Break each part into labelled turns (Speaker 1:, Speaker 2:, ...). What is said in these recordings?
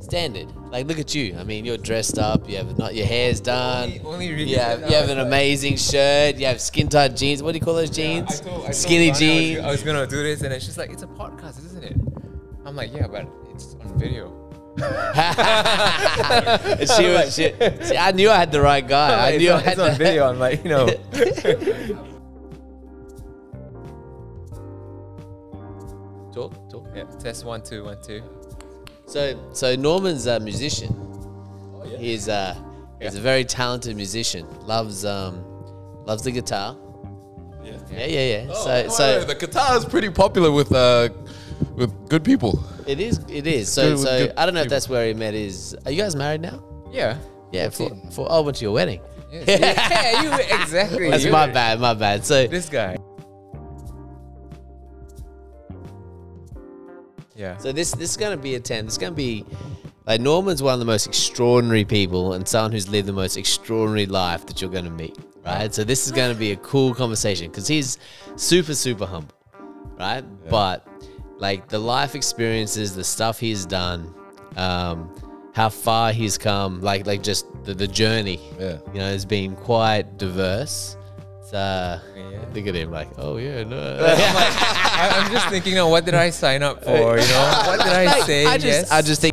Speaker 1: standard. Like, look at you. I mean, you're dressed up. You have not your hair's done.
Speaker 2: Only- only really
Speaker 1: you have,
Speaker 2: that
Speaker 1: you have
Speaker 2: I
Speaker 1: an
Speaker 2: like-
Speaker 1: amazing shirt. You have skin tight jeans. What do you call those
Speaker 2: Yeah,
Speaker 1: jeans?
Speaker 2: I told- I told
Speaker 1: Skinny
Speaker 2: Vanya I was-
Speaker 1: jeans.
Speaker 2: I was gonna do this, and it's just like it's a podcast, isn't it? I'm like, yeah, but it's on video.
Speaker 1: And she was. She, see, I knew I had the right guy. Ah, I
Speaker 2: It's
Speaker 1: knew I
Speaker 2: on-
Speaker 1: had
Speaker 2: it's on
Speaker 1: the,
Speaker 2: video. I'm like, you know.
Speaker 1: Talk, talk.
Speaker 2: yeah, test one two one two.
Speaker 1: So, so Norman's a musician.
Speaker 2: Oh,
Speaker 1: He's uh, he's a very talented musician. Loves um, loves the guitar.
Speaker 3: Yeah.
Speaker 1: Yeah, yeah, yeah.
Speaker 3: Oh,
Speaker 1: so,
Speaker 3: no,
Speaker 1: so
Speaker 3: the guitar is pretty popular with uh, with good people.
Speaker 1: it is, it is. So,
Speaker 3: good-
Speaker 1: so
Speaker 3: good
Speaker 1: I don't know if
Speaker 3: people.
Speaker 1: that's where he met his. Are you guys married now?
Speaker 2: Yeah.
Speaker 1: Yeah,
Speaker 2: That's
Speaker 1: for,
Speaker 2: it.
Speaker 1: for oh, I went to your wedding.
Speaker 2: Yes. yeah, you exactly.
Speaker 1: That's
Speaker 2: Oh, you-
Speaker 1: my bad, my bad. So,
Speaker 2: This guy. Yeah.
Speaker 1: so this this is gonna be a ten. This is gonna be like Norman's one of the most extraordinary people and someone who's lived the most extraordinary life that you're gonna meet. Right. So this is gonna be a cool conversation because he's super super humble, right? But like the life experiences, the stuff he's done, um, how far he's come, like like just the, the journey.
Speaker 3: Yeah.
Speaker 1: You know, has been quite diverse. So look at him like, oh yeah, no.
Speaker 2: I, I'm just thinking, now, what did I sign up for? You know, what did I
Speaker 1: Like,
Speaker 2: say?
Speaker 1: I just,
Speaker 2: yes.
Speaker 1: I just think.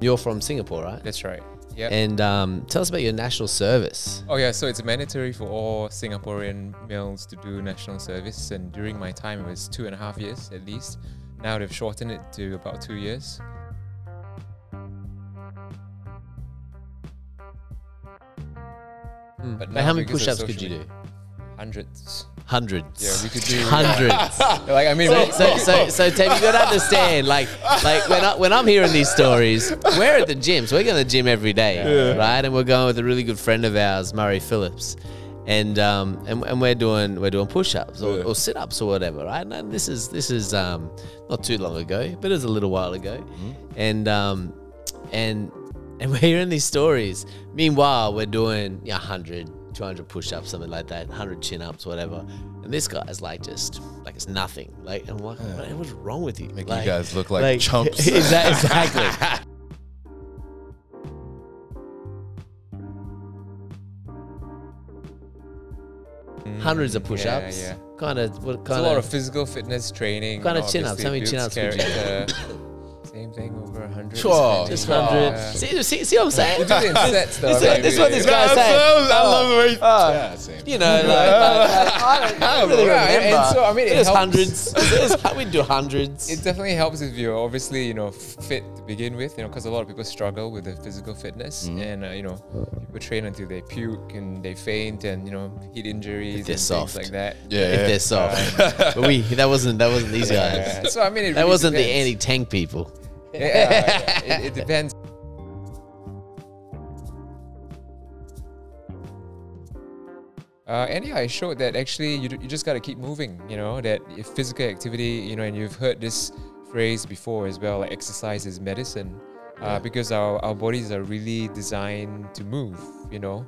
Speaker 1: You're from Singapore, right?
Speaker 2: That's right. Yeah.
Speaker 1: And um, tell us about your national service.
Speaker 2: Oh yeah, so it's mandatory for all Singaporean males to do national service, and during my time it was two and a half years at least. Now they've shortened it to about two years. But
Speaker 1: Hmm. Like, how many push-ups could you do?
Speaker 2: Hundreds.
Speaker 1: Hundreds.
Speaker 2: Yeah, we could do-
Speaker 1: hundreds.
Speaker 2: Like I mean, we-
Speaker 1: so, so, so, Ted, you gotta understand, like, like when I, when I'm hearing these stories, we're at the gyms. We're going to the gym every day, right? And we're going with a really good friend of ours, Murray Phillips, and um, and, and we're doing we're doing push-ups or, or sit-ups or whatever, right? And this is this is um, not too long ago, but it was a little while ago, and um, and and we're hearing these stories. Meanwhile, we're doing yeah, 100, 200 push-ups, something like that, 100 chin-ups, whatever. And this guy is like just like it's nothing. Like, and what, what- what's wrong with you?
Speaker 3: Make you guys look like, chumps.
Speaker 1: Exa- exactly. Mm, Hundreds of push-ups.
Speaker 2: yeah.
Speaker 1: Kind of what
Speaker 2: it's a
Speaker 1: kind
Speaker 2: lot of physical fitness training.
Speaker 1: Kinda chin-ups, how many chin-ups would you do?
Speaker 2: do? Same thing over a hundred.
Speaker 3: Sure.
Speaker 1: just
Speaker 3: Yeah.
Speaker 1: hundred. See, see, see what I'm saying?
Speaker 2: You do it in sets though.
Speaker 1: This is-
Speaker 2: right?
Speaker 1: this is what this guy-
Speaker 3: I,
Speaker 1: saying- Oh.
Speaker 3: love, I love the way. you yeah, same.
Speaker 1: you know, like, like, I don't, I don't really
Speaker 2: Yeah, and-
Speaker 1: remember.
Speaker 2: and so, I mean, it
Speaker 1: was
Speaker 2: helps.
Speaker 1: hundreds. It was, we'd do hundreds.
Speaker 2: It definitely helps if you're obviously you know f- fit to begin with, you know, because a lot of people struggle with their physical fitness,
Speaker 1: Mm-hmm.
Speaker 2: and uh, you know, people train until they puke and they faint, and you know, heat injuries and
Speaker 1: they're
Speaker 2: things
Speaker 1: soft.
Speaker 2: like that.
Speaker 3: Yeah,
Speaker 1: if
Speaker 3: yeah.
Speaker 1: they're soft, but we that wasn't that wasn't these guys.
Speaker 2: Yeah. So I mean, it
Speaker 1: That
Speaker 2: really
Speaker 1: wasn't the
Speaker 2: depends.
Speaker 1: anti-tank people.
Speaker 2: Yeah, yeah, it, it depends. Uh, and yeah, I showed that actually you, d- you just got to keep moving, you know, that if physical activity, you know, and you've heard this phrase before as well, like exercise is medicine, uh, because our, our bodies are really designed to move, you know.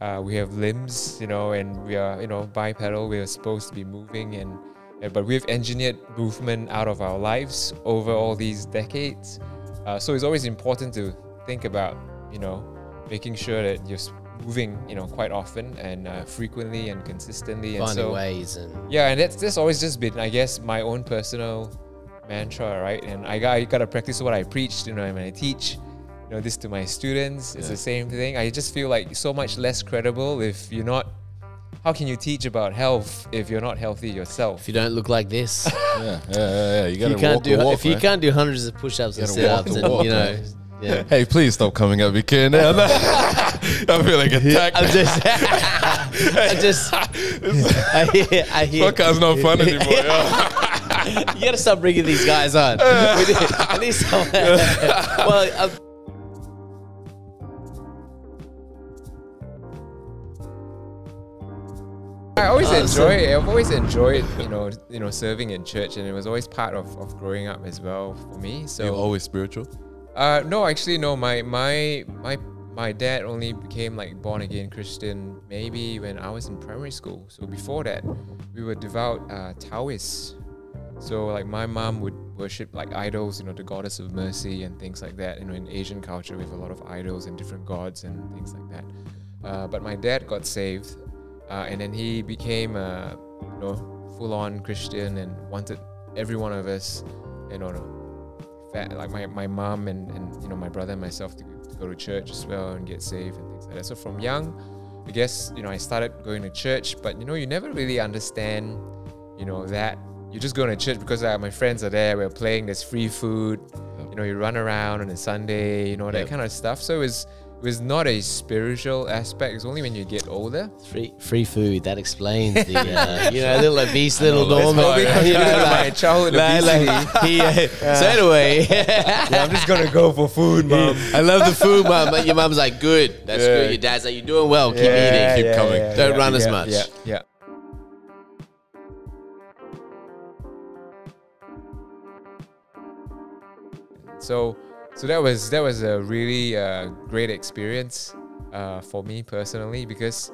Speaker 2: Uh, we have limbs, you know, and we are, you know, bipedal, we are supposed to be moving, and uh, but we've engineered movement out of our lives over all these decades. Uh, so it's always important to think about, you know, making sure that you're s- moving, you know, quite often and uh, frequently and consistently. And
Speaker 1: Finding
Speaker 2: so,
Speaker 1: ways and
Speaker 2: yeah, and that's that's always just been, I guess, my own personal mantra, right? And I got I gotta practice what I preach, you know, when I teach, you know, this to my students. It's the same thing. I just feel like so much less credible if you're not. How can you teach about health if you're not healthy yourself?
Speaker 1: if you don't look like this,
Speaker 3: Yeah, yeah, yeah, yeah. You gotta
Speaker 1: you can't
Speaker 3: walk
Speaker 1: do
Speaker 3: the walk,
Speaker 1: if you
Speaker 3: man.
Speaker 1: can't do hundreds of push-ups and
Speaker 3: You gotta walk
Speaker 1: sit-ups
Speaker 3: the
Speaker 1: and
Speaker 3: walk,
Speaker 1: you know.
Speaker 3: man.
Speaker 1: Yeah.
Speaker 3: Hey, please stop coming up. You can now. I feel like attacked.
Speaker 1: I'm just, I just, I hear, I hear.
Speaker 3: Podcast's not fun anymore. yeah.
Speaker 1: You gotta stop bringing these guys on. We need- I need someone. well, um,
Speaker 2: I always
Speaker 1: Uh, so-
Speaker 2: enjoy it. I've always enjoyed, you know, you know, serving in church, and it was always part of, of growing up as well for me. So
Speaker 3: You always spiritual.
Speaker 2: Uh, no, actually, no. My my my my dad only became like born again Christian maybe when I was in primary school. So before that, we were devout uh, Taoists. So like my mom would worship like idols, you know, the goddess of mercy and things like that. You know, in Asian culture, we have a lot of idols and different gods and things like that. Uh, but my dad got saved, uh, and then he became a you know full-on Christian and wanted every one of us, you know, fa- like my, my mom and, and you know my brother and myself to, to go to church as well and get saved and things like that. So from young, I guess you know I started going to church, but you know you never really understand, you know that you just go to church because uh, my friends are there. We're playing. There's free food. You know you run around on a Sunday. You know that
Speaker 1: Yep.
Speaker 2: kind of stuff. So it was it was not a spiritual aspect. It's only when you get older.
Speaker 1: Free, free food. That explains the, uh, you know, little obese little
Speaker 3: know, that's
Speaker 1: Norman.
Speaker 2: probably
Speaker 1: you know,
Speaker 2: contributed to my childhood
Speaker 1: like- like, he, uh, So anyway,
Speaker 2: Yeah, I'm just gonna go for food, mom.
Speaker 1: I love the food, mum. But your mum's like, good. That's good. Your dad's like, you're doing well. Keep eating. Keep coming. Don't run as much.
Speaker 2: Yeah, yeah. So, so that was that was a really uh, great experience uh, for me personally because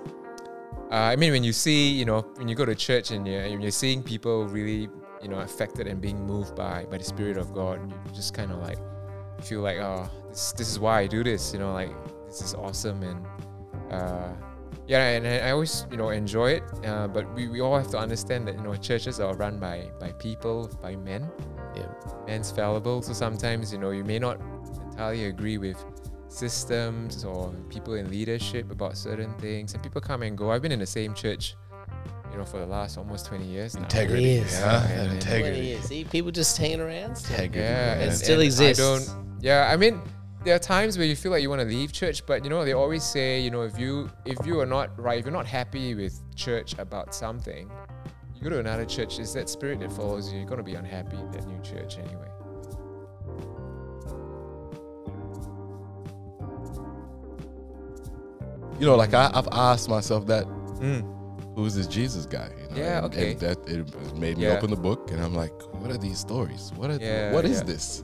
Speaker 2: uh, I mean when you see you know when you go to church and you're, and you're seeing people really you know affected and being moved by by the spirit of God, you just kind of like feel like oh this this is why I do this you know like this is awesome and uh, yeah, and I I always you know enjoy it. Uh, but we, we all have to understand that you know churches are run by by people, by men.
Speaker 1: Yeah.
Speaker 2: Men's fallible, so sometimes you know you may not entirely agree with systems or people in leadership about certain things, and people come and go. I've been in the same church, you know, for the last almost twenty years. now.
Speaker 3: Integrity.
Speaker 1: Yes.
Speaker 3: Yeah,
Speaker 2: Yeah, yeah.
Speaker 3: integrity.
Speaker 1: See, people just hanging around.
Speaker 3: Integrity.
Speaker 2: Yeah,
Speaker 3: man.
Speaker 1: It still exists.
Speaker 2: I don't. Yeah, I mean, there are times where you feel like you want to leave church, but you know they always say, you know, if you if you are not right, if you're not happy with church about something, you go to another church. It's that spirit that follows you. You're gonna be unhappy in that new church anyway.
Speaker 3: you know, like I, I've asked myself that, who's this Jesus guy? You know?
Speaker 2: Mm. Yeah,
Speaker 3: and-
Speaker 2: okay.
Speaker 3: And that it made me
Speaker 2: Yeah.
Speaker 3: open the book, and I'm like, what are these stories? What are
Speaker 2: Yeah,
Speaker 3: what is
Speaker 2: yeah.
Speaker 3: this?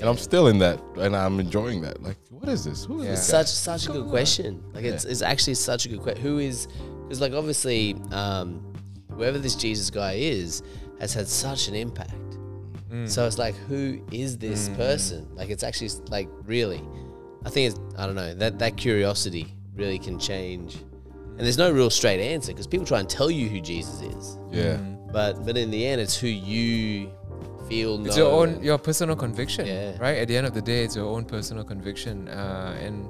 Speaker 3: And I'm still in that, and I'm enjoying that. Like, what is this? Who is
Speaker 2: Yeah.
Speaker 3: this? guy?
Speaker 1: such such a good question. Like it's, it's actually such a good question. Who is because like obviously um, whoever this Jesus guy is has had such an impact. So it's like who is this person? Like it's actually s- like really, I think it's I don't know that that curiosity really can change. And there's no real straight answer because people try and tell you who Jesus is,
Speaker 3: Yeah.
Speaker 2: Mm.
Speaker 1: but but in the end it's who you feel.
Speaker 2: It's
Speaker 1: know
Speaker 2: your
Speaker 1: and-
Speaker 2: own your personal conviction,
Speaker 1: Yeah.
Speaker 2: right? At the end of the day, it's your own personal conviction, uh, and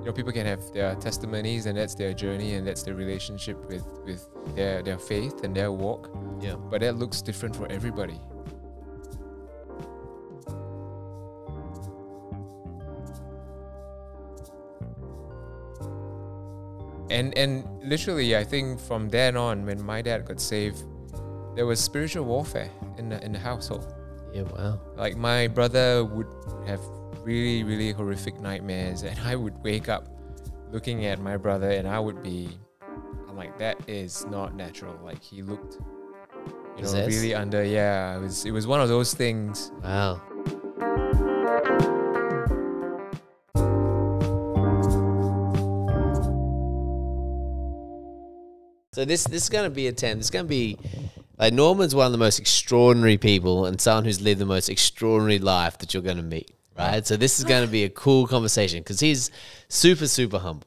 Speaker 2: you know people can have their testimonies, and that's their journey, and that's their relationship with with their their faith and their walk.
Speaker 1: yeah.
Speaker 2: But that looks different for everybody. And and literally, I think from then on, when my dad got saved, there was spiritual warfare in the, in the household.
Speaker 1: Yeah. Wow.
Speaker 2: Like my brother would have really really horrific nightmares, and I would wake up looking at my brother, and I would be, I'm like, that is not natural. Like he looked, you know,
Speaker 1: Possessed?
Speaker 2: really under. Yeah, it was it was one of those things.
Speaker 1: Wow. So this this is going to be a ten. This is going to be like Norman's one of the most extraordinary people and someone who's lived the most extraordinary life that you're going to meet, right? So this is going to be a cool conversation because he's super super humble,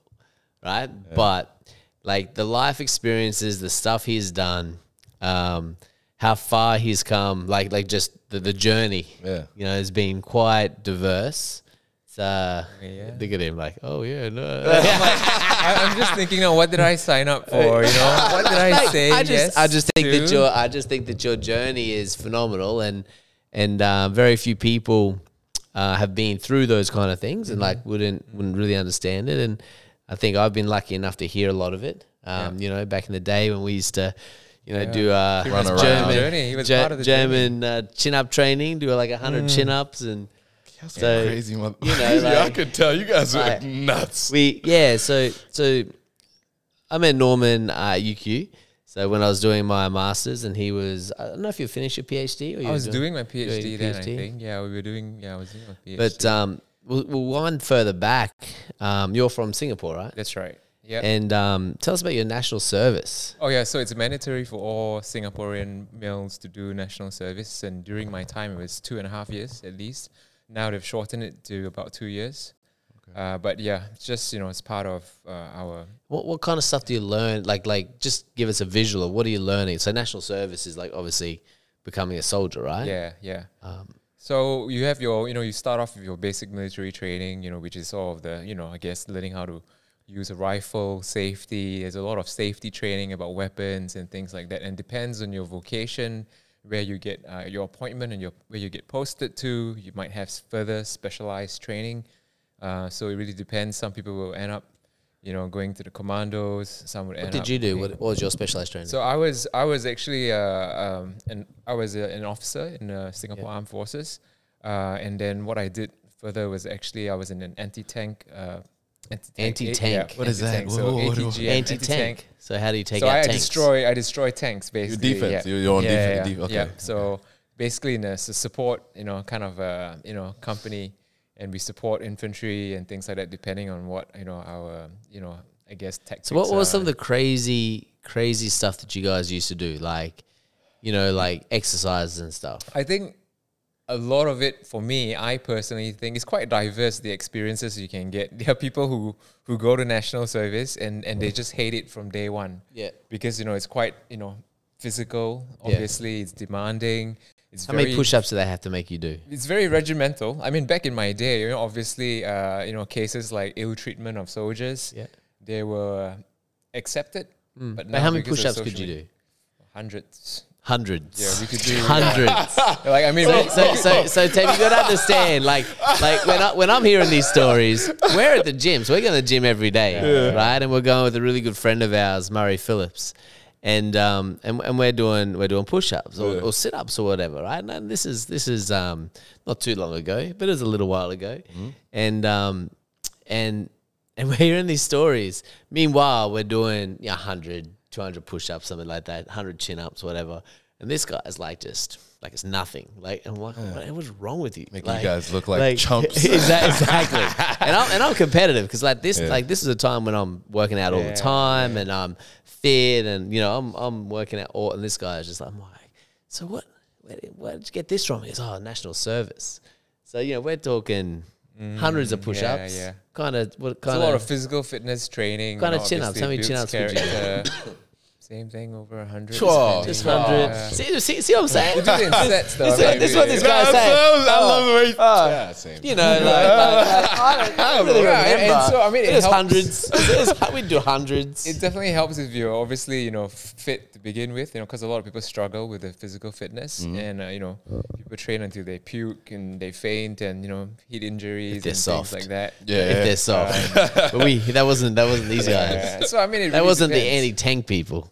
Speaker 1: right? But like the life experiences, the stuff he's done, um, how far he's come, like like just the, the journey,
Speaker 3: Yeah.
Speaker 1: you know, has been quite diverse. So
Speaker 2: Yeah.
Speaker 1: look at him, like, oh yeah, no.
Speaker 2: I, I'm just thinking, now, what did I sign up for? You know, what did I say?
Speaker 1: I just
Speaker 2: yes
Speaker 1: I just think that
Speaker 2: to?
Speaker 1: your I just think that your journey is phenomenal and and uh, very few people uh, have been through those kind of things and
Speaker 2: Mm-hmm.
Speaker 1: like wouldn't wouldn't really understand it and I think I've been lucky enough to hear a lot of it. Um, You know, back in the day when we used to. You know, do uh,
Speaker 3: Run around.
Speaker 1: German,
Speaker 2: Journey. He was
Speaker 1: Ger-
Speaker 2: part of the Mm.
Speaker 1: German uh, chin-up training. Do like hundred chin-ups, and
Speaker 3: That's
Speaker 1: So,
Speaker 3: crazy mother.
Speaker 1: you know,
Speaker 3: yeah, I
Speaker 1: like-
Speaker 3: could tell you guys are
Speaker 1: like-
Speaker 3: nuts.
Speaker 1: we yeah so so i met norman uh, at uq so when i was doing my masters and he was i don't know if you finished your phd or you
Speaker 2: I
Speaker 1: were
Speaker 2: was doing my PhD,
Speaker 1: doing
Speaker 2: then. I
Speaker 1: PhD?
Speaker 2: think. Yeah, we were doing. Yeah, I was doing my PhD.
Speaker 1: but um well, well, one further back, um, you're from Singapore, right?
Speaker 2: That's right. Yeah.
Speaker 1: And um, tell us about your national service.
Speaker 2: Oh yeah, so it's mandatory for all Singaporean males to do national service, and during my time it was two and a half years at least. Now they've shortened it to about two years. Uh, but yeah, it's just you know, it's part of uh, our
Speaker 1: What what kind of stuff do you learn? Like like just give us a visual of what are you learning? So national service is like obviously becoming a soldier, right?
Speaker 2: yeah yeah.
Speaker 1: Um,
Speaker 2: So you have your, you know, you start off with your basic military training, you know, which is all of the, you know, I guess learning how to use a rifle, safety. There's a lot of safety training about weapons and things like that, and depends on your vocation, where you get uh, your appointment and your where you get posted to. You might have s- further specialized training. Uh, so it really depends. Some people will end up, you know, going to the commandos. Some would
Speaker 1: what did you do? What, what was your specialized training?
Speaker 2: so I was I was actually uh, um, an I was a, an officer in uh, Singapore Armed Forces, uh, and then what I did further was actually I was in an anti-tank. Uh,
Speaker 1: Anti-tank.
Speaker 3: What is that?
Speaker 2: anti-tank,
Speaker 3: Whoa,
Speaker 2: So
Speaker 3: whoa, whoa.
Speaker 2: ATGM,
Speaker 1: anti-tank.
Speaker 2: anti-tank.
Speaker 1: So how do you take
Speaker 2: So
Speaker 1: out
Speaker 2: I
Speaker 1: tanks?
Speaker 2: destroy I destroy tanks basically.
Speaker 3: defense,
Speaker 2: Yeah.
Speaker 3: you- you're on
Speaker 2: yeah,
Speaker 3: defen-
Speaker 2: yeah,
Speaker 3: def- okay,
Speaker 2: yeah.
Speaker 3: okay.
Speaker 2: So basically, in a s- support, you know, kind of uh, you know company, and we support infantry and things like that, depending on what you know our you know I guess tactics.
Speaker 1: So what was
Speaker 2: are.
Speaker 1: some of the crazy crazy stuff that you guys used to do? Like you know like exercises and stuff.
Speaker 2: I think a lot of it for me, I personally think it's quite diverse the experiences you can get. There are people who who go to national service and and they just hate it from day one.
Speaker 1: Yeah.
Speaker 2: Because you know it's quite you know physical. Obviously, it's demanding. It's
Speaker 1: How
Speaker 2: very
Speaker 1: many push-ups do they have to make you do?
Speaker 2: it's very regimental. I mean, back in my day, you know, obviously, uh, you know, cases like ill treatment of soldiers,
Speaker 1: Yeah. Mm.
Speaker 2: they were accepted. But
Speaker 1: Like how many push-ups could you do?
Speaker 2: Hundreds.
Speaker 1: Hundreds.
Speaker 2: Yeah, we could do-
Speaker 1: hundreds.
Speaker 2: Like oh, I mean,
Speaker 1: So,
Speaker 2: we-
Speaker 1: so, so, so Tab, you gotta understand, like, like when I, when I'm hearing these stories, we're at the gyms. We're going to the gym every day, right? And we're going with a really good friend of ours, Murray Phillips, and um, and, and we're doing we're doing push-ups or,
Speaker 3: Yeah.
Speaker 1: or sit-ups or whatever, right? And- And this is this is um not too long ago, but it was a little while ago, and um and and we're hearing these stories. Meanwhile, we're doing you know, 100, 200 push ups, something like that, 100 chin ups, whatever. And this guy is like, just like it's nothing. Like, and what, what, what's wrong with you?
Speaker 3: Making
Speaker 1: like,
Speaker 3: you guys look like, chumps.
Speaker 1: Exa- Exactly. and, I'm, and I'm competitive because like this,
Speaker 3: Yeah.
Speaker 1: like this is a time when I'm working out all
Speaker 2: Yeah,
Speaker 1: the time and I'm fit and you know I'm I'm working out all. And this guy is just like, I'm like, so what? Where did, where did you get this from? He's oh, national service. So you know we're talking
Speaker 3: Mm,
Speaker 1: hundreds of push-ups.
Speaker 2: yeah.
Speaker 1: Kind of what
Speaker 2: It's
Speaker 1: kind
Speaker 2: a lot
Speaker 1: of
Speaker 2: of physical fitness training.
Speaker 1: Kinda
Speaker 2: and
Speaker 1: chin-ups. How
Speaker 2: obviously
Speaker 1: many chin-ups
Speaker 2: builds
Speaker 1: could you do?
Speaker 2: character. Same thing over a hundred.
Speaker 3: Sure.
Speaker 1: just
Speaker 3: Yeah.
Speaker 1: hundred. See, see, see what I'm saying?
Speaker 2: Do it in sets, though,
Speaker 1: this, is- this is what this
Speaker 2: maybe.
Speaker 1: guy's saying.
Speaker 3: I love the way you- yeah, same.
Speaker 1: oh, You know, like, like, like, I don't, I don't really
Speaker 2: Yeah, and-
Speaker 1: remember.
Speaker 2: and so, I mean, it
Speaker 1: It was
Speaker 2: helps.
Speaker 1: hundreds. It was- we do hundreds.
Speaker 2: It definitely helps if you're obviously you know f- fit to begin with, you know, because a lot of people struggle with their physical fitness,
Speaker 1: Mm-hmm.
Speaker 2: and uh, you know, people train until they puke and they faint and you know heat injuries and
Speaker 1: they're
Speaker 2: things
Speaker 1: soft.
Speaker 2: like that.
Speaker 1: if
Speaker 3: Yeah.
Speaker 1: they're soft. but we that wasn't that wasn't these
Speaker 2: Yeah.
Speaker 1: guys.
Speaker 2: So I mean, it
Speaker 1: That wasn't the
Speaker 2: depends.
Speaker 1: anti-tank people.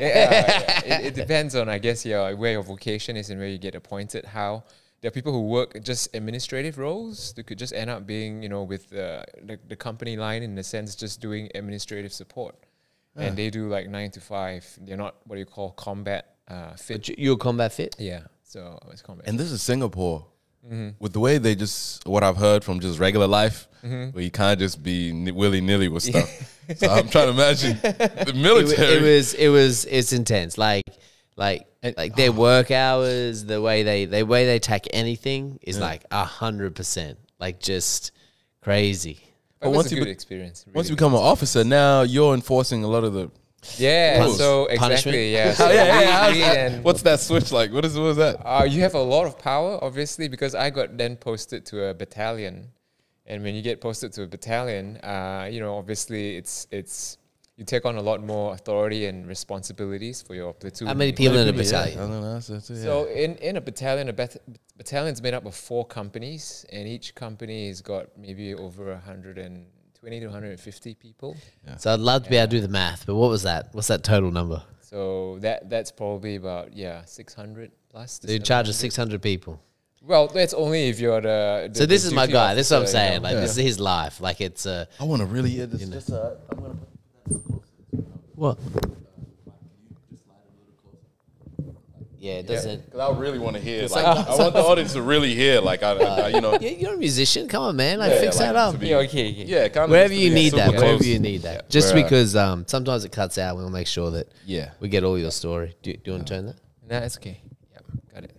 Speaker 2: yeah, it, it depends on I guess your where your vocation is and where you get appointed. How there are people who work just administrative roles they could just end up being you know with uh, the the company line in the sense just doing administrative support, and they do like nine to five. They're not what you call combat uh, fit.
Speaker 1: But you, you were combat fit.
Speaker 2: Yeah, so it's combat.
Speaker 3: And this is Singapore.
Speaker 1: Mm-hmm.
Speaker 3: With the way they just, what I've heard from just regular life,
Speaker 1: Mm-hmm.
Speaker 3: where you can't just be willy nilly with stuff. so I'm trying to imagine the
Speaker 1: It, wa-
Speaker 3: military.
Speaker 1: it was it was it's intense. Like like like
Speaker 2: oh.
Speaker 1: their work hours, the way they the way they tack anything is like a hundred percent. Like just crazy.
Speaker 2: but it was
Speaker 3: once
Speaker 2: a
Speaker 3: you
Speaker 2: good
Speaker 3: be-
Speaker 2: experience.
Speaker 3: Once you
Speaker 2: really.
Speaker 3: become an officer, now you're enforcing a lot of the.
Speaker 2: yeah,
Speaker 1: Rules.
Speaker 2: so
Speaker 1: Punishment?
Speaker 2: exactly, yeah.
Speaker 3: Oh,
Speaker 2: So
Speaker 3: yeah, yeah,
Speaker 2: we-
Speaker 3: how's
Speaker 2: we
Speaker 3: that?
Speaker 2: and-
Speaker 3: What's that switch like? What is what is
Speaker 1: Ah,
Speaker 3: that?
Speaker 2: Uh, you have a lot of power, obviously, because I got then posted to a battalion, and when you get posted to a battalion, uh, you know, obviously, it's it's you take on a lot more authority and responsibilities for your platoon.
Speaker 1: How many people in a
Speaker 3: Yeah, I
Speaker 1: battalion?
Speaker 3: don't know, that's- that's- yeah.
Speaker 2: So in, in a battalion, a bat- battalion's made up of four companies, and each company has got maybe over 120 to 150 people.
Speaker 1: So I'd love to be able to do the math, but what was that? What's that total number?
Speaker 2: So that that's probably about yeah 600 plus. to
Speaker 1: They charge us
Speaker 2: 700.
Speaker 1: 600 people.
Speaker 2: Well, that's only if you're the. the
Speaker 1: So this
Speaker 2: the
Speaker 1: is my
Speaker 2: duty
Speaker 1: guy. This is what I'm
Speaker 2: officer, you know.
Speaker 1: saying. Like this is his life. Like it's a
Speaker 3: I want to really hear this. Just, uh, I'm gonna put-
Speaker 1: what? yeah, it doesn't.
Speaker 3: Because I really want to hear.
Speaker 1: like-
Speaker 3: Like, I want the audience to really hear. Like, I, I you know,
Speaker 1: Yeah, you're a musician. Come on, man. Like,
Speaker 3: Yeah,
Speaker 1: fix
Speaker 3: like,
Speaker 1: that up.
Speaker 3: to be-
Speaker 2: Yeah, okay, okay.
Speaker 3: yeah, kind of
Speaker 1: Wherever
Speaker 3: just to
Speaker 1: you
Speaker 3: be
Speaker 1: need
Speaker 3: super
Speaker 1: that, wherever
Speaker 3: close.
Speaker 1: you need that. Just
Speaker 3: Where, uh,
Speaker 1: because um, sometimes it cuts out, we'll make sure that
Speaker 3: Yeah.
Speaker 1: we get all your story. Do, do you want to turn that?
Speaker 2: Nah, it's okay. Yep, got it.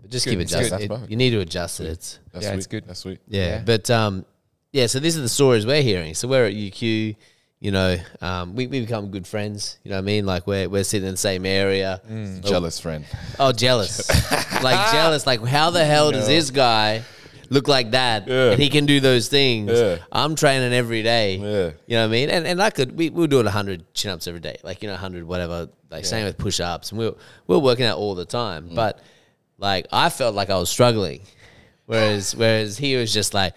Speaker 1: But just
Speaker 2: Good,
Speaker 1: keep
Speaker 2: it's good.
Speaker 1: adjusting.
Speaker 3: That's
Speaker 1: It-
Speaker 3: perfect.
Speaker 1: you need to adjust it. It's,
Speaker 3: That's
Speaker 2: Yeah,
Speaker 3: sweet.
Speaker 2: it's good.
Speaker 3: That's sweet.
Speaker 1: yeah.
Speaker 2: Yeah.
Speaker 1: But um, yeah, so these are the stories we're hearing. So we're at UQ, you know, um, we, we become good friends. You know what I mean? Like we're, we're sitting in the same area.
Speaker 3: Mm. Jealous friend.
Speaker 1: Oh, jealous. like jealous. Like how the hell does this guy look like that?
Speaker 3: Yeah.
Speaker 1: And he can do those things.
Speaker 3: Yeah.
Speaker 1: I'm training every day.
Speaker 3: Yeah.
Speaker 1: You know what I mean? And and I could we we'll do it hundred chin ups every day. Like, you know, hundred whatever. Like same with push ups and we're we're working out all the time.
Speaker 3: Mm.
Speaker 1: But like I felt like I was struggling. Whereas whereas he was just like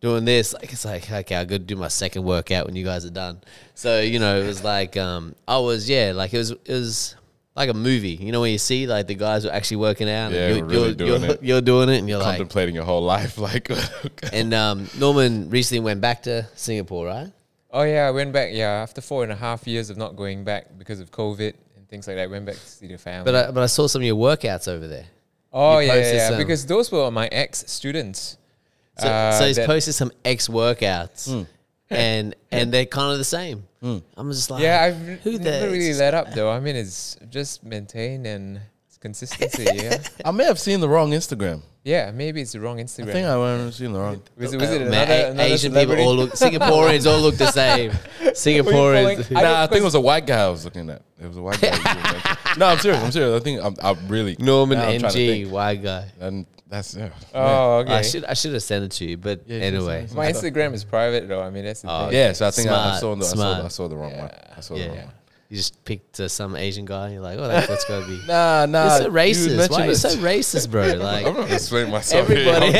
Speaker 1: doing this, like it's like, okay, I'll go do my second workout when you guys are done. So, you know, it was like um I was yeah, like it was it was like a movie, you know, when you see like the guys were actually working out,
Speaker 3: Yeah,
Speaker 1: and
Speaker 3: we're really
Speaker 1: you're,
Speaker 3: doing
Speaker 1: you're,
Speaker 3: it.
Speaker 1: you're doing it, and you're like,
Speaker 3: Contemplating your whole life. Like,
Speaker 1: and um, Norman recently went back to Singapore, right?
Speaker 2: Oh yeah, I went back. Yeah, after four and a half years of not going back because of COVID and things like that, I went back to see the family.
Speaker 1: But I, but I saw some of your workouts over there.
Speaker 2: oh
Speaker 1: you
Speaker 2: yeah, yeah,
Speaker 1: posted
Speaker 2: yeah,
Speaker 1: some.
Speaker 2: because those were my ex students. Uh,
Speaker 1: So,
Speaker 3: Uh,
Speaker 1: so he's posted some ex workouts,
Speaker 3: Hmm.
Speaker 1: and and they're kind of the same. I'm just like,
Speaker 2: Yeah, I've
Speaker 1: who
Speaker 2: who
Speaker 1: the
Speaker 2: never really let up though. I mean, it's just maintain and it's consistency. yeah,
Speaker 3: I may have seen the wrong Instagram.
Speaker 2: yeah. Maybe it's the wrong
Speaker 3: I
Speaker 2: Instagram.
Speaker 3: think I may have seen the wrong.
Speaker 2: was it, was it
Speaker 1: Man,
Speaker 2: another,
Speaker 1: A-
Speaker 2: another
Speaker 1: Asian people all
Speaker 2: celebrity?
Speaker 1: look Singaporeans all look the same. Singaporeans,
Speaker 2: I
Speaker 3: Nah, I
Speaker 2: don't-
Speaker 3: think it was a white guy I was looking at. It was a white guy. who was looking at. no, I'm serious. I'm serious. I think I'm, I'm really
Speaker 1: Norman
Speaker 3: now I'm trying to
Speaker 1: NG,
Speaker 3: think.
Speaker 1: white guy.
Speaker 3: And that's yeah.
Speaker 2: Oh, okay.
Speaker 1: I should I should have sent it to you, but
Speaker 3: you should
Speaker 1: anyway,
Speaker 3: send it.
Speaker 2: my Instagram is private though. I mean, that's the thing.
Speaker 3: Oh, Yeah, so I think I, I
Speaker 1: Smart,
Speaker 3: saw the I saw,
Speaker 1: smart.
Speaker 3: the- I saw the wrong one. I saw the
Speaker 1: yeah.
Speaker 3: wrong one.
Speaker 1: You just picked uh, some Asian guy. And you're like, oh, that, that's gotta be.
Speaker 3: Nah,
Speaker 1: You're
Speaker 3: nah.
Speaker 1: so racist. Why are you so racist, bro?
Speaker 3: I'm
Speaker 1: Like
Speaker 3: not explaining myself. here.
Speaker 1: everybody.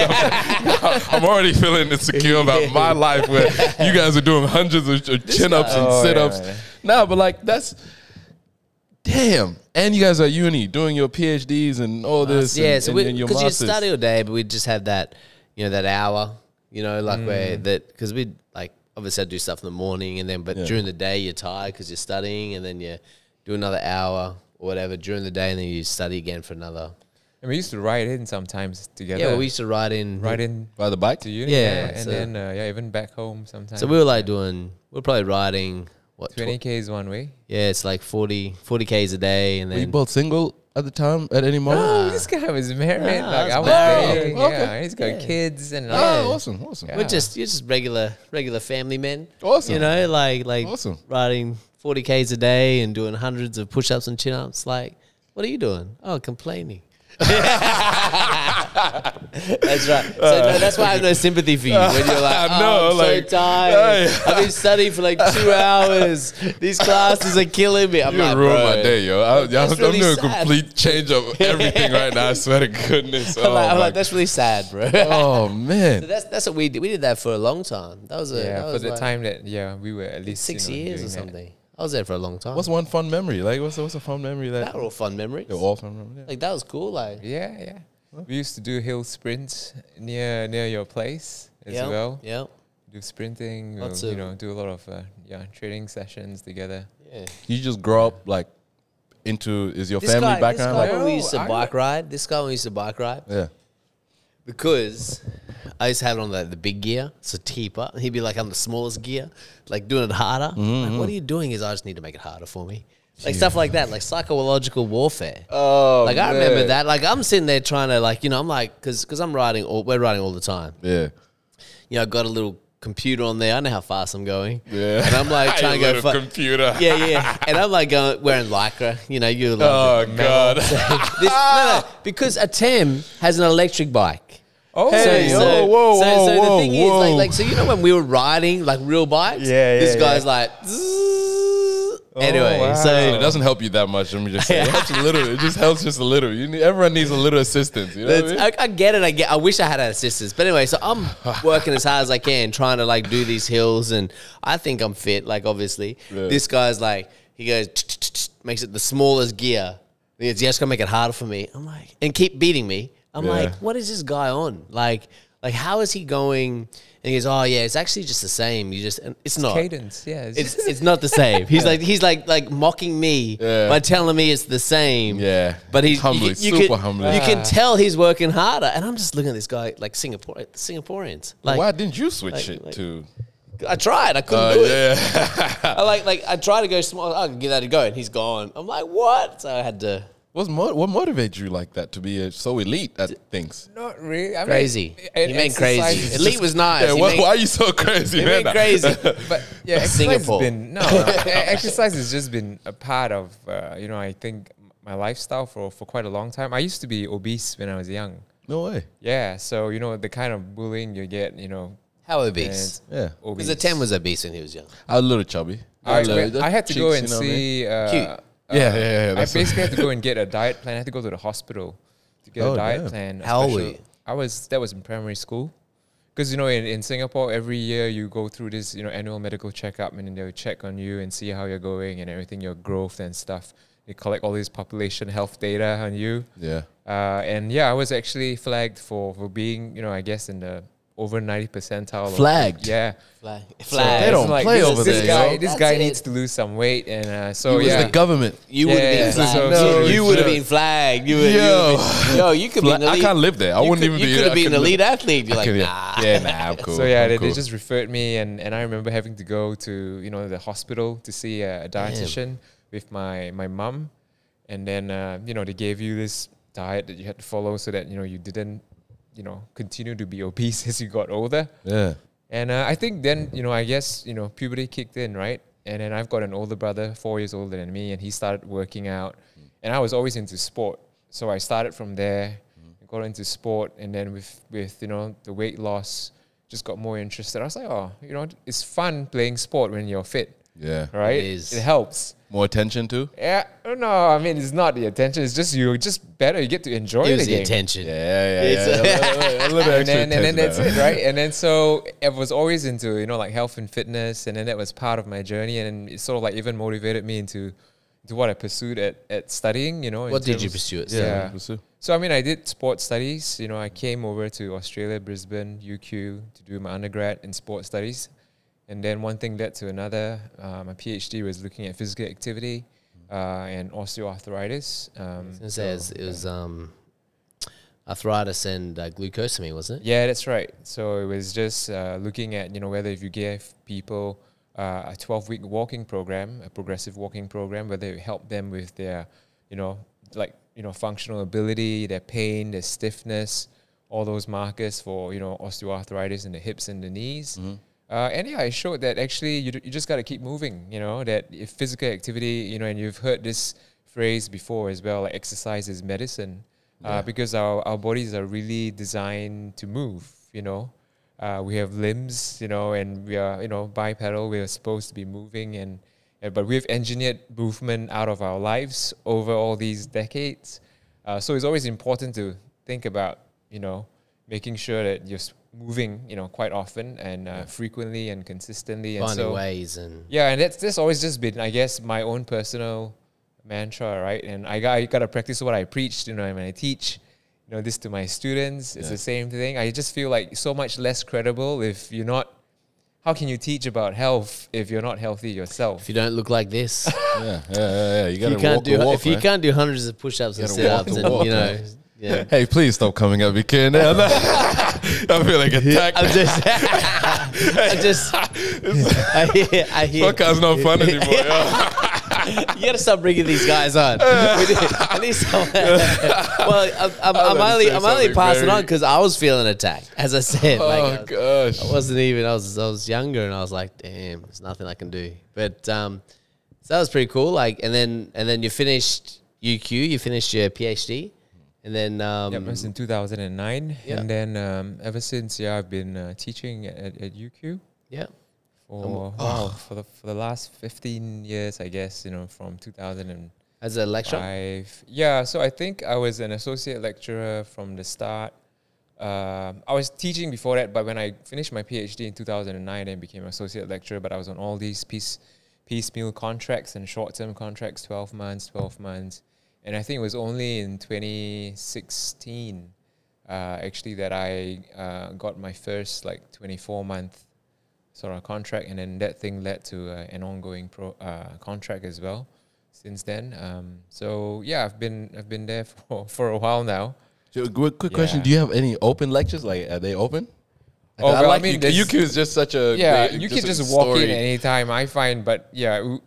Speaker 3: I'm already feeling insecure about my life where you guys are doing hundreds of chin ups and
Speaker 2: Oh, yeah,
Speaker 3: sit ups.
Speaker 2: yeah.
Speaker 3: No, but like that's damn. And you guys are at uni doing your PhDs and all this.
Speaker 1: yeah,
Speaker 3: and,
Speaker 1: so
Speaker 3: and,
Speaker 1: we
Speaker 3: and your
Speaker 1: because you
Speaker 3: masters.
Speaker 1: study all day, but we just had that, you know, that hour, you know, like where
Speaker 3: Mm.
Speaker 1: that because we like obviously I do stuff in the morning and then, but
Speaker 3: Yeah.
Speaker 1: during the day you're tired because you're studying and then you do another hour or whatever during the day and then you study again for another.
Speaker 2: And we used to ride in sometimes together.
Speaker 1: Yeah, well, we used to ride in
Speaker 2: ride in
Speaker 3: by the bike
Speaker 2: to uni.
Speaker 1: Yeah,
Speaker 2: and
Speaker 1: so-
Speaker 2: then uh, yeah, even back home sometimes.
Speaker 1: So we were like doing, we are probably riding what tw-
Speaker 2: twenty k's one way.
Speaker 1: Yeah, it's like 40, 40 k's a day, and
Speaker 3: Were you
Speaker 1: then
Speaker 3: both single at the time at any moment?
Speaker 2: Oh, this guy was married. like
Speaker 1: Ah, that's
Speaker 2: I was
Speaker 1: married.
Speaker 2: dating.
Speaker 3: Oh,
Speaker 2: Yeah,
Speaker 3: okay.
Speaker 2: he's got
Speaker 1: Yeah.
Speaker 2: kids and like,
Speaker 3: Oh, awesome, awesome.
Speaker 1: we're just you're just regular regular family men.
Speaker 3: Awesome.
Speaker 1: you know, like like
Speaker 3: Awesome.
Speaker 1: riding forty k's a day and doing hundreds of push ups and chin ups. Like, what are you doing? Oh, complaining. that's right. So
Speaker 3: Uh,
Speaker 1: no, that's why I have no sympathy for you when you're like,
Speaker 3: I
Speaker 1: oh,
Speaker 3: know,
Speaker 1: I'm
Speaker 3: like,
Speaker 1: so tired. I've been studying for like two hours. These classes are killing me. I'm
Speaker 3: You
Speaker 1: like,
Speaker 3: ruined
Speaker 1: bro.
Speaker 3: my day, yo. I, I, I'm
Speaker 1: That's really
Speaker 3: doing a
Speaker 1: sad.
Speaker 3: complete change of everything right now. I swear to goodness.
Speaker 1: I'm
Speaker 3: Oh,
Speaker 1: like, I'm
Speaker 3: my-
Speaker 1: like, that's really sad, bro.
Speaker 3: oh man.
Speaker 1: So that's that's what we did. We did that for a long time. That was a
Speaker 2: yeah,
Speaker 1: that
Speaker 2: for
Speaker 1: was
Speaker 2: the
Speaker 1: like
Speaker 2: time that yeah we were at least
Speaker 1: six
Speaker 2: you know,
Speaker 1: years or
Speaker 2: doing that.
Speaker 1: something. I was there for a long time.
Speaker 3: What's one fun memory? Like, what's a, what's a fun memory that?
Speaker 1: that were all fun memories.
Speaker 3: They're all fun memories.
Speaker 1: Like that was cool. Like
Speaker 2: Yeah, yeah. We used to do hill sprints near near your place as
Speaker 1: yeah,
Speaker 2: well.
Speaker 1: yeah,
Speaker 2: Do sprinting, we'll,
Speaker 1: Lots
Speaker 2: you
Speaker 1: of-
Speaker 2: know, do a lot of uh, yeah training sessions together.
Speaker 1: yeah.
Speaker 3: You just grow up like into is your family
Speaker 1: guy,
Speaker 3: background
Speaker 1: This guy
Speaker 3: like
Speaker 1: when we used to
Speaker 2: No, I-
Speaker 1: bike ride. This guy when we used to bike ride
Speaker 3: yeah.
Speaker 1: because I used to have it on like the big gear, so teeper. He'd be like, "I'm the smallest gear, like doing it harder."
Speaker 3: Mm-hmm,
Speaker 1: Like, what are you doing? Is I just need to make it harder for me, like stuff like that, like psychological warfare.
Speaker 3: Oh,
Speaker 1: like I remember that. Like I'm sitting there trying to like you know I'm like because because I'm riding all we're riding all the time.
Speaker 3: Yeah,
Speaker 1: You know I got a little computer on there. I know how fast I'm going.
Speaker 3: yeah.
Speaker 1: And I'm like trying to go.
Speaker 3: Little
Speaker 1: Fu-
Speaker 3: computer.
Speaker 1: yeah, yeah. And I'm like going wearing lycra. You know you're like
Speaker 3: Oh god.
Speaker 1: this, no, no, because a Tem has an electric bike.
Speaker 2: Oh,
Speaker 3: Hey, yo, whoa,
Speaker 1: so,
Speaker 3: whoa,
Speaker 1: so
Speaker 3: whoa,
Speaker 1: the thing
Speaker 3: whoa.
Speaker 1: is, like, like, so you know when we were riding like real bikes,
Speaker 2: Yeah, yeah,
Speaker 1: this guy's
Speaker 2: yeah.
Speaker 1: like, "Zzzz." anyway,
Speaker 3: Oh,
Speaker 1: so
Speaker 3: it doesn't help you that much. Let me just say, it helps a little. It just helps just a little. You need, everyone needs a little assistance. You know what I mean?
Speaker 1: That's- I, I get it. I get. I wish I had an assistance, but anyway. So I'm working as hard as I can, trying to like do these hills, and I think I'm fit. Like obviously,
Speaker 3: Yeah.
Speaker 1: this guy's like he goes "Ch-ch-ch-ch," makes it the smallest gear. He goes, "Yeah, it's gonna make it harder for me." I'm like, and keep beating me. I'm
Speaker 3: Yeah.
Speaker 1: like, what is this guy on? Like, Like, how is he going? And he goes, "Oh yeah, it's actually just the same. You just and it's not.
Speaker 2: Cadence, yeah. It's,
Speaker 1: It's it's not the same." He's like he's like like mocking me
Speaker 3: Yeah.
Speaker 1: by telling me it's the same.
Speaker 3: Yeah.
Speaker 1: But he's
Speaker 3: Humbly,
Speaker 1: you, you
Speaker 3: super
Speaker 1: can,
Speaker 3: humbly.
Speaker 1: You can
Speaker 2: Ah.
Speaker 1: tell he's working harder, and I'm just looking at this guy like Singapore Singaporeans. Like
Speaker 3: Why didn't you switch
Speaker 1: like-
Speaker 3: it
Speaker 1: like-
Speaker 3: to?
Speaker 1: I tried, I couldn't
Speaker 3: Uh,
Speaker 1: do it.
Speaker 3: yeah.
Speaker 1: I like like I try to go small. I can give that a go, and he's gone. I'm like, what? So I had to.
Speaker 3: What's mo- what motivates you like that to be uh, so elite at things?
Speaker 2: not really. I mean,
Speaker 1: Crazy.
Speaker 2: e-
Speaker 1: he meant
Speaker 2: exercise
Speaker 1: crazy.
Speaker 2: is
Speaker 1: Elite
Speaker 2: just-
Speaker 1: was nice.
Speaker 3: Yeah,
Speaker 1: he
Speaker 3: why,
Speaker 1: meant,
Speaker 3: why are you so crazy,
Speaker 1: he
Speaker 3: man?
Speaker 1: meant crazy.
Speaker 2: But yeah, exercise has
Speaker 1: Singapore.
Speaker 2: been no. e- exercise has just been a part of uh, you know I think my lifestyle for for quite a long time. I used to be obese when I was young.
Speaker 3: No way.
Speaker 2: Yeah, so you know the kind of bullying you get, you know.
Speaker 1: How obese?
Speaker 3: Yeah.
Speaker 1: Because the ten was obese when he was young.
Speaker 3: I was a little chubby.
Speaker 2: I,
Speaker 3: Little-
Speaker 2: went- I had to go and
Speaker 3: cheeks, you know what I mean?
Speaker 2: see. Uh,
Speaker 1: Cute.
Speaker 2: uh,
Speaker 3: Yeah, yeah, yeah,
Speaker 2: I
Speaker 3: that's what-
Speaker 2: basically had to go and get a diet plan. I had to go to the hospital to get
Speaker 3: Oh,
Speaker 2: a diet
Speaker 3: damn.
Speaker 2: plan. a
Speaker 1: How old were
Speaker 2: special-
Speaker 1: you?
Speaker 2: I was that was in primary school, because you know in, in Singapore every year you go through this you know annual medical checkup and then they'll check on you and see how you're going and everything your growth and stuff. They collect all this population health data on you.
Speaker 3: Yeah.
Speaker 2: Uh, and yeah, I was actually flagged for, for being, you know, I guess in the over 90 percentile. of-
Speaker 3: Flagged?
Speaker 2: yeah.
Speaker 1: Flag.
Speaker 2: So
Speaker 1: Flag.
Speaker 3: They don't
Speaker 2: I'm like,
Speaker 3: play
Speaker 2: this,
Speaker 3: over
Speaker 2: this
Speaker 3: there,
Speaker 2: Guy,
Speaker 3: yo.
Speaker 2: This
Speaker 1: That's
Speaker 2: guy
Speaker 1: it.
Speaker 2: needs to lose some weight, and uh, so
Speaker 3: It was
Speaker 2: yeah,
Speaker 3: the government.
Speaker 1: You would have
Speaker 2: Yeah.
Speaker 1: been flagged.
Speaker 2: So-
Speaker 3: No,
Speaker 1: you would have
Speaker 3: sure.
Speaker 1: been flagged. You would.
Speaker 3: Yo.
Speaker 1: Yo, yo, you could be.
Speaker 3: Like,
Speaker 1: An elite,
Speaker 3: I can't live there. I
Speaker 1: you
Speaker 3: wouldn't
Speaker 1: could-
Speaker 3: even
Speaker 1: You
Speaker 3: be.
Speaker 1: could
Speaker 3: I
Speaker 1: have been an
Speaker 3: couldn't-
Speaker 1: elite athlete. You're
Speaker 3: I
Speaker 1: like,
Speaker 3: couldn't-
Speaker 1: nah.
Speaker 3: Yeah, nah, I'm cool.
Speaker 2: so yeah,
Speaker 3: I'm
Speaker 2: they,
Speaker 3: cool.
Speaker 2: they just referred me, and, and I remember having to go to you know the hospital to see a, a dietitian with my my mum, and then uh, you know they gave you this diet that you had to follow so that you know you didn't you know continue to be obese as you got older.
Speaker 3: Yeah.
Speaker 2: And uh, I think then, you know, I guess, you know, puberty kicked in, right? And then I've got an older brother, four years older than me, and he started working out. And I was always into sport. So I started from there, got into sport, and then with, with, you know, the weight loss, just got more interested. I was like, oh, you know, it's fun playing sport when you're fit,
Speaker 3: Yeah.
Speaker 2: right?
Speaker 1: is.
Speaker 2: It helps.
Speaker 3: More attention too.
Speaker 2: Yeah, no, I mean, it's not the attention. It's just you're just better. You get to enjoy
Speaker 1: It was
Speaker 2: the
Speaker 1: the
Speaker 2: game
Speaker 1: attention.
Speaker 3: Yeah, yeah, yeah.
Speaker 1: It's-
Speaker 3: yeah. A little- a little
Speaker 2: and
Speaker 3: extra
Speaker 2: then, and then
Speaker 3: attention
Speaker 2: that's
Speaker 3: there.
Speaker 2: it, right? And then so I was always into you know like health and fitness, and then that was part of my journey, and it sort of like even motivated me into to what I pursued at, at studying. You know, in
Speaker 1: What did you
Speaker 2: terms-
Speaker 1: pursue? It?
Speaker 3: Yeah.
Speaker 1: Yeah.
Speaker 2: Yeah.
Speaker 3: pursue.
Speaker 2: So I mean, I did sports studies. You know, I came over to Australia, Brisbane, UQ to do my undergrad in sports studies, and then one thing led to another. Uh, my PhD was looking at physical activity
Speaker 1: Mm.
Speaker 2: uh, and osteoarthritis. Um,
Speaker 1: I was gonna say, it's- it was um, arthritis and uh, glucosamine, wasn't it?
Speaker 2: Yeah, that's right. So it was just uh, looking at you know whether if you gave people uh, a twelve week walking program, a progressive walking program, whether it helped them with their you know like you know functional ability, their pain, their stiffness, all those markers for you know osteoarthritis in the hips and the knees.
Speaker 1: Mm-hmm.
Speaker 2: Uh, and yeah, it showed that actually you, d- you just got to keep moving. You know that if physical activity, you know, and you've heard this phrase before as well, like exercise is medicine uh, because our, our bodies are really designed to move, you know. Uh, we have limbs, you know, and we are, you know, bipedal. We are supposed to be moving, and uh, but we've engineered movement out of our lives over all these decades. Uh, so it's always important to think about, you know, making sure that you're s- moving, you know, quite often and uh, frequently and consistently. And
Speaker 1: Finding
Speaker 2: so,
Speaker 1: ways and
Speaker 2: yeah, and that's that's always just been, I guess, my own personal mantra, right? And I got I gotta practice what I preached, you know, and when I teach, you know, this to my students. It's
Speaker 3: Yeah.
Speaker 2: the same thing. I just feel like so much less credible if you're not. How can you teach about health if you're not healthy yourself?
Speaker 1: if you don't look like this,
Speaker 3: Yeah, yeah, yeah, yeah. You
Speaker 1: you
Speaker 3: gotta
Speaker 1: can't
Speaker 3: walk
Speaker 1: do
Speaker 3: the walk,
Speaker 1: if you
Speaker 3: man.
Speaker 1: can't do hundreds of push-ups and
Speaker 3: gotta walk
Speaker 1: sit-ups
Speaker 3: the
Speaker 1: and
Speaker 3: walk,
Speaker 1: you know,
Speaker 3: man.
Speaker 1: yeah.
Speaker 3: Hey, please stop coming up. You can I feel like attacked.
Speaker 1: I'm just, I just, I hear, I hear.
Speaker 3: Podcast's not fun anymore. yo.
Speaker 1: You gotta stop bringing these guys on. We need- I need someone. Well, I'm, I'm, I'm
Speaker 3: gonna
Speaker 1: only,
Speaker 3: say
Speaker 1: I'm only
Speaker 3: something
Speaker 1: passing
Speaker 3: very-
Speaker 1: on because I was feeling attacked, as I said. like, I
Speaker 3: Oh
Speaker 1: was-
Speaker 3: gosh.
Speaker 1: I wasn't even. I was I was younger, and I was like, damn, there's nothing I can do. But um, so that was pretty cool. Like, and then and then you finished UQ, you finished your PhD, and then um,
Speaker 2: Yep, it was in 2009,
Speaker 1: Yeah.
Speaker 2: and then um, ever since, yeah, I've been uh, teaching at, at UQ
Speaker 1: yeah,
Speaker 2: for wow, for the for the last 15 years, I guess, you know, from 2000 and
Speaker 1: as a lecturer.
Speaker 2: I've- yeah, so I think I was an associate lecturer from the start. Um, I was teaching before that, but when I finished my PhD in 2009, then became associate lecturer. But I was on all these piece, piecemeal contracts and short-term contracts, 12 months, 12 months, and I think it was only in 2016 uh, actually that I uh, got my first like 24 month sort of contract, and then that thing led to uh, an ongoing pro, uh, contract as well. Since then, um, so yeah, I've been I've been there for, for a while now.
Speaker 3: So, quick, quick question:
Speaker 2: Yeah.
Speaker 3: Do you have any open lectures? Like, are they open?
Speaker 2: Oh,
Speaker 3: I
Speaker 2: well, I
Speaker 3: like
Speaker 2: mean,
Speaker 3: UQ.
Speaker 2: there's-
Speaker 3: UQ is just such a
Speaker 2: yeah,
Speaker 3: great-
Speaker 2: you can
Speaker 3: a
Speaker 2: just walk in
Speaker 3: story. Ah.
Speaker 2: anytime. I find, but yeah, w-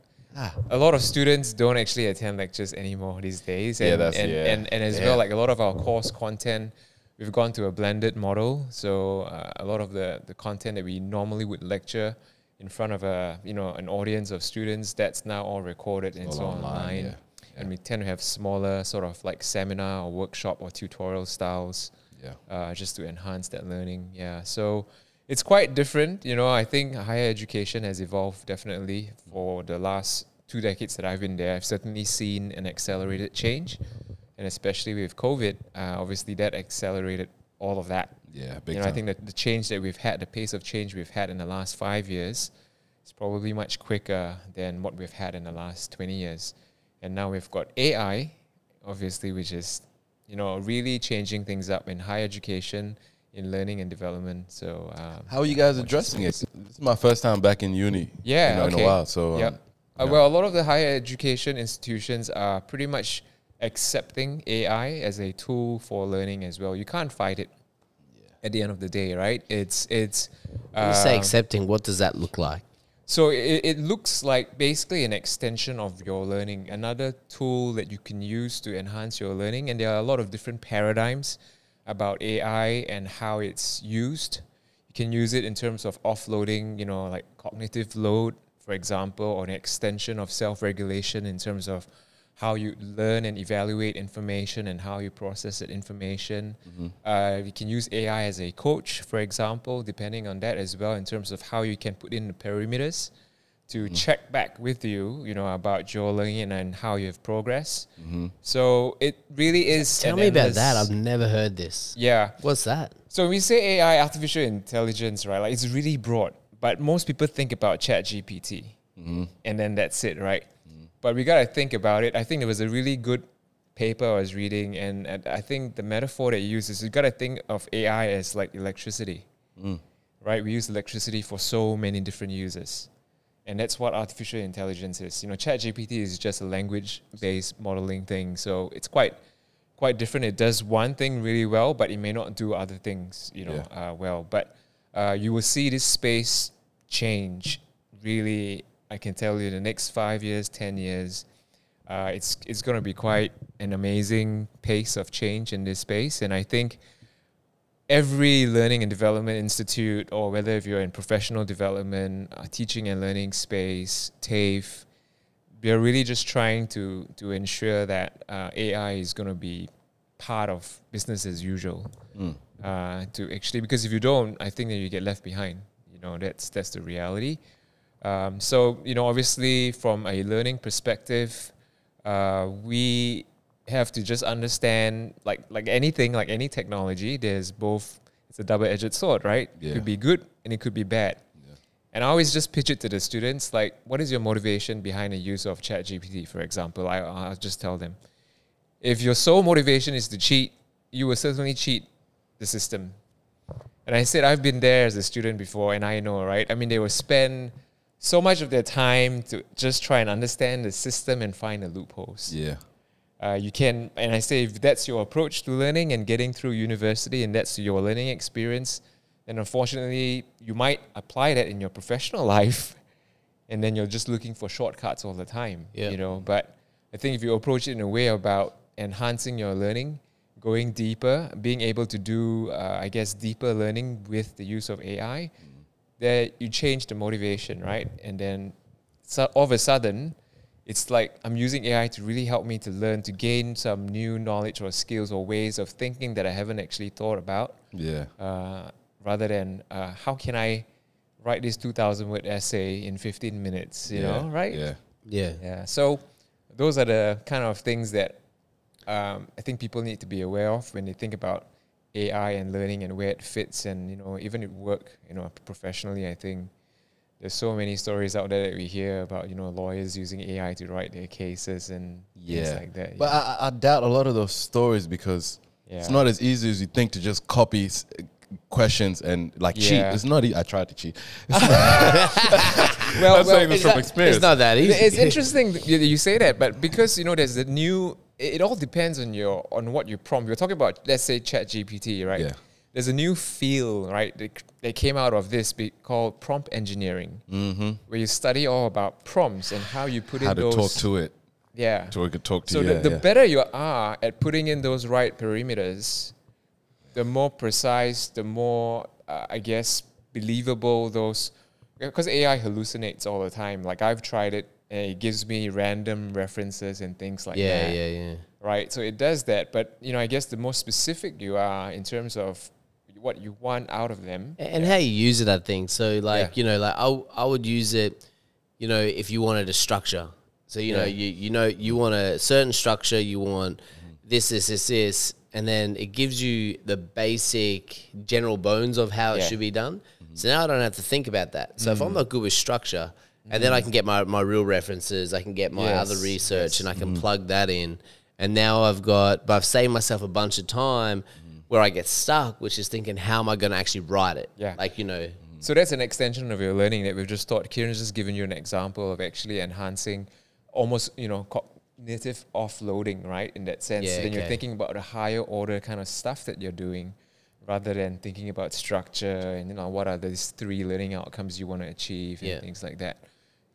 Speaker 2: a lot of students don't actually attend lectures anymore these days.
Speaker 3: Yeah,
Speaker 2: And,
Speaker 3: that's-
Speaker 2: and,
Speaker 3: yeah.
Speaker 2: and and as
Speaker 1: Yeah.
Speaker 2: well, like a lot of our course content, we've gone to a blended model. So uh, a lot of the the content that we normally would lecture in front of a you know an audience of students, that's now all recorded and it's all online.
Speaker 3: online, yeah.
Speaker 2: And we tend to have smaller sort of like seminar or workshop or tutorial styles
Speaker 3: Yeah.
Speaker 2: uh, just to enhance that learning. Yeah, so it's quite different. You know, I think higher education has evolved definitely for the last two decades that I've been there. I've certainly seen an accelerated change, and especially with COVID, uh, obviously that accelerated all of that.
Speaker 3: Yeah, big
Speaker 2: you know,
Speaker 3: time.
Speaker 2: I think that the change that we've had, the pace of change we've had in the last five years, is probably much quicker than what we've had in the last twenty years. And now we've got AI, obviously, which is you know really changing things up in higher education, in learning and development. So um,
Speaker 3: How are you guys addressing it? This is my first time back in uni.
Speaker 2: Yeah,
Speaker 3: you know, in
Speaker 2: okay.
Speaker 3: a while. So, um,
Speaker 2: Yep. Uh,
Speaker 3: yeah.
Speaker 2: well, a lot of the higher education institutions are pretty much accepting AI as a tool for learning as well. You can't fight it. At the end of the day, right? It's it's.
Speaker 1: When you say
Speaker 2: um,
Speaker 1: accepting, what does that look like?
Speaker 2: so it, it looks like basically an extension of your learning, another tool that you can use to enhance your learning. And there are a lot of different paradigms about AI and how it's used. You can use it in terms of offloading, you know, like cognitive load, for example, or an extension of self regulation in terms of how you learn and evaluate information and how you process that information. Uh, you can use AI as a coach, for example, depending on that as well, in terms of how you can put in the parameters to check back with you, you know, about your learning and, and how you've progressed. So it really is.
Speaker 1: Tell
Speaker 2: an
Speaker 1: me about that.
Speaker 2: endless-
Speaker 1: I've never heard this.
Speaker 2: yeah.
Speaker 1: What's that?
Speaker 2: So when we say AI, artificial intelligence, right? Like it's really broad, but most people think about ChatGPT, and then that's it, right? But we gotta think about it. I think there was a really good paper I was reading, and, and I think the metaphor that you use is you gotta think of AI as like electricity, right? We use electricity for so many different uses. And that's what artificial intelligence is. You know, ChatGPT is just a language-based modeling thing, so it's quite, quite different. It does one thing really well, but it may not do other things, you know, uh, well. But uh, you will see this space change. Really, I can tell you, the next five years, ten years, uh, it's it's going to be quite an amazing pace of change in this space. And I think every learning and development institute, or whether if you're in professional development, uh, teaching and learning space, TAFE, we are really just trying to to ensure that uh, AI is going to be part of business as usual. Uh, to actually, because if you don't, I think that you get left behind. You know, that's that's the reality. Um, so you know, obviously, from a learning perspective, uh, we have to just understand, like like anything, like any technology, there's both. It's a double-edged sword, right? It
Speaker 3: Yeah.
Speaker 2: could be good and it could be bad. And I always just pitch it to the students, like, what is your motivation behind the use of ChatGPT, for example? I, I'll just tell them, if your sole motivation is to cheat, you will certainly cheat the system. And I said, I've been there as a student before, and I know, right? I mean, they will spend so much of their time to just try and understand the system and find the loopholes.
Speaker 3: yeah,
Speaker 2: Uh, you can, and I say, if that's your approach to learning and getting through university and that's your learning experience, then unfortunately, you might apply that in your professional life. And then you're just looking for shortcuts all the time,
Speaker 1: Yeah.
Speaker 2: you know. But I think if you approach it in a way about enhancing your learning, going deeper, being able to do, uh, I guess, deeper learning with the use of AI, that you change the motivation, right? And then so all of a sudden, it's like I'm using AI to really help me to learn, to gain some new knowledge or skills or ways of thinking that I haven't actually thought about.
Speaker 3: yeah.
Speaker 2: Uh, rather than uh, how can I write this 2,000 word essay in 15 minutes, you
Speaker 3: yeah,
Speaker 2: know, right?
Speaker 3: Yeah.
Speaker 1: Yeah.
Speaker 2: Yeah. So those are the kind of things that um, I think people need to be aware of when they think about AI and learning and where it fits and you know even at work you know professionally I think there's so many stories out there that we hear about you know lawyers using AI to write their cases and
Speaker 3: Yeah.
Speaker 2: things like that.
Speaker 3: But I, I- I doubt a lot of those stories because It's not as easy as you think to just copy s- uh, questions and like
Speaker 2: Yeah.
Speaker 3: cheat. It's not. E- I tried to cheat.
Speaker 2: well,
Speaker 3: I'm saying this
Speaker 1: It's
Speaker 3: from
Speaker 1: not,
Speaker 3: experience.
Speaker 1: it's not that easy.
Speaker 2: It's interesting that you you say that, but because you know there's a new. It it all depends on your on what you prompt. You're talking about, let's say, Chat GPT, right?
Speaker 3: Yeah.
Speaker 2: There's a new field, right? That, that came out of this be, called prompt engineering, mm-hmm. where you study all about prompts and how you put
Speaker 3: How
Speaker 2: in
Speaker 3: to
Speaker 2: those.
Speaker 3: talk to it.
Speaker 2: yeah.
Speaker 3: So we could talk to
Speaker 2: So
Speaker 3: you.
Speaker 2: the,
Speaker 3: yeah,
Speaker 2: the
Speaker 3: yeah.
Speaker 2: better you are at putting in those right perimeters, the more precise, the more uh, I guess believable those. Because AI hallucinates all the time. Like I've tried it, and it gives me random references and things like
Speaker 1: yeah,
Speaker 2: that.
Speaker 1: yeah, yeah.
Speaker 2: Right. So it does that, but you know, I guess the more specific you are in terms of what you want out of them.
Speaker 1: A- And how you use it, I think. So, like,
Speaker 2: Mm-hmm. Yeah.
Speaker 1: you know, like I, w- I would use it, you know, if you wanted a structure. So, you know,
Speaker 2: Yeah.
Speaker 1: you, you know, you want a certain structure, you want
Speaker 2: Mm-hmm.
Speaker 1: this, this, this, this, and then it gives you the basic general bones of how it
Speaker 2: Yeah. Mm-hmm. Mm.
Speaker 1: should be done. So now I don't have to think about that. So if I'm not good with structure, and then I can get my, my real references, I can get my other
Speaker 2: Mm-hmm. Yes, Mm.
Speaker 1: research, and I can plug that in. And now I've got, but I've saved myself a bunch of time
Speaker 2: Mm.
Speaker 1: where I get stuck, which is thinking, how am I going to actually write it?
Speaker 2: Yeah. Mm.
Speaker 1: Like, you know,
Speaker 2: So that's an extension of your learning that we've just taught. Kieran's just given you an example of actually enhancing almost, you know, cognitive offloading, right? In that sense.
Speaker 1: Yeah,
Speaker 2: then you're
Speaker 1: okay.
Speaker 2: thinking about the higher order kind of stuff that you're doing rather than thinking about structure and, you know, what are these three learning outcomes you want to achieve and
Speaker 1: Yeah.
Speaker 2: things like that.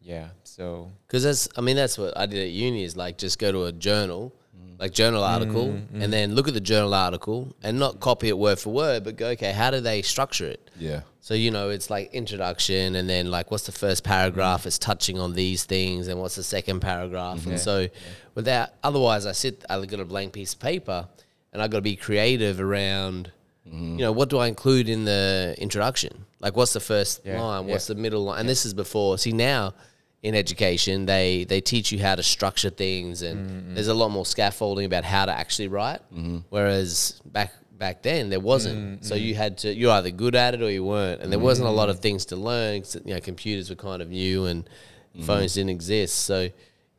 Speaker 2: Yeah. So,
Speaker 1: because that's, I mean, that's what I did at uni is like just go to a journal,
Speaker 2: Mm.
Speaker 1: like journal article, and then look at the journal article and not copy it word for word, but go, okay, how do they structure it?
Speaker 3: yeah.
Speaker 1: So, you know, it's like introduction and then like what's the first paragraph? It's touching on these things and what's the second paragraph. And so without otherwise I sit I look at a blank piece of paper and I gotta be creative around you know, what do I include in the introduction? Like what's the first
Speaker 2: Yeah,
Speaker 1: line? What's
Speaker 2: yeah.
Speaker 1: the middle line? And this is before see now in education they they teach you how to structure things and there's a lot more scaffolding about how to actually write.
Speaker 2: Mm-hmm.
Speaker 1: Whereas back back then there wasn't. So you had to you're either good at it or you weren't, and there wasn't a lot of things to learn. 'cause, you know, computers were kind of new and
Speaker 2: Mm-hmm.
Speaker 1: phones didn't exist. So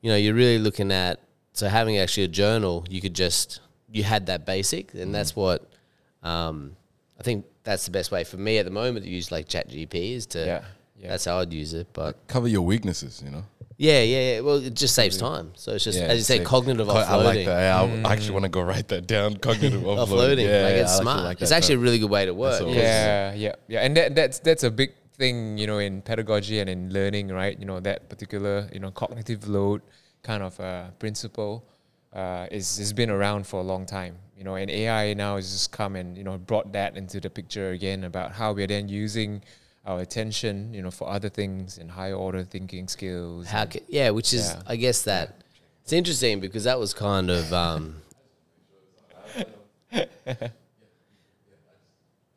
Speaker 1: you know, you're really looking at so having actually a journal, you could just you had that basic,
Speaker 2: Mm-hmm.
Speaker 1: and that's what um, I think that's the best way for me at the moment to use like ChatGP is to.
Speaker 2: Yeah, yeah.
Speaker 1: That's how I'd use it, but
Speaker 3: Cover your weaknesses. You know.
Speaker 1: yeah, yeah, yeah. Well, it just saves time. So it's just,
Speaker 3: Yeah,
Speaker 1: as you say,
Speaker 3: save-
Speaker 1: cognitive
Speaker 3: Co-
Speaker 1: offloading. Mm.
Speaker 3: I like that. Yeah, I w- I actually want to go write that down. Cognitive offloading.
Speaker 1: Offloading,
Speaker 3: Yeah,
Speaker 1: like
Speaker 3: yeah,
Speaker 1: it's
Speaker 3: I
Speaker 1: smart.
Speaker 3: like
Speaker 1: it's
Speaker 3: that
Speaker 1: actually
Speaker 3: term.
Speaker 1: a really good way to work.
Speaker 3: all.
Speaker 1: because-
Speaker 2: yeah, yeah, yeah. And that, that's, that's a big thing, you know, in pedagogy and in learning, right? You know, that particular, you know, cognitive load kind of uh, principle uh, is, has been around for a long time, you know, and AI now has just come and, you know, brought that into the picture again about how we're then using our attention, you know, for other things and higher order thinking skills.
Speaker 1: How ca- yeah, which is
Speaker 2: Yeah.
Speaker 1: I guess that it's interesting because that was kind of um,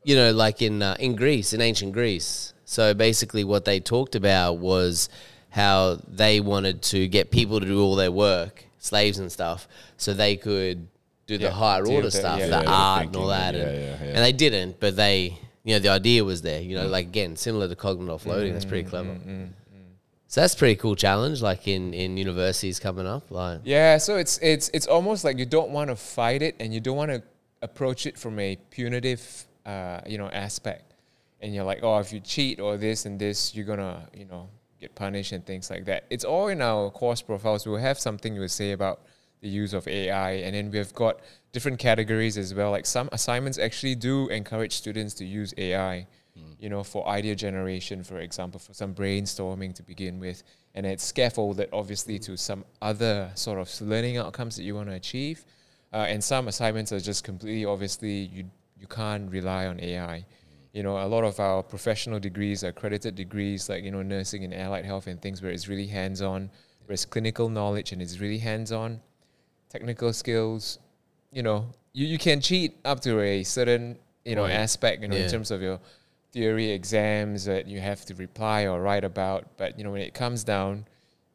Speaker 1: you know like in uh, in Greece in ancient Greece. So basically, what they talked about was how they wanted to get people to do all their work, slaves and stuff, so they could do the
Speaker 2: Yeah,
Speaker 1: higher
Speaker 2: do
Speaker 1: order
Speaker 2: the-
Speaker 1: stuff,
Speaker 2: yeah.
Speaker 1: the
Speaker 3: Yeah,
Speaker 1: art and
Speaker 3: thinking
Speaker 1: all that,
Speaker 3: and-
Speaker 1: and,
Speaker 3: yeah, yeah, yeah.
Speaker 1: and they didn't, but they. You know, the idea was there. You know,
Speaker 2: Mm.
Speaker 1: like again, similar to cognitive offloading. that's pretty clever.
Speaker 2: mm.
Speaker 1: So that's a pretty cool challenge, like in in universities coming up. Like,
Speaker 2: Yeah, so it's it's it's almost like you don't want to fight it and you don't want to approach it from a punitive uh, you know aspect. And you're like, oh, if you cheat or this and this, you're gonna you know get punished and things like that. It's all in our course profiles. We'll have something we'll say about the use of AI, and then we've got different categories as well. Like some assignments actually do encourage students to use AI you know, for idea generation, for example, for some brainstorming to begin with. And it's scaffolded, obviously, to some other sort of learning outcomes that you want to achieve. Uh, and some assignments are just completely, obviously, you, you can't rely on AI. You know, a lot of our professional degrees, accredited degrees, like, you know, nursing and allied health and things where it's really hands on, where it's clinical knowledge and it's really hands on technical skills, you know, you, you can cheat up to a certain, you know,
Speaker 1: Point.
Speaker 2: aspect, you know,
Speaker 1: Yeah.
Speaker 2: in terms of your theory exams that you have to reply or write about. But, you know, when it comes down,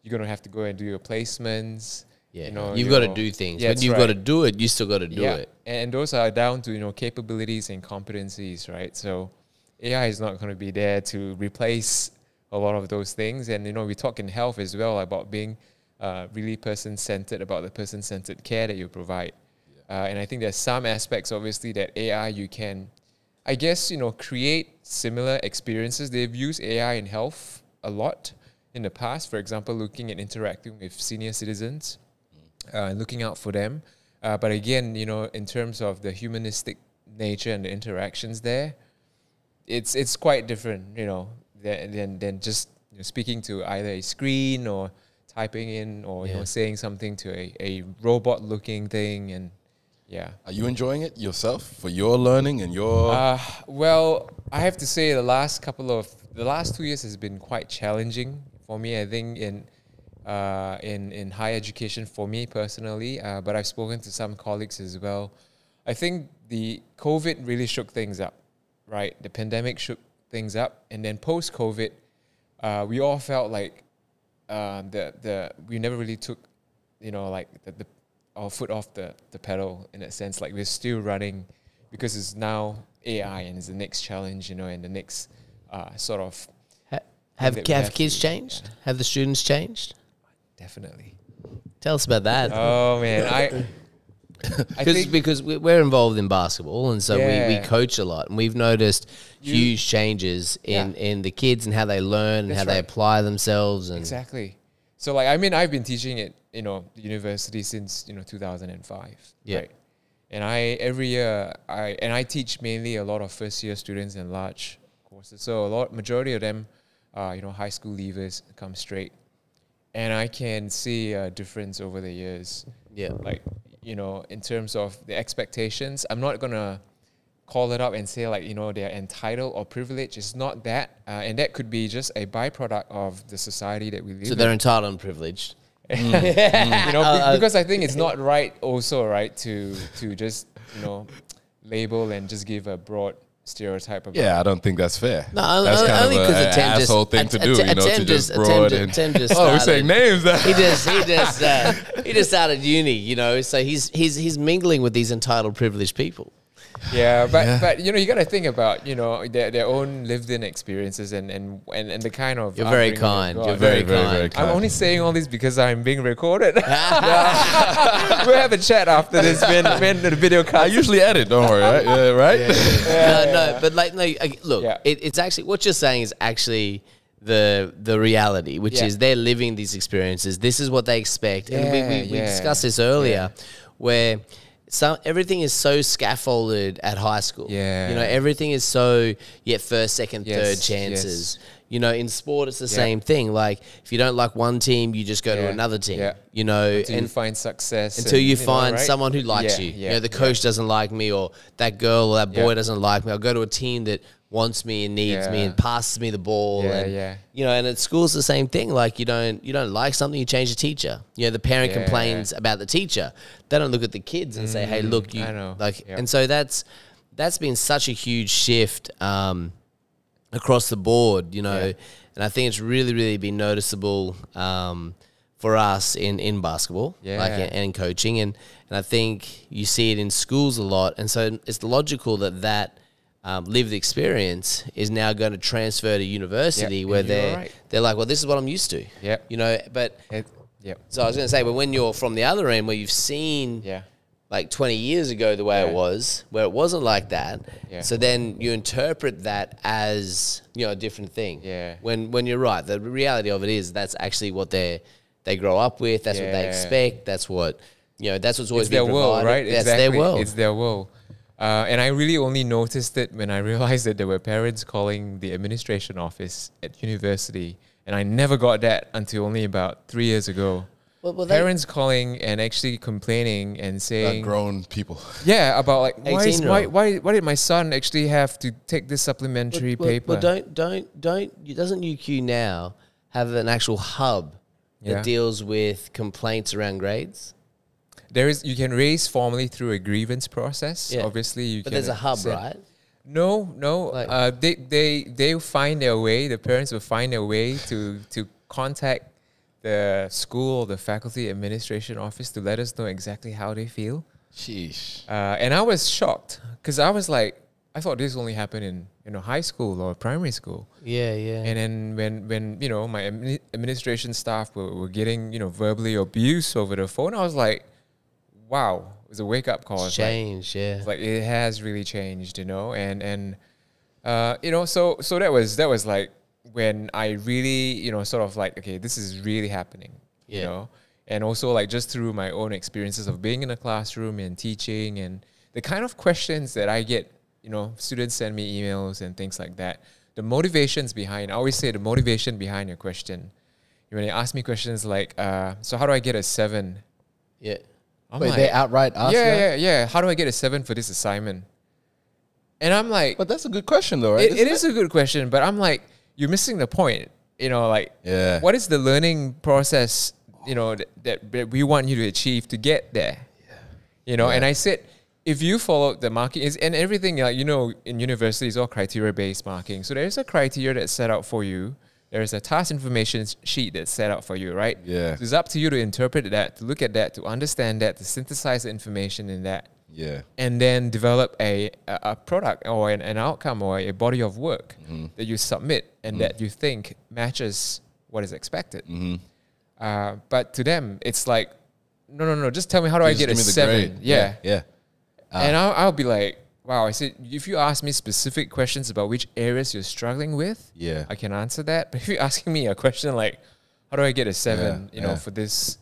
Speaker 2: you're going to have to go and do your placements.
Speaker 1: yeah,
Speaker 2: you know,
Speaker 1: you have got to
Speaker 2: your-
Speaker 1: do things.
Speaker 2: Yeah,
Speaker 1: when
Speaker 2: that's
Speaker 1: you've got to
Speaker 2: right.
Speaker 1: do it, you still got to do
Speaker 2: yeah.
Speaker 1: it.
Speaker 2: And those are down to, you know, capabilities and competencies, right? So AI is not going to be there to replace a lot of those things. And, you know, we talk in health as well about being uh, really person centered, about the person centered care that you provide. Uh, and I think there's some aspects, obviously, that AI you can, I guess, you know, create similar experiences. They've used AI in health a lot in the past. For example, looking at interacting with senior citizens uh, and looking out for them. Uh, but again, you know, in terms of the humanistic nature and the interactions there, it's it's quite different, you know, than than, than just you know, speaking to either a screen or typing in or you know
Speaker 1: Yeah.
Speaker 2: saying something to a, a robot looking thing and yeah.
Speaker 3: Are you enjoying it yourself for your learning and your?
Speaker 2: Uh, well, I have to say the last couple of the last two years has been quite challenging for me. I think in uh, in in higher education for me personally, uh, but I've spoken to some colleagues as well. I think the COVID really shook things up, right? The pandemic shook things up, and then post COVID, uh, we all felt like um, the the we never really took, you know, like the, the our foot off the the pedal in a sense. Like we're still running because it's now AI and it's the next challenge, you know, and the next uh, sort of
Speaker 1: Ha- have,
Speaker 2: that we
Speaker 1: have
Speaker 2: have
Speaker 1: kids
Speaker 2: to-
Speaker 1: changed? Have the students changed?
Speaker 2: definitely.
Speaker 1: Tell us about that.
Speaker 2: Oh man, I. I
Speaker 1: Because
Speaker 2: think
Speaker 1: because we- we're involved in basketball and so we,
Speaker 2: Yeah.
Speaker 1: we coach a lot and we've noticed huge changes in,
Speaker 2: Yeah.
Speaker 1: in the kids and how they learn and
Speaker 2: That's
Speaker 1: how they
Speaker 2: right.
Speaker 1: apply themselves and
Speaker 2: Exactly. So like I mean I've been teaching at you know the university since you know 2005.
Speaker 1: Yeah.
Speaker 2: And I every year I and I teach mainly a lot of first year students in large courses. So a lot majority of them are you know high school leavers come straight, and I can see a difference over the years
Speaker 1: yeah
Speaker 2: like you know in terms of the expectations i'm not gonna call it up and say like you know they're entitled or privileged it's not that uh, and that could be just a byproduct of the society that we live
Speaker 1: so
Speaker 2: in
Speaker 1: they're entitled and privileged.
Speaker 2: you know be-
Speaker 1: Uh, uh,
Speaker 2: because i think it's not right also right to to just you know label and just give a broad stereotype about
Speaker 3: yeah, I don't think that's fair.
Speaker 1: No, only-
Speaker 3: that's
Speaker 1: only
Speaker 3: of
Speaker 1: 'cause
Speaker 3: an
Speaker 1: Atem just-
Speaker 3: asshole thing to
Speaker 1: At-
Speaker 3: do.
Speaker 1: At-
Speaker 3: you know, to
Speaker 1: Atem
Speaker 3: just
Speaker 1: just-
Speaker 3: broad
Speaker 1: Atem-
Speaker 3: and
Speaker 1: Atem just
Speaker 3: oh, we're
Speaker 1: started.
Speaker 3: saying names.
Speaker 1: He just he just uh, he just started uni, you know, so he's he's he's mingling with these entitled privileged people.
Speaker 2: Yeah, but but you know you got to think about you know their, their own lived-in experiences and and and, and the kind of
Speaker 1: You're very
Speaker 2: upbringing they've
Speaker 1: kind.
Speaker 2: got.
Speaker 1: You're very,
Speaker 3: Very, very,
Speaker 1: kind.
Speaker 3: very
Speaker 2: I'm only saying all this because I'm being recorded. we'll have a chat after this when, when the video
Speaker 3: I
Speaker 2: comes.
Speaker 3: usually edit. Don't worry. Right? Yeah, right.
Speaker 1: no, no, but like, no, I- look,
Speaker 2: Yeah.
Speaker 1: it, it's actually what you're saying is actually the the reality, which
Speaker 2: Yeah.
Speaker 1: is they're living these experiences. This is what they expect, and we, we,
Speaker 2: Yeah,
Speaker 1: we
Speaker 2: yeah.
Speaker 1: discussed this earlier, where some everything is so scaffolded at high school.
Speaker 2: Yeah.
Speaker 1: you know, everything is so yeah, first, second,
Speaker 2: Yes,
Speaker 1: third chances. You know, in sport, it's the same thing. Like, if you don't like one team, you just go to
Speaker 2: Yeah,
Speaker 1: another team.
Speaker 2: yeah.
Speaker 1: You know,
Speaker 2: Until you find success.
Speaker 1: until
Speaker 2: and,
Speaker 1: you,
Speaker 2: know,
Speaker 1: find
Speaker 2: right?
Speaker 1: someone who likes
Speaker 2: Yeah,
Speaker 1: you.
Speaker 2: Yeah,
Speaker 1: you know, the coach doesn't like me, or that girl or that boy
Speaker 2: Yeah.
Speaker 1: doesn't like me. I'll go to a team that wants me and needs me
Speaker 2: Yeah.
Speaker 1: and passes me the ball.
Speaker 2: Yeah,
Speaker 1: and,
Speaker 2: yeah.
Speaker 1: You know, and at school's the same thing. Like you don't you don't like something, you change the teacher. You know, the parent
Speaker 2: Yeah.
Speaker 1: complains about the teacher. They don't look at the kids and say, "Hey, look, you
Speaker 2: Mm, I know.
Speaker 1: like."
Speaker 2: Yeah.
Speaker 1: And so that's that's been such a huge shift. Um, across the board, you know. And I think it's really, really been noticeable um, for us in, in basketball, like
Speaker 2: Yeah.
Speaker 1: and in coaching, and and I think you see it in schools a lot. And so it's logical that that um, lived experience is now going to transfer to university,
Speaker 2: and
Speaker 1: where
Speaker 2: you're
Speaker 1: they're
Speaker 2: right.
Speaker 1: they're like, well, this is what I'm used to,
Speaker 2: Yeah.
Speaker 1: you know. But
Speaker 2: It- yep.
Speaker 1: so I was going to say, but when you're from the other end where you've seen,
Speaker 2: Yeah.
Speaker 1: like 20 years ago the way
Speaker 2: Yeah.
Speaker 1: it was where it wasn't like that
Speaker 2: Yeah.
Speaker 1: so then you interpret that as you know a different thing
Speaker 2: Yeah.
Speaker 1: when when you're right the reality of it is that's actually what they they grow up with that's what they
Speaker 2: Yeah.
Speaker 1: expect that's what you know that's what's always
Speaker 2: It's their
Speaker 1: been
Speaker 2: world,
Speaker 1: provided.
Speaker 2: right?
Speaker 1: that's their world
Speaker 2: It's their world. Uh, and I really only noticed it when I realized that there were parents calling the administration office at university. And I never got that until only about three years ago.
Speaker 1: Well, well, they-
Speaker 2: parents calling and actually complaining and
Speaker 3: Like
Speaker 2: saying,
Speaker 3: grown people.
Speaker 2: Yeah, about like why, is,
Speaker 1: 18
Speaker 2: why
Speaker 1: row.
Speaker 2: why why did my son actually have to take this
Speaker 1: Well,
Speaker 2: supplementary
Speaker 1: well,
Speaker 2: paper?
Speaker 1: well don't don't don't you- doesn't uq now have an actual hub
Speaker 2: Yeah.
Speaker 1: that deals with complaints around grades
Speaker 2: there is you can raise formally through a grievance process.
Speaker 1: Yeah.
Speaker 2: Obviously, you
Speaker 1: but
Speaker 2: can.
Speaker 1: there's a hub
Speaker 2: send-
Speaker 1: right
Speaker 2: No, no.
Speaker 1: Like-
Speaker 2: uh, they they they find their way. The parents will find their way to to contact the school, the faculty administration office to let us know exactly how they feel.
Speaker 3: Sheesh.
Speaker 2: Uh, and I was shocked because I was like, I thought this only happened in you know high school or primary school.
Speaker 1: yeah yeah
Speaker 2: And then when when you know my admini- administration staff were, were getting you know verbally abused over the phone, I was like, wow, It was a wake up call. It's like-
Speaker 1: Change, yeah.
Speaker 2: like it has really changed, you know, and and uh, you know, so so that was that was like when I really, you know, sort of like, okay, this is really happening, you
Speaker 1: Yeah.
Speaker 2: know, and also like just through my own experiences of being in a classroom and teaching and the kind of questions that I get, you know, students send me emails and things like that. The motivations behind, I always say the motivation behind your question. When they ask me questions like, uh, so how do I get a seven?
Speaker 1: yeah.
Speaker 2: I'm
Speaker 4: Wait, they outright asked
Speaker 2: yeah,
Speaker 4: that?
Speaker 2: yeah, yeah. How do I get a seven for this assignment? And I'm like,
Speaker 3: But that's a good question, though, right?
Speaker 2: it, it is a good question, but I'm like, you're missing the point. You know, like,
Speaker 3: Yeah.
Speaker 2: what is the learning process? You know that, that that we want you to achieve to get there. You know, and I said, if you follow the marking is and everything, like you know, in university is all criteria based marking. So there is a criteria that's set out for you. There is a task information s- sheet that's set out for you, right?
Speaker 3: Yeah.
Speaker 2: So it's up to you to interpret that, to look at that, to understand that, to synthesize the information in that
Speaker 3: Yeah.
Speaker 2: and then develop a, a, a product or an, an outcome or a body of work
Speaker 3: Mm-hmm.
Speaker 2: that you submit and that you think matches what is expected.
Speaker 3: Mm-hmm.
Speaker 2: Uh, but to them, it's like, no, no, no, just tell me how do I
Speaker 3: Just
Speaker 2: get a
Speaker 3: give me the
Speaker 2: seven?
Speaker 3: grade.
Speaker 2: Yeah.
Speaker 3: Yeah. Ah.
Speaker 2: And I'll, I'll be like, wow, I said, if you ask me specific questions about which areas you're struggling with,
Speaker 3: Yeah.
Speaker 2: I can answer that. But if you're asking me a question like, how do I get a seven,
Speaker 3: Yeah,
Speaker 2: you know,
Speaker 3: yeah.
Speaker 2: for this,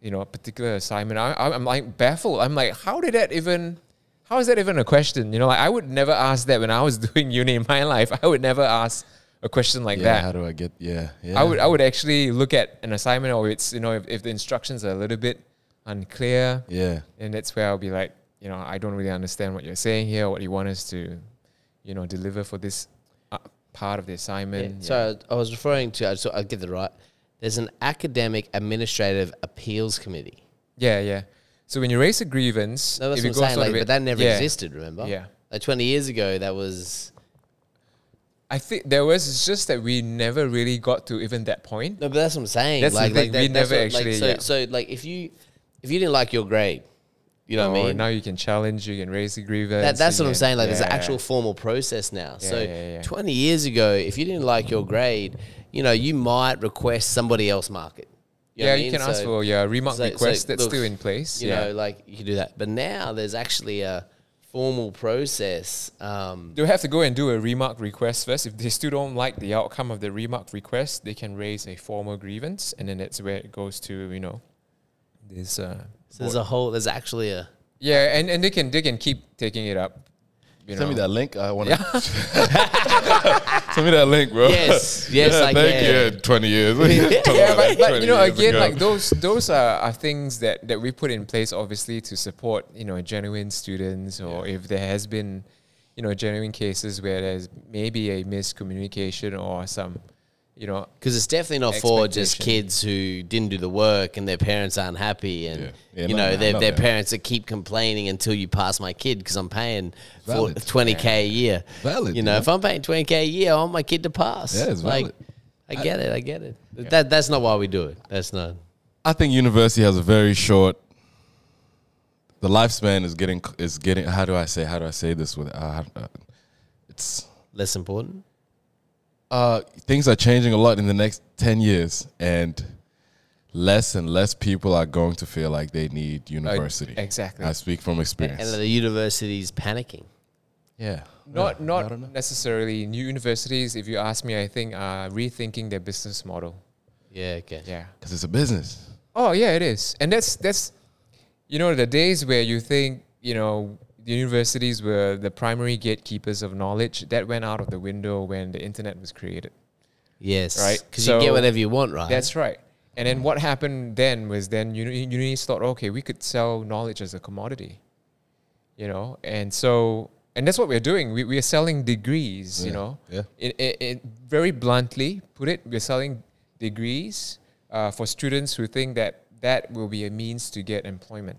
Speaker 2: you know, particular assignment, I, I'm I'm, like baffled. I'm like, how did that even, how is that even a question? You know, like I would never ask that when I was doing uni in my life. I would never ask a question like
Speaker 3: Yeah.
Speaker 2: that.
Speaker 3: How do I get? Yeah. Yeah.
Speaker 2: I would I would actually look at an assignment or it's, you know, if, if the instructions are a little bit unclear,
Speaker 3: Yeah.
Speaker 2: and that's where I'll be like, you know, I don't really understand what you're saying here, what you want us to, you know, deliver for this uh, part of the assignment.
Speaker 1: Yeah. So I was referring to, so I get it right. There's an academic administrative appeals committee.
Speaker 2: yeah, yeah. So when you raise a grievance,
Speaker 1: No, that's
Speaker 2: if it
Speaker 1: what
Speaker 2: goes
Speaker 1: I'm saying.
Speaker 2: on a
Speaker 1: Like,
Speaker 2: bit-
Speaker 1: but that never
Speaker 2: yeah.
Speaker 1: existed. Remember?
Speaker 2: Yeah.
Speaker 1: Like 20 years ago, that was
Speaker 2: I think there was it's just that we never really got to even that point.
Speaker 1: no. But that's what I'm saying.
Speaker 2: That's the
Speaker 1: like,
Speaker 2: thing,
Speaker 1: like that,
Speaker 2: we
Speaker 1: that's
Speaker 2: never
Speaker 1: what- like,
Speaker 2: actually-
Speaker 1: So,
Speaker 2: yeah.
Speaker 1: so like if you if you didn't like your grade, you know what I
Speaker 2: Or
Speaker 1: mean.
Speaker 2: Oh, now you can challenge, you can raise a grievance.
Speaker 1: That, that's
Speaker 2: you
Speaker 1: what I'm
Speaker 2: can-
Speaker 1: saying. Like, there's an
Speaker 2: yeah.
Speaker 1: actual formal process now. so,
Speaker 2: yeah, yeah.
Speaker 1: 20 years ago, if you didn't like your grade, you know, you might request somebody else mark it. know
Speaker 2: yeah,
Speaker 1: what I mean?
Speaker 2: you can ask
Speaker 1: So-
Speaker 2: for your remark
Speaker 1: so- so,
Speaker 2: request. that's
Speaker 1: look,
Speaker 2: still in place.
Speaker 1: you
Speaker 2: yeah.
Speaker 1: know, like you can do that. But now there's actually a formal process. Um,
Speaker 2: They'll have to go and do a remark request first. If they still don't like the outcome of the remark request, they can raise a formal grievance, and then that's where it goes to you know, this. Uh,
Speaker 1: so there's a whole, there's actually a.
Speaker 2: yeah, and, and they can they can keep taking it up. You
Speaker 3: Send me
Speaker 2: know.
Speaker 3: that link. I want to. Send me that link, bro.
Speaker 1: Yes, yes,
Speaker 3: yeah,
Speaker 1: I
Speaker 3: thank
Speaker 1: can.
Speaker 3: you. Twenty years. yeah,
Speaker 2: But, but you know, again, like those those are, are things that that we put in place, obviously, to support you know genuine students, or if there has been, you know, genuine cases where there's maybe a miscommunication or some, you know,
Speaker 1: Because it's definitely not for just
Speaker 2: Expectation.
Speaker 1: kids who didn't do the work and their parents aren't happy, and
Speaker 3: Yeah. Yeah,
Speaker 1: you
Speaker 3: no,
Speaker 1: know
Speaker 3: no,
Speaker 1: their,
Speaker 3: not
Speaker 1: their
Speaker 3: that.
Speaker 1: parents that keep complaining until you pass my kid because I'm paying for
Speaker 3: Valid.
Speaker 1: twenty k a year.
Speaker 3: Valid,
Speaker 1: you know,
Speaker 3: yeah.
Speaker 1: if I'm paying twenty k a year, I want my kid to pass.
Speaker 3: Yeah, it's valid.
Speaker 1: I get it. I get it. That that's not why we do it. That's not.
Speaker 3: I think university has a very short. The lifespan is getting is getting. How do I say? How do I say this? With uh, uh, it's
Speaker 1: less important.
Speaker 3: uh, things are changing a lot in the next ten years, and less and less people are going to feel like they need university.
Speaker 2: exactly.
Speaker 3: I speak from experience.
Speaker 1: And the university's panicking.
Speaker 3: yeah.
Speaker 2: Not
Speaker 3: Yeah, I
Speaker 2: not
Speaker 3: don't know.
Speaker 2: necessarily new universities. If you ask me, I think are rethinking their business model.
Speaker 1: Yeah. Okay.
Speaker 2: Yeah.
Speaker 3: Because it's a business.
Speaker 2: Oh yeah, it is, and that's that's, you know, the days where you think you know the universities were the primary gatekeepers of knowledge. That went out of the window when the internet was created.
Speaker 1: Yes.
Speaker 2: Right,
Speaker 1: Because
Speaker 2: so
Speaker 1: you get whatever you want, right?
Speaker 2: That's right. And then what happened then was then uni- unis thought, okay, we could sell knowledge as a commodity, you know, and so and that's what we're doing. We we are selling degrees, you
Speaker 3: Yeah,
Speaker 2: know.
Speaker 3: yeah.
Speaker 2: It, it, it very bluntly put it, we're selling degrees uh, for students who think that that will be a means to get employment,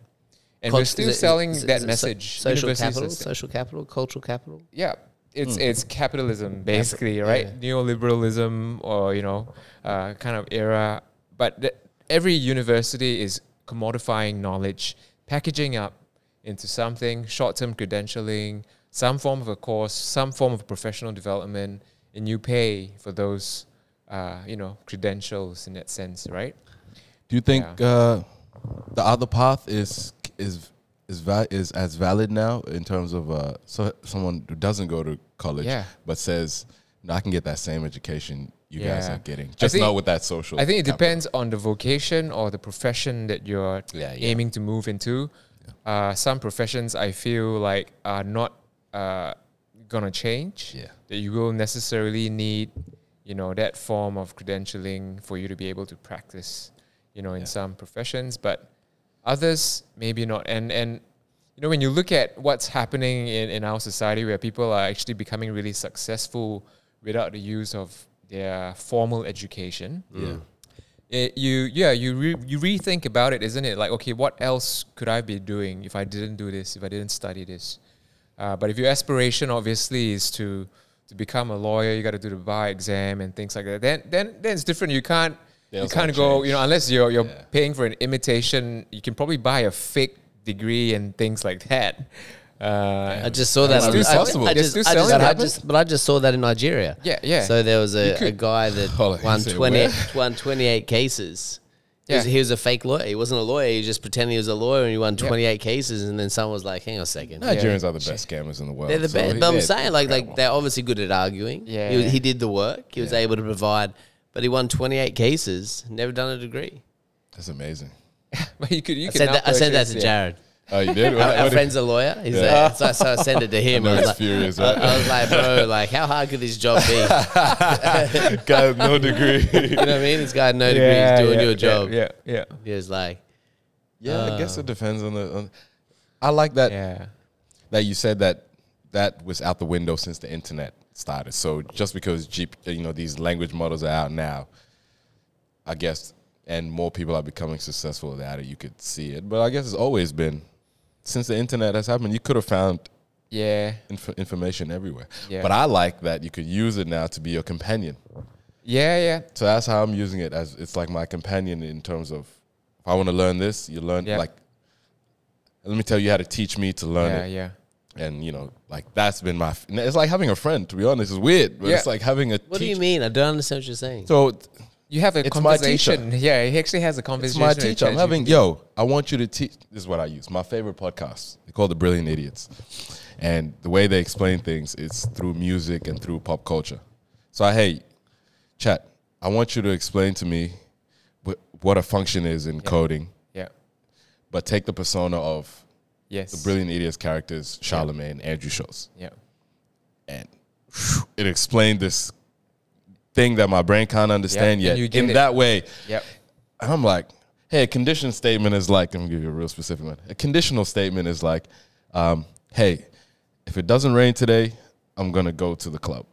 Speaker 2: and we're
Speaker 1: Cult-
Speaker 2: still
Speaker 1: is it-
Speaker 2: selling
Speaker 1: is it-
Speaker 2: that
Speaker 1: is it so-
Speaker 2: message.
Speaker 1: Social
Speaker 2: Universities are
Speaker 1: capital.
Speaker 2: still-
Speaker 1: Social capital. Cultural capital.
Speaker 2: yeah it's it's capitalism basically right neoliberalism or you know uh, kind of era but th- every university is commodifying knowledge packaging up into something short-term credentialing some form of a course some form of professional development and you pay for those uh, you know credentials in that sense right
Speaker 3: Do you think uh, the other path is is is va- is as valid now in terms of uh, so someone who doesn't go to college
Speaker 2: Yeah.
Speaker 3: but says, "No, I can get that same education you guys
Speaker 2: Yeah.
Speaker 3: are getting,
Speaker 2: I
Speaker 3: just
Speaker 2: think-
Speaker 3: not with that social."
Speaker 2: I think it
Speaker 3: capital."
Speaker 2: depends on the vocation or the profession that you're
Speaker 3: Yeah, yeah.
Speaker 2: aiming to move into. Uh, some professions I feel like are not uh, gonna change.
Speaker 3: Yeah.
Speaker 2: That you will necessarily need, you know, that form of credentialing for you to be able to practice, you know, in some professions, but others maybe not. And and you know, when you look at what's happening in, in our society where people are actually becoming really successful without the use of their formal education
Speaker 3: Yeah.
Speaker 2: it, you yeah you re, you rethink about it isn't it like okay what else could i be doing if i didn't do this if i didn't study this uh, but if your aspiration obviously is to to become a lawyer you got to do the bar exam and things like that then then then it's different you can't you
Speaker 3: Things
Speaker 2: can't
Speaker 3: have
Speaker 2: go
Speaker 3: changed.
Speaker 2: you know unless you're you're
Speaker 3: Yeah.
Speaker 2: paying for an imitation you can probably buy a fake degree and things like that uh,
Speaker 1: I just saw that.
Speaker 3: It's
Speaker 1: on-
Speaker 3: still
Speaker 1: I-
Speaker 3: possible.
Speaker 1: I
Speaker 3: It's
Speaker 1: just,
Speaker 2: still
Speaker 1: I just,
Speaker 2: selling.
Speaker 1: I just, but I just saw that in Nigeria.
Speaker 2: Yeah, yeah.
Speaker 1: So there was
Speaker 2: You
Speaker 1: a,
Speaker 2: could-
Speaker 1: a guy that
Speaker 3: Hold on, you
Speaker 1: won
Speaker 3: said
Speaker 1: 20,
Speaker 3: where?
Speaker 1: won 28 cases. He was-
Speaker 2: Yeah.
Speaker 1: He was a fake lawyer. He wasn't a lawyer. He was just pretending he was a lawyer and he won 28 cases. And then someone was like, hang on a second.
Speaker 3: Nigerians are the best scammers in the world.
Speaker 1: They're the
Speaker 3: so
Speaker 1: best.
Speaker 3: he-
Speaker 1: But I'm
Speaker 3: they're
Speaker 1: saying, like, like
Speaker 3: incredible.
Speaker 1: they're obviously good at arguing.
Speaker 2: Yeah.
Speaker 1: He, was- he did the work. He was able to provide, but he won 28 cases, never done a degree.
Speaker 3: that's amazing.
Speaker 2: but you could you
Speaker 1: I
Speaker 2: can
Speaker 1: said
Speaker 2: now
Speaker 1: that, I said that
Speaker 2: purchase,
Speaker 1: to
Speaker 2: yeah.
Speaker 1: Jared.
Speaker 3: Oh, you did. What-
Speaker 1: Our, our
Speaker 3: what-
Speaker 1: friend's a lawyer. He's
Speaker 3: Yeah.
Speaker 1: like, so, I- so I sent it to him.
Speaker 3: No,
Speaker 1: I was
Speaker 3: he's
Speaker 1: like,
Speaker 3: furious.
Speaker 1: I,
Speaker 3: Right?
Speaker 1: I was like, bro, like, how hard could this job be?
Speaker 3: Guy with no degree.
Speaker 1: You know what I mean? This guy had no degree.
Speaker 2: yeah,
Speaker 1: He's doing
Speaker 2: yeah,
Speaker 1: your
Speaker 2: yeah,
Speaker 1: job.
Speaker 2: yeah yeah
Speaker 1: He was like,
Speaker 3: yeah, I guess it depends on the. On, I like that
Speaker 2: yeah
Speaker 3: that you said that that was out the window since the internet started. So just because Jeep, you know, these language models are out now, I guess, and more people are becoming successful at it, you could see it. But I guess it's always been since the internet has happened. You could have found
Speaker 2: yeah
Speaker 3: inf- information everywhere.
Speaker 2: Yeah.
Speaker 3: But I like that you could use it now to be your companion.
Speaker 2: yeah yeah
Speaker 3: So that's how I'm using it as it's like my companion in terms of if I want to learn this, you learn
Speaker 2: Yeah.
Speaker 3: like. Let me tell you how to teach me to learn
Speaker 2: yeah
Speaker 3: it
Speaker 2: yeah
Speaker 3: and you know, like that's been my. F- it's like having a friend. To be honest, it's weird, but it's
Speaker 2: Yeah.
Speaker 3: like having a.
Speaker 1: what do
Speaker 3: teach-
Speaker 1: you mean? I don't understand what you're saying.
Speaker 3: So th-
Speaker 2: You have a
Speaker 3: It's my teacher.
Speaker 2: conversation. Yeah, he actually has a
Speaker 3: it's
Speaker 2: conversation.
Speaker 3: my
Speaker 2: with
Speaker 3: teacher. I'm
Speaker 2: ChatGPT.
Speaker 3: having yo. I want you to teach. This is what I use. My favorite podcast. They're called the Brilliant Idiots, and the way they explain things is through music and through pop culture. So I hey, chat. I want you to explain to me wh- what a function is in coding,
Speaker 2: Yeah.
Speaker 3: but take the persona of
Speaker 2: Yes.
Speaker 3: the Brilliant Idiots characters, Charlemagne, Andrew Schultz.
Speaker 2: Yeah.
Speaker 3: and whew, it explained this thing that my brain can't understand
Speaker 2: Yeah, and you
Speaker 3: yet
Speaker 2: get
Speaker 3: in
Speaker 2: it.
Speaker 3: that way.
Speaker 2: Yep.
Speaker 3: And I'm like, hey, a condition statement is like, I'm gonna give you a real specific one. A conditional statement is like, um, hey, if it doesn't rain today, I'm gonna go to the club.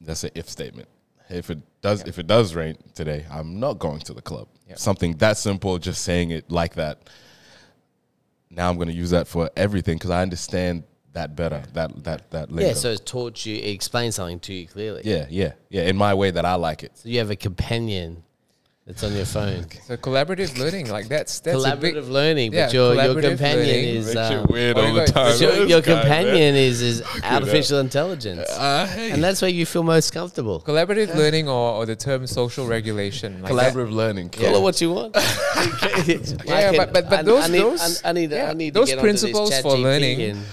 Speaker 3: That's an if statement. Hey, if it does, if it does rain today, I'm not going to the club.
Speaker 2: Yep.
Speaker 3: Something that simple, just saying it like that. Now I'm gonna use that for everything because I understand that better. That that that later.
Speaker 1: yeah, so it taught you, it explained something to you clearly.
Speaker 3: Yeah, yeah, yeah. In my way that I like it.
Speaker 1: So you have a companion that's on your phone.
Speaker 2: So collaborative learning, like that's that's a big,
Speaker 1: collaborative learning, but
Speaker 2: yeah,
Speaker 1: your, your
Speaker 2: collaborative
Speaker 1: companion
Speaker 2: learning
Speaker 1: is.
Speaker 3: Makes
Speaker 1: Um,
Speaker 3: it weird
Speaker 2: what
Speaker 3: all
Speaker 2: do
Speaker 3: the
Speaker 2: you guys-
Speaker 3: time.
Speaker 1: but your
Speaker 3: This
Speaker 1: your
Speaker 3: guy, man.
Speaker 1: companion is, is artificial intelligence.
Speaker 3: Uh, hey.
Speaker 1: and that's where you feel most comfortable.
Speaker 2: collaborative learning, or, or the term social regulation. Like that.
Speaker 3: collaborative learning.
Speaker 1: Call
Speaker 3: yeah.
Speaker 1: it what you want. yeah,
Speaker 2: but- but- but
Speaker 1: I,
Speaker 2: those-
Speaker 1: I need,
Speaker 2: those-
Speaker 1: I, I need,
Speaker 2: yeah,
Speaker 1: I need to
Speaker 2: those
Speaker 1: get onto this
Speaker 2: principles for
Speaker 1: ChatGPT
Speaker 2: learning
Speaker 1: and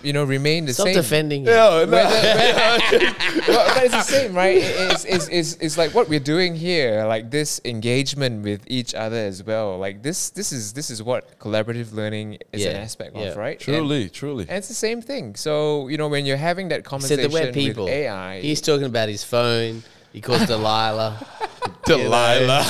Speaker 2: You know, remain the
Speaker 1: Stop
Speaker 2: same.
Speaker 1: defending it.
Speaker 3: No, no.
Speaker 2: Well, but it's the same, right? It- It's, it's, it's, it's like what we're doing here, like this engagement with each other as well. Like this this is this is what collaborative learning is an
Speaker 1: Yeah,
Speaker 2: aspect of,
Speaker 1: yeah.
Speaker 2: right? And-
Speaker 3: Truly, truly.
Speaker 2: And, it's the same thing. So you know, when you're having that
Speaker 1: He said
Speaker 2: conversation
Speaker 1: the word people.
Speaker 2: with AI,
Speaker 1: He's talking about his phone. He calls Delilah.
Speaker 3: Delilah.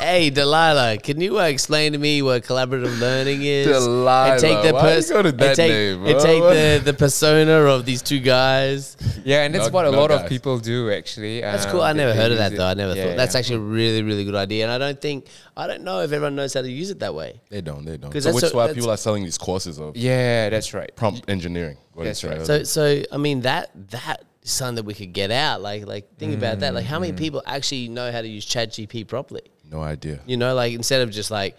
Speaker 1: Say, hey, Delilah, can you uh, explain to me what collaborative learning is?
Speaker 3: Delilah,
Speaker 1: And take the
Speaker 3: why you
Speaker 1: pers-
Speaker 3: go to
Speaker 1: and
Speaker 3: that
Speaker 1: take,
Speaker 3: name,
Speaker 1: and
Speaker 3: bro?
Speaker 1: take the, the persona of these two guys.
Speaker 2: Yeah, and that's
Speaker 3: Not-
Speaker 2: what a
Speaker 3: not
Speaker 2: lot of
Speaker 3: guys.
Speaker 2: people do actually. Um,
Speaker 1: That's cool. I never heard of that though. I never thought that's
Speaker 2: actually
Speaker 1: actually a really, really good idea. And I don't think I don't know if everyone knows how to use it that way.
Speaker 3: They don't. They don't.
Speaker 1: 'Cause
Speaker 3: So
Speaker 1: that's
Speaker 3: which is
Speaker 1: so-
Speaker 3: why
Speaker 1: that's-
Speaker 3: people are selling these courses of
Speaker 2: Yeah, that's right.
Speaker 3: prompt engineering. What do you
Speaker 2: That's
Speaker 3: say?
Speaker 2: right.
Speaker 1: So, so I mean that that is something that we could get out. Like, like think about that. Like, how many people actually know how to use ChatGP properly?
Speaker 3: no idea.
Speaker 1: You know, like instead of just like,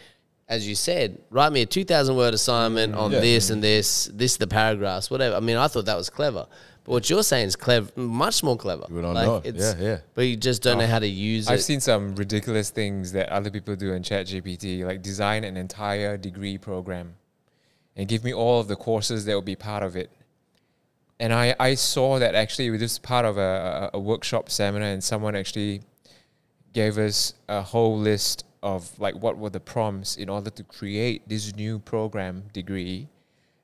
Speaker 1: as you said, write me a two thousand word assignment on
Speaker 3: Yeah.
Speaker 1: this and this, this the paragraphs, whatever. I mean, I thought that was clever, but what you're saying is clever, much more clever.
Speaker 3: We don't know it. Yeah, yeah.
Speaker 1: But you just don't know how to use
Speaker 2: I've
Speaker 1: it.
Speaker 2: seen some ridiculous things that other people do in ChatGPT, like design an entire degree program. and give me all of the courses that will be part of it. And I, I saw that actually this was part of a, a, a workshop seminar, and someone actually gave us a whole list of like what were the prompts in order to create this new program degree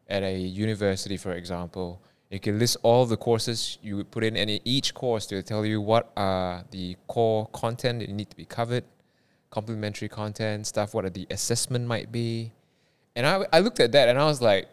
Speaker 2: at a university, for example. You can list all the courses you would put in, and in each course they'll tell you what are the core content that need to be covered, complementary content, stuff, what are the assessment might be. And I, I looked at that and I was like,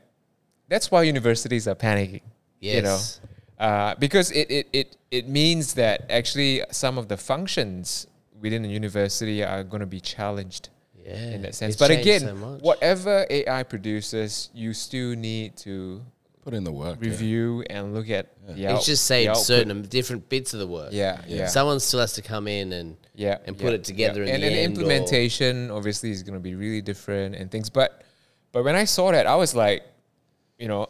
Speaker 2: that's why universities are panicking. You know?
Speaker 1: Yes.
Speaker 2: Uh, because it, it, it, it means that actually some of the functions within the university are going to be challenged
Speaker 1: Yeah.
Speaker 2: in that sense.
Speaker 1: It's
Speaker 2: but
Speaker 1: changed
Speaker 2: again,
Speaker 1: so much.
Speaker 2: whatever AI produces, you still need to
Speaker 3: Put in the work. yeah.
Speaker 2: review and look at the out-
Speaker 1: it's just
Speaker 2: the
Speaker 1: saying
Speaker 2: output.
Speaker 1: certain different bits of the work.
Speaker 2: Yeah, yeah.
Speaker 1: Someone still has to come in and
Speaker 2: yeah,
Speaker 1: and put
Speaker 2: yeah,
Speaker 1: it together in
Speaker 2: and,
Speaker 1: the
Speaker 2: and
Speaker 1: end or-
Speaker 2: implementation obviously is going to be really different and things but but when i saw that i was like you know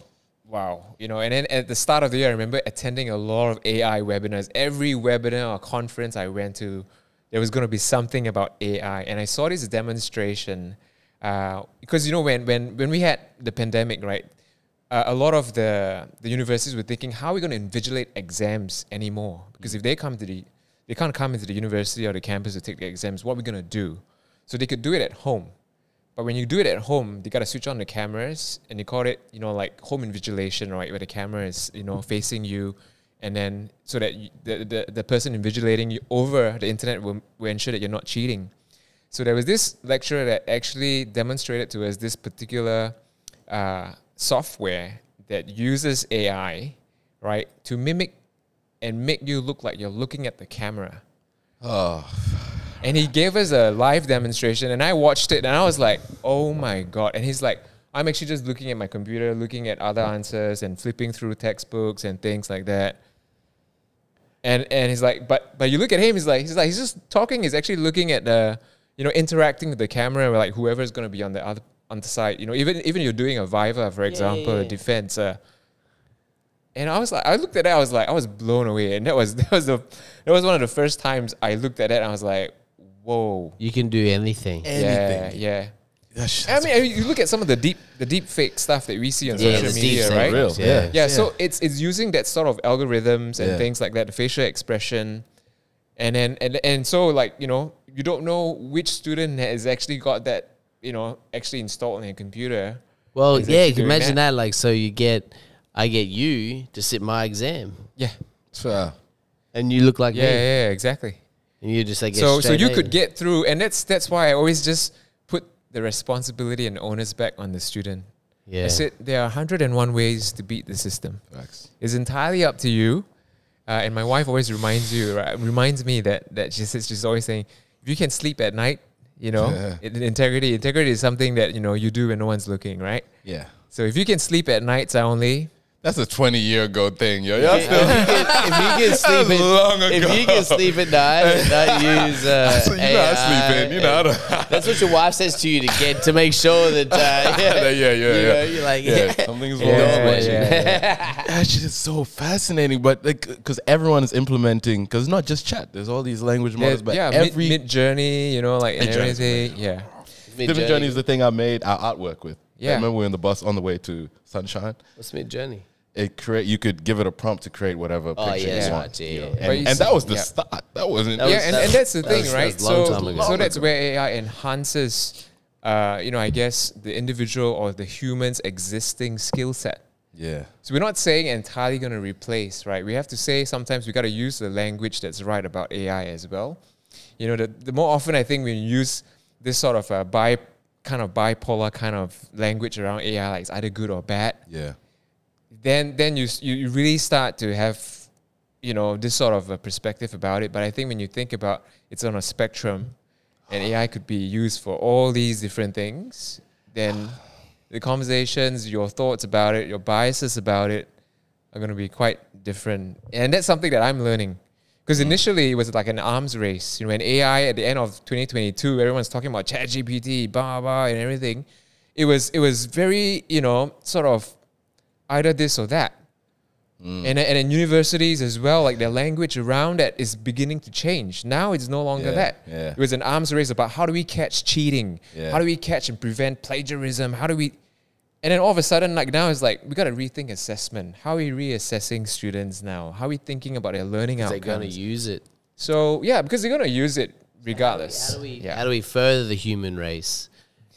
Speaker 2: wow you know and then at the start of the year i remember attending a lot of ai webinars every webinar or conference i went to there was going to be something about ai and i saw this demonstration uh, because you know when when when we had the pandemic right uh, a lot of the the universities were thinking, how are we going to invigilate exams anymore? Because if they come to the, they can't come into the university or the campus to take the exams. What are we going to do? So they could do it at home, but when you do it at home, they got to switch on the cameras and they call it, you know, like home invigilation, right? Where the camera is, you know, facing you, and then so that you, the, the the person invigilating you over the internet will, will ensure that you're not cheating. So there was this lecturer that actually demonstrated to us this particular uh, software that uses AI, right, to mimic and make you look like you're looking at the camera.
Speaker 3: Ah,
Speaker 2: Oh. And he gave us a live demonstration, and I watched it, and I was like, "Oh my god!" And he's like, "I'm actually just looking at my computer, looking at other answers, and flipping through textbooks and things like that." and and he's like, but but you look at him, he's like, he's like, he's just talking. He's actually looking at the, you know, interacting with the camera, like whoever's gonna be on the other on the side. You know, even even you're doing a viva, for example, a
Speaker 1: yeah.
Speaker 2: defense. Uh, and I was like, I looked at that, I was like, I was blown away, and that was that was the that was one of the first times I looked at that, and I was like, whoa,
Speaker 1: You can do anything.
Speaker 2: yeah,
Speaker 3: Anything.
Speaker 2: yeah.
Speaker 3: That shit-
Speaker 2: I mean, I mean, you look at some of the deep the deep fake stuff that we see on
Speaker 1: Yeah,
Speaker 2: social
Speaker 1: the
Speaker 2: media,
Speaker 1: deepfakes,
Speaker 2: right?
Speaker 3: real.
Speaker 1: Yeah.
Speaker 3: Yeah.
Speaker 2: yeah, so it's it's using that sort of algorithms and
Speaker 3: Yeah.
Speaker 2: things like that, the facial expression, and then and and so like you know you don't know which student has actually got that you know actually installed on their computer.
Speaker 1: Well,
Speaker 2: Is
Speaker 1: yeah,
Speaker 2: actually
Speaker 1: you can
Speaker 2: doing
Speaker 1: imagine that. Like, so you get, I get you to sit my exam,
Speaker 2: Yeah,
Speaker 3: So, uh,
Speaker 1: and you look like
Speaker 2: yeah, yeah,
Speaker 1: me,
Speaker 2: exactly.
Speaker 1: and you just like get
Speaker 2: So so
Speaker 1: straight
Speaker 2: you
Speaker 1: A's.
Speaker 2: could get through, and that's that's why I always just put the responsibility and onus back on the student.
Speaker 1: yeah.
Speaker 2: I said there are 101 ways to beat the system.
Speaker 3: facts.
Speaker 2: It's entirely up to you. Uh, and my wife always reminds you, right, reminds me that that she says she's always saying, if you can sleep at night, you know,
Speaker 3: Yeah.
Speaker 2: in- in integrity. Integrity is something that you know you do when no one's looking, right?
Speaker 3: Yeah.
Speaker 2: So if you can sleep at nights only,
Speaker 3: That's a 20 year ago thing, yo. Y'all still
Speaker 1: if you can
Speaker 3: That was
Speaker 1: sleep, at,
Speaker 3: long ago.
Speaker 1: if you can sleep at night, and not use uh,
Speaker 3: So you know how
Speaker 1: AI,
Speaker 3: I sleep in. You know how to.
Speaker 1: That's what your wife says to you to get to make sure that. Uh,
Speaker 3: yeah, yeah, yeah.
Speaker 1: you
Speaker 3: yeah.
Speaker 1: know, you're like,
Speaker 3: yeah.
Speaker 1: yeah.
Speaker 3: Something's wrong.
Speaker 2: Yeah,
Speaker 3: with
Speaker 2: yeah,
Speaker 3: you.
Speaker 2: yeah.
Speaker 3: That shit is so fascinating, but like, because everyone is implementing, because not just chat. There's all these language models, but
Speaker 2: yeah,
Speaker 3: every
Speaker 2: mid, journey, you know, like and
Speaker 3: Mid-journey is
Speaker 2: everything, yeah,
Speaker 3: Mid Journey is the thing I made our artwork with.
Speaker 2: Yeah.
Speaker 3: I remember we were in the bus on the way to Sunshine.
Speaker 1: What's mid journey?
Speaker 3: It create you could give it a prompt to create
Speaker 1: Oh,
Speaker 3: whatever picture
Speaker 1: yeah,
Speaker 3: you
Speaker 1: that's
Speaker 3: want.
Speaker 1: right, yeah,
Speaker 3: you know.
Speaker 1: yeah,
Speaker 2: But you
Speaker 3: And, and that
Speaker 2: see-
Speaker 3: was the
Speaker 2: yeah.
Speaker 3: start. That wasn't
Speaker 1: That
Speaker 2: yeah,
Speaker 1: was-
Speaker 2: and,
Speaker 1: that
Speaker 2: and that's the
Speaker 1: that
Speaker 2: thing,
Speaker 1: was- that
Speaker 2: right?
Speaker 1: was long
Speaker 2: So,
Speaker 1: time ago.
Speaker 2: so that's where AI enhances, uh, you know, I guess the individual or the human's existing skill set.
Speaker 3: yeah.
Speaker 2: So we're not saying entirely going to replace, right? We have to say sometimes we got to use the language that's right about AI as well. You know, the, the more often I think we use this sort of uh, bi kind of bipolar kind of language around AI, like it's either good or bad.
Speaker 3: Yeah.
Speaker 2: Then then you s- you, you really start to have you know this sort of a perspective about it. But I think when you think about it's on a spectrum, and AI could be used for all these different things, then the conversations, your thoughts about it, your biases about it are going to be quite different. And that's something that I'm learning.
Speaker 3: Mm-hmm.
Speaker 2: Because initially it was like an arms race. You know, when AI at the end of 2022, everyone's talking about ChatGPT, blah blah, and everything. It was it was very you know sort of either this or that.
Speaker 3: Mm.
Speaker 2: And, and in universities as well, like their language around that is beginning to change. Now it's no longer
Speaker 3: Yeah,
Speaker 2: that.
Speaker 3: yeah.
Speaker 2: It was an arms race about how do we catch cheating?
Speaker 3: Yeah.
Speaker 2: How do we catch and prevent plagiarism? How do we And then all of a sudden, like now, it's like we got to rethink assessment. How are we reassessing students now? How are we thinking about their learning
Speaker 1: They're going to
Speaker 2: outcomes?
Speaker 1: use it.
Speaker 2: so yeah, because they're gonna use it regardless.
Speaker 1: How do we
Speaker 2: yeah.
Speaker 1: how do we further the human race,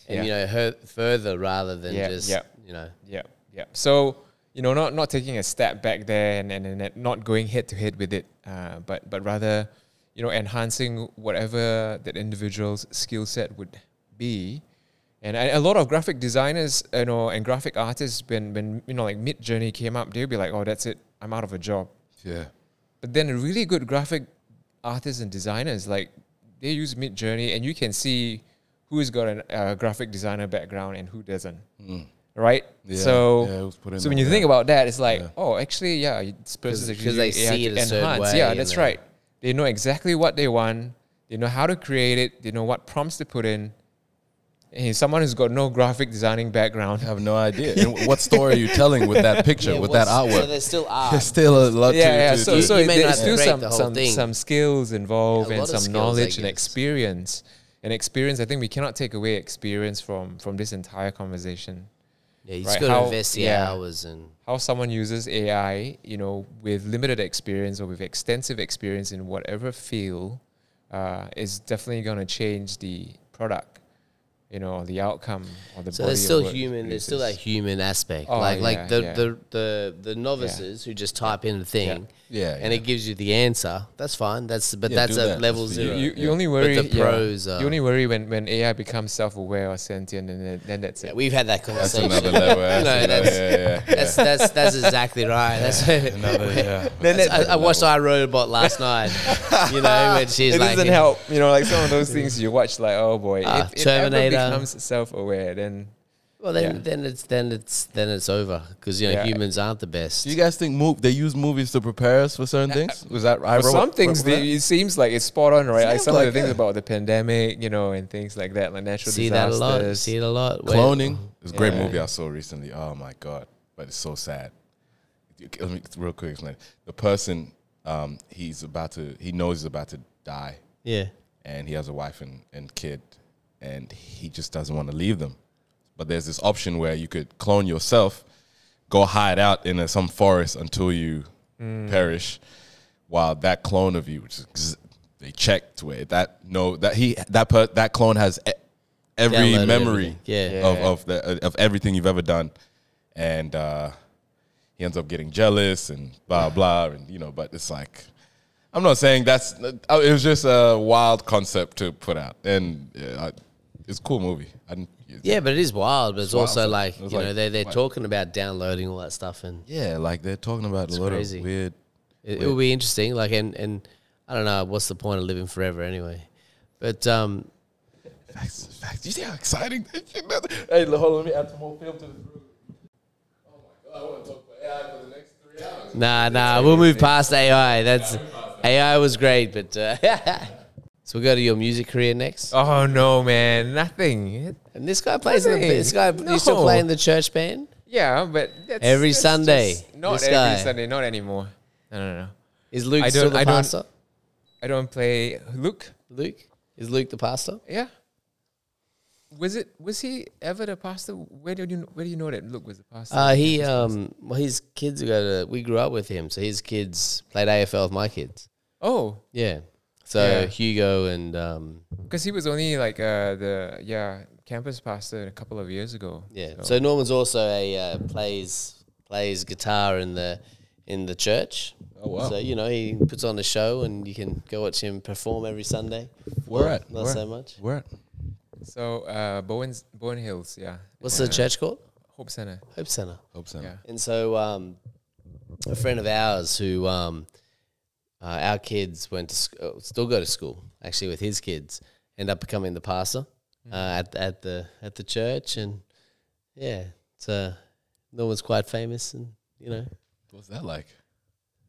Speaker 1: and
Speaker 2: Yeah.
Speaker 1: you know, her, further rather than
Speaker 2: Yeah,
Speaker 1: just
Speaker 2: yeah.
Speaker 1: you know,
Speaker 2: Yeah, yeah. So you know, not not taking a step back there and and, and not going head to head with it, uh, but but rather, you know, enhancing whatever that individual's skill set would be. And I- a lot of graphic designers, you know, and graphic artists, when when you know, like Mid Journey came up, they'd be like, "Oh, that's it, I'm out of a job."
Speaker 3: Yeah.
Speaker 2: But then really good graphic artists and designers, like they use Mid Journey, and you can see who's got a uh, graphic designer background and who doesn't, right?
Speaker 3: Mm. Yeah,
Speaker 2: so
Speaker 3: yeah, it was put in
Speaker 2: so
Speaker 3: there,
Speaker 2: when you
Speaker 3: yeah.
Speaker 2: think about that, it's like,
Speaker 3: Yeah.
Speaker 2: oh, actually, yeah, y- this person's
Speaker 1: 'Cause-
Speaker 2: actually
Speaker 1: 'cause they
Speaker 2: using AI
Speaker 1: see
Speaker 2: to
Speaker 1: it a certain
Speaker 2: enhance.
Speaker 1: way
Speaker 2: Yeah,
Speaker 1: and
Speaker 2: that's
Speaker 1: they-
Speaker 2: right. They know exactly what they want. They know how to create it. They know what prompts to put in. And someone who's got no graphic designing background,
Speaker 3: I have no idea. and what story are you telling with that picture,
Speaker 1: Yeah,
Speaker 3: with that
Speaker 1: what's- So
Speaker 3: artwork?
Speaker 1: there still are
Speaker 3: There's still a lot
Speaker 2: yeah,
Speaker 3: to,
Speaker 2: yeah.
Speaker 3: to
Speaker 2: So,
Speaker 3: do.
Speaker 1: You-
Speaker 2: so
Speaker 1: you may
Speaker 2: there's
Speaker 1: not
Speaker 2: still
Speaker 1: break
Speaker 2: some
Speaker 1: the whole
Speaker 2: some,
Speaker 1: thing.
Speaker 2: some skills involved
Speaker 1: Yeah, a
Speaker 2: and
Speaker 1: lot of
Speaker 2: some
Speaker 1: skills, I
Speaker 2: knowledge and
Speaker 1: guess.
Speaker 2: experience and experience. I think we cannot take away experience from from this entire conversation.
Speaker 1: Yeah, you
Speaker 2: Right,
Speaker 1: just got
Speaker 2: how-
Speaker 1: to invest the
Speaker 2: yeah.
Speaker 1: hours and
Speaker 2: How someone uses AI, you know, with limited experience or with extensive experience in whatever field, uh, is definitely going to change the product, you know, or the outcome or the.
Speaker 1: so
Speaker 2: body
Speaker 1: there's
Speaker 2: of
Speaker 1: still
Speaker 2: work
Speaker 1: human. There's still that
Speaker 2: produces.
Speaker 1: human aspect.
Speaker 2: Oh,
Speaker 1: like
Speaker 2: yeah,
Speaker 1: like the,
Speaker 2: yeah.
Speaker 1: the the the novices who just type in the thing,
Speaker 3: Yeah,
Speaker 1: and
Speaker 3: yeah.
Speaker 1: it gives you the answer. That's fine. That's but
Speaker 3: Yeah,
Speaker 1: that's
Speaker 3: do
Speaker 1: at
Speaker 3: that.
Speaker 1: level
Speaker 3: That's for
Speaker 1: zero.
Speaker 2: You, you
Speaker 3: Yeah.
Speaker 2: only worry.
Speaker 1: the
Speaker 2: yeah.
Speaker 1: pros uh, are-
Speaker 2: you only worry when, when AI becomes self-aware or sentient, and then, then that's it.
Speaker 1: Yeah, we've had that
Speaker 3: That's
Speaker 1: conversation.
Speaker 3: another level. That's
Speaker 1: know,
Speaker 3: another-
Speaker 1: that's-
Speaker 3: yeah, yeah, yeah.
Speaker 1: that's, that's that's exactly right. That's
Speaker 3: Another, yeah.
Speaker 1: That's- I, I watched iRobot last night. You know, when she's
Speaker 2: it
Speaker 1: like,
Speaker 2: doesn't help. You know, like some of those things you watch, like oh boy,
Speaker 1: Ah,
Speaker 2: if, if ever
Speaker 1: Terminator.
Speaker 2: becomes self-aware, then
Speaker 1: Well, then,
Speaker 2: Yeah.
Speaker 1: then it's then it's then it's over because you know
Speaker 2: Yeah.
Speaker 1: humans aren't the best.
Speaker 3: Do you guys think move, they use movies to prepare us for certain things? Was that I
Speaker 2: for
Speaker 3: wrote-
Speaker 2: some things,
Speaker 3: wrote that?
Speaker 2: they, it seems like it's spot on, right? Like
Speaker 3: Seems
Speaker 2: some of
Speaker 3: like
Speaker 2: the things
Speaker 3: it.
Speaker 2: about the pandemic, you know, and things like that, like natural
Speaker 1: see that a
Speaker 2: disasters.
Speaker 1: lot. you See it a lot. Where-
Speaker 3: Cloning is a great
Speaker 2: Yeah.
Speaker 3: movie I saw recently. Oh my god, but it's so sad. Let me real quick explain. The person, um, he's about to, he knows he's about to die,
Speaker 1: Yeah.
Speaker 3: and he has a wife and, and kid, and he just doesn't want to leave them. But there's this option where you could clone yourself, go hide out in a, some forest until you perish, while that clone of you, which is, ex- they checked with that no that he that per, that clone has e- every
Speaker 1: Downloaded
Speaker 3: memory
Speaker 1: everything. Yeah.
Speaker 2: Yeah.
Speaker 3: of of the, of everything you've ever done, and uh, he ends up getting jealous and blah blah, and you know. But it's like, I'm not saying that's. uh, It was just a wild concept to put out, and uh, I- it's a cool movie. I didn't,
Speaker 1: Yeah, but it is wild. But it's,
Speaker 3: wild,
Speaker 1: also
Speaker 3: so
Speaker 1: like
Speaker 3: it's
Speaker 1: you know
Speaker 3: like-
Speaker 1: they they're
Speaker 3: like-
Speaker 1: talking about downloading all that stuff, and
Speaker 3: yeah, like they're talking about a lot
Speaker 1: crazy.
Speaker 3: of weird.
Speaker 1: it, it will be interesting. Like and and I don't know what's the point of living forever anyway, but um,
Speaker 3: Facts, facts. You see how exciting this shit is? Hey, hold on, let me add some more film to this room. Oh my god, I want to talk about AI for the next three hours.
Speaker 1: Nah, nah, we'll move past AI. That's AI was great, but uh, so we'll go to your music career next.
Speaker 2: Oh no, man, nothing.
Speaker 1: And this guy plays in the,
Speaker 2: Really?
Speaker 1: this guy you still
Speaker 2: No.
Speaker 1: playing the church band?
Speaker 2: Yeah, but that's,
Speaker 1: Every
Speaker 2: that's
Speaker 1: Sunday,
Speaker 2: just- Not
Speaker 1: this
Speaker 2: every
Speaker 1: guy.
Speaker 2: Sunday, not anymore. No, no, no.
Speaker 1: Is Luke
Speaker 2: I
Speaker 1: still
Speaker 2: don't-
Speaker 1: the
Speaker 2: I don't-
Speaker 1: pastor?
Speaker 2: I don't play Luke.
Speaker 1: Luke is Luke the pastor?
Speaker 2: Yeah. Was it? Was he ever the pastor? Where did you? kn- Where do you know that Luke was the pastor?
Speaker 1: Uh, he um, well, his kids go to. We grew up with him, so his kids played AFL with my kids.
Speaker 2: oh,
Speaker 1: Yeah, so
Speaker 2: Yeah.
Speaker 1: Hugo and um,
Speaker 2: Because he was only like uh, the yeah campus pastor a couple of years ago.
Speaker 1: yeah.
Speaker 2: So,
Speaker 1: So Norman's also a uh, plays plays guitar in the in the church.
Speaker 3: Oh, wow.
Speaker 1: So you know he puts on a show, and you can go watch him perform every Sunday.
Speaker 3: Where
Speaker 1: Well,
Speaker 3: at?
Speaker 1: Not
Speaker 3: Where
Speaker 1: so
Speaker 3: at?
Speaker 1: much.
Speaker 3: We're at.
Speaker 2: so uh, Bowen's Bowen Hills, yeah.
Speaker 1: What's
Speaker 2: yeah.
Speaker 1: the church called?
Speaker 2: Hope Center?
Speaker 1: Hope Center.
Speaker 3: Hope so.
Speaker 2: Yeah.
Speaker 1: And so, um, a friend of ours who um, uh, our kids went to sc- uh, still go to school actually with his kids end up becoming the pastor
Speaker 2: Mm.
Speaker 1: uh, at at the at the church, and yeah, it's uh, Norman's quite famous, and you know,
Speaker 3: What's that like?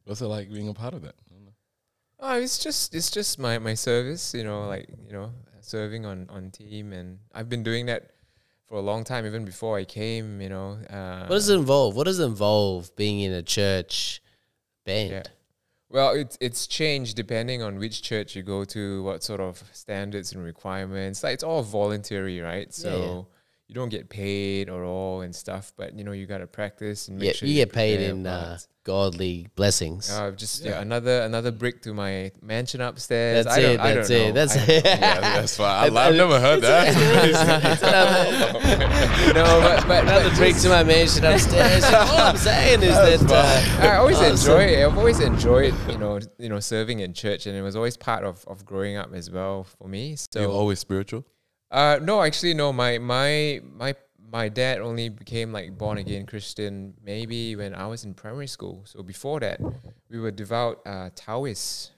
Speaker 3: What's it like being a part of that? I don't know.
Speaker 2: Oh, it's just it's just my my service, you know, like you know, serving on on team, and I've been doing that for a long time, even before I came, you know. Uh,
Speaker 1: what does it involve? What does it involve being in a church band?
Speaker 2: Yeah. Well, it's it's changed depending on which church you go to, what sort of standards and requirements. Like it's all voluntary, right?
Speaker 1: Yeah,
Speaker 2: So
Speaker 1: yeah.
Speaker 2: you don't get paid or all and stuff, but you know you gotta practice and make
Speaker 1: Yeah,
Speaker 2: sure
Speaker 1: you get paid
Speaker 2: prepare
Speaker 1: in uh,
Speaker 2: parts.
Speaker 1: godly blessings.
Speaker 2: Uh, just yeah. another another brick to my mansion upstairs.
Speaker 1: that's
Speaker 2: I don't,
Speaker 1: it.
Speaker 2: I
Speaker 1: That's
Speaker 2: don't
Speaker 1: it.
Speaker 2: know.
Speaker 1: That's
Speaker 2: I-
Speaker 1: it.
Speaker 3: Yeah, that's fine. I,
Speaker 1: I-
Speaker 3: I've never heard that.
Speaker 2: no, but but,
Speaker 1: Another
Speaker 2: but
Speaker 1: drink to my mansion upstairs. All I'm saying is that uh,
Speaker 2: I always
Speaker 1: Awesome.
Speaker 2: enjoy it. I've always enjoyed, you know, you know, serving in church, and it was always part of, of growing up as well for me.
Speaker 3: You're
Speaker 2: So,
Speaker 3: always spiritual.
Speaker 2: uh, no, actually, no. My my my my dad only became like born again Christian maybe when I was in primary school. So before that, we were devout uh, Taoists.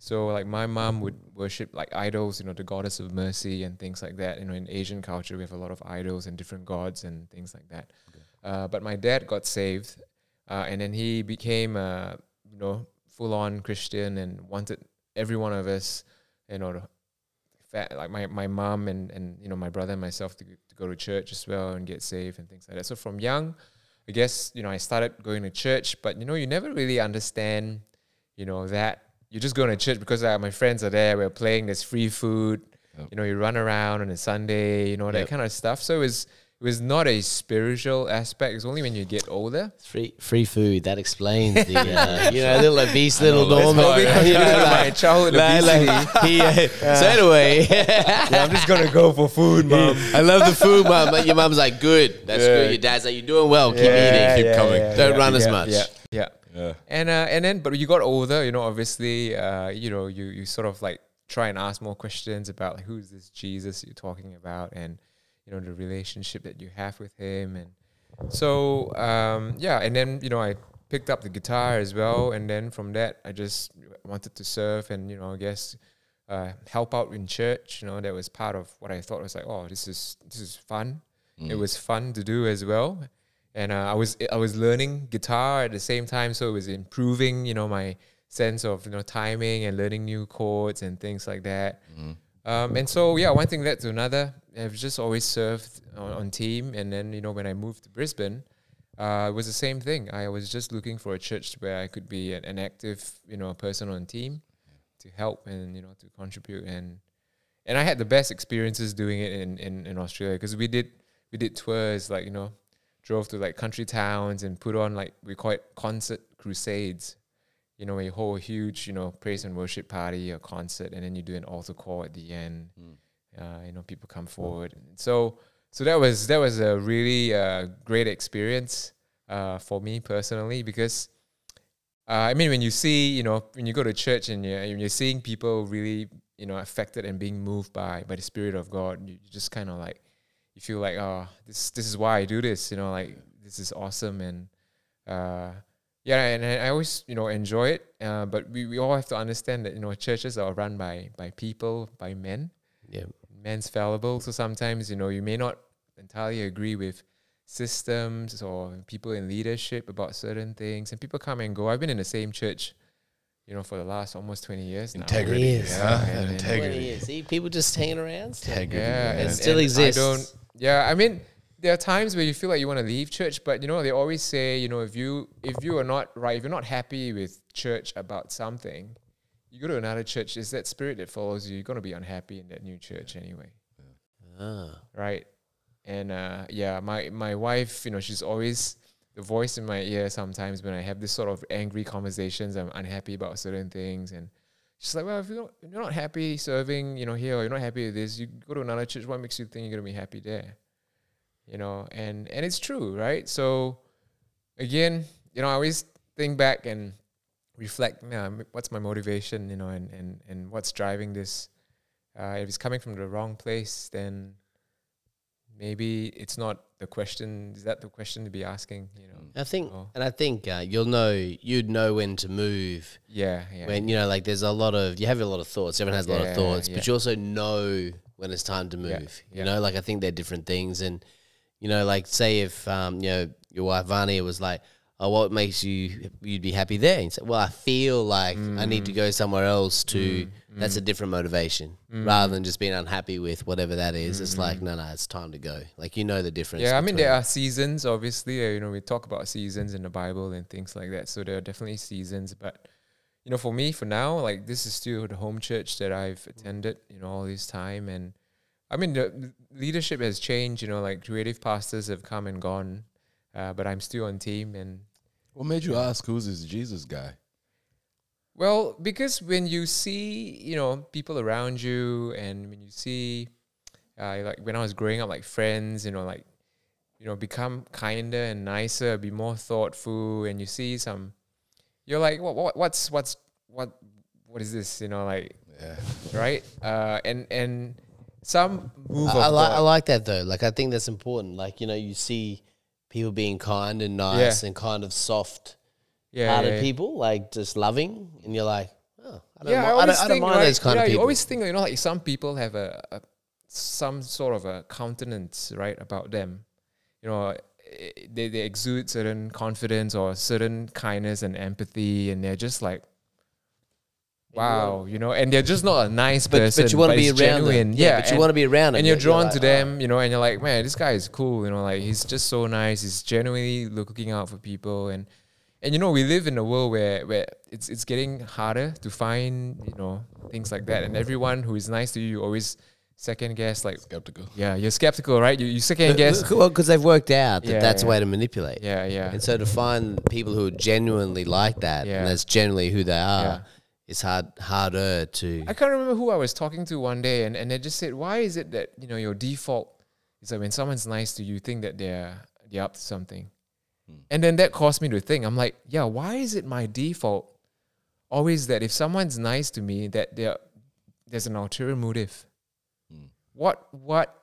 Speaker 2: So like my mom would worship like idols, you know, the goddess of mercy and things like that. You know, in Asian culture, we have a lot of idols and different gods and things like that. Uh, but my dad got saved, uh, and then he became a you know full on Christian and wanted every one of us, you know, to fa- like my my mom and and you know my brother and myself to, to go to church as well and get saved and things like that. So from young, I guess you know I started going to church, but you know you never really understand, you know that you're just going to church because uh, my friends are there. We're playing. There's free food. You know you run around on a Sunday. You know that
Speaker 1: Yep.
Speaker 2: kind of stuff. So it was it was not a spiritual aspect. It's only when you get older.
Speaker 1: free free food that explains the uh, you know little obese little
Speaker 3: know, that's
Speaker 1: normal.
Speaker 2: probably
Speaker 1: you know,
Speaker 2: contributed to my
Speaker 1: like-
Speaker 2: childhood
Speaker 1: like- like, he, uh, So anyway,
Speaker 2: Yeah, I'm just gonna go for food, mom.
Speaker 1: I love the food, mom. But Your mom's like, good. That's good. Your dad's like, you're doing well. Keep eating.
Speaker 3: keep coming.
Speaker 1: Don't run as
Speaker 2: yeah,
Speaker 1: much.
Speaker 2: Yeah, yeah.
Speaker 3: Yeah.
Speaker 2: And uh, and then, but you got older, you know. Obviously, uh, you know, you you sort of like try and ask more questions about like who's this Jesus you're talking about, and you know the relationship that you have with him, and so um, yeah. And then you know I picked up the guitar as well, and then from that I just wanted to serve, and you know I guess. Uh, help out in church, you know, that was part of what I thought was like, oh, this is this is fun. It was fun to do as well, and uh, I was I was learning guitar at the same time, so it was improving, you know, my sense of you know timing and learning new chords and things like that. Um, and so yeah, one thing led to another. I've just always served on, on team, and then you know when I moved to Brisbane, uh, it was the same thing. I was just looking for a church where I could be an, an active, you know, person on team to help and you know to contribute and and I had the best experiences doing it in in, in Australia because we did we did tours like you know drove to like country towns and put on like we call it concert crusades you know where you hold a huge you know praise and worship party or concert and then you do an altar call at the end uh, you know people come forward and so so that was that was a really uh, great experience uh, for me personally because uh, I mean, when you see, you know, when you go to church and you're, and you're seeing people really, you know, affected and being moved by by the Spirit of God, you you just kind of like, you feel like, oh, this this is why I do this, you know, like this is awesome, and uh, yeah, and I I always, you know, enjoy it. Uh, but we, we all have to understand that you know churches are run by by people, by men,
Speaker 1: Yeah.
Speaker 2: men's fallible. So sometimes, you know, you may not entirely agree with systems or people in leadership about certain things. And people come and go. I've been in the same church, you know, for the last almost 20 years. now.
Speaker 3: Integrity.
Speaker 1: Yes.
Speaker 3: Yeah.
Speaker 2: Yeah, yeah.
Speaker 3: Integrity.
Speaker 1: Well, yeah, See, people just hanging around. still.
Speaker 3: Integrity.
Speaker 2: Yeah.
Speaker 3: man.
Speaker 1: It still exists.
Speaker 2: I don't, yeah. I mean, there are times where you feel like you want to leave church, but you know, they always say, you know, if you if you are not right, if you're not happy with church about something, you go to another church, it's that spirit that follows you. You're gonna be unhappy in that new church anyway.
Speaker 1: Ah.
Speaker 2: right? And uh, yeah, my my wife, you know, she's always the voice in my ear sometimes when I have this sort of angry conversations. I'm unhappy about certain things, and she's like, "Well, if you're not, if you're not happy serving, you know, here, or you're not happy with this, you go to another church. What makes you think you're gonna be happy there?" You know, and and it's true, right? So again, you know, I always think back and reflect. You know, m- what's my motivation? You know, and and and what's driving this? Uh, if it's coming from the wrong place, then maybe it's not the question. Is that the question to be asking? You know?
Speaker 1: I think,
Speaker 2: Oh.
Speaker 1: and I think uh, you'll know, you'd know when to move
Speaker 2: Yeah, yeah.
Speaker 1: when you know like there's a lot of you have a lot of thoughts everyone has a lot
Speaker 2: Yeah,
Speaker 1: of thoughts
Speaker 2: yeah.
Speaker 1: but you also know when it's time to move
Speaker 2: yeah.
Speaker 1: you know like i think they're different things and you know like say if um you know your wife vania was like oh what makes you you'd be happy there and you say well i feel like i need
Speaker 2: Mm.
Speaker 1: to go somewhere else to that's a different motivation
Speaker 2: Mm.
Speaker 1: rather than just being unhappy with whatever that is it's like no no it's time to go like you know the difference
Speaker 2: yeah, I
Speaker 1: between-
Speaker 2: mean there are seasons. Obviously, uh, you know we talk about seasons in the Bible and things like that. So there are definitely seasons. But you know, for
Speaker 1: Mm.
Speaker 2: me, for now, like this is still the home church that I've attended. You know, all this time, and I mean, the leadership has changed. You know, like creative pastors have come and gone, uh, but I'm still on team. And
Speaker 3: What made you ask who's this Jesus guy?
Speaker 2: well, because when you see, you know, people around you, and when you see, uh, like when I was growing up, like friends, you know, like you know, become kinder and nicer, be more thoughtful, and you see some, you're like, what, what, what's, what's, what, what is this? You know, like, right? Uh, and and some move.
Speaker 1: I, I
Speaker 2: of
Speaker 1: like
Speaker 2: God.
Speaker 1: I like that though. Like I think that's important. Like you know, you see people being kind and nice and kind of soft
Speaker 2: yeah,
Speaker 1: hearted
Speaker 2: yeah, yeah.
Speaker 1: people, like just loving, and you're like, oh, I don't,
Speaker 2: yeah,
Speaker 1: mi-
Speaker 2: I
Speaker 1: I
Speaker 2: always
Speaker 1: don't, I don't
Speaker 2: think,
Speaker 1: mind
Speaker 2: right,
Speaker 1: those kind
Speaker 2: yeah,
Speaker 1: of people.
Speaker 2: You always think, you know, like some people have a, a some sort of a countenance, right, about them. You know, eh, they they exude certain confidence or certain kindness and empathy, and they're just like. Wow, you know, and they're just not a nice
Speaker 5: But-
Speaker 2: person.
Speaker 5: but you want to be
Speaker 2: it's
Speaker 5: around
Speaker 2: genuine.
Speaker 5: them.
Speaker 2: Yeah,
Speaker 5: but you
Speaker 2: and-
Speaker 5: want to be around them.
Speaker 2: and you're "Oh."
Speaker 5: You're- you're
Speaker 2: drawn
Speaker 5: like,
Speaker 1: "Oh,
Speaker 2: to them, you know, and you're like, man, this guy is cool, you know, like he's just so nice. He's genuinely looking out for people, and and you know, we live in a world where where it's it's getting harder to find you know things like that, and everyone who is nice to you, you always second guess, like
Speaker 3: Skeptical.
Speaker 2: yeah, you're skeptical, right? You you second guess,
Speaker 1: well, because they've worked out that
Speaker 2: Yeah,
Speaker 1: that's a
Speaker 2: yeah.
Speaker 1: way to manipulate.
Speaker 2: yeah, yeah,
Speaker 1: And so to find people who are genuinely like that,
Speaker 2: Yeah.
Speaker 1: and that's generally who they are,
Speaker 2: Yeah.
Speaker 1: it's hard harder to.
Speaker 2: I can't remember who I was talking to one day, and, and they just said, "Why is it that you know your default is that when someone's nice to you, you think that they're they're up to something?"
Speaker 3: Hmm.
Speaker 2: And then that caused me to think. I'm like, "Yeah, why is it my default always that if someone's nice to me, that there there's an ulterior motive?
Speaker 3: Hmm.
Speaker 2: What what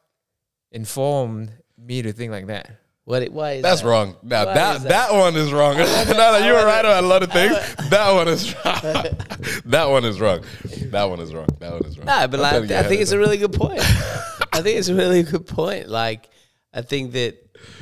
Speaker 2: informed me to think like that?"
Speaker 1: What it why is
Speaker 3: That's
Speaker 1: that?
Speaker 3: wrong. Now
Speaker 1: Why
Speaker 3: that,
Speaker 1: is
Speaker 3: that
Speaker 1: that?
Speaker 3: one is wrong. now that you were right about a lot of things, that one is wrong. that one is wrong. That one is wrong. That one is wrong.
Speaker 1: No, but
Speaker 3: I'm telling
Speaker 1: like,
Speaker 3: you,
Speaker 1: I think it's a
Speaker 3: had
Speaker 1: really good point. I think it's a really good point. Like, I think that,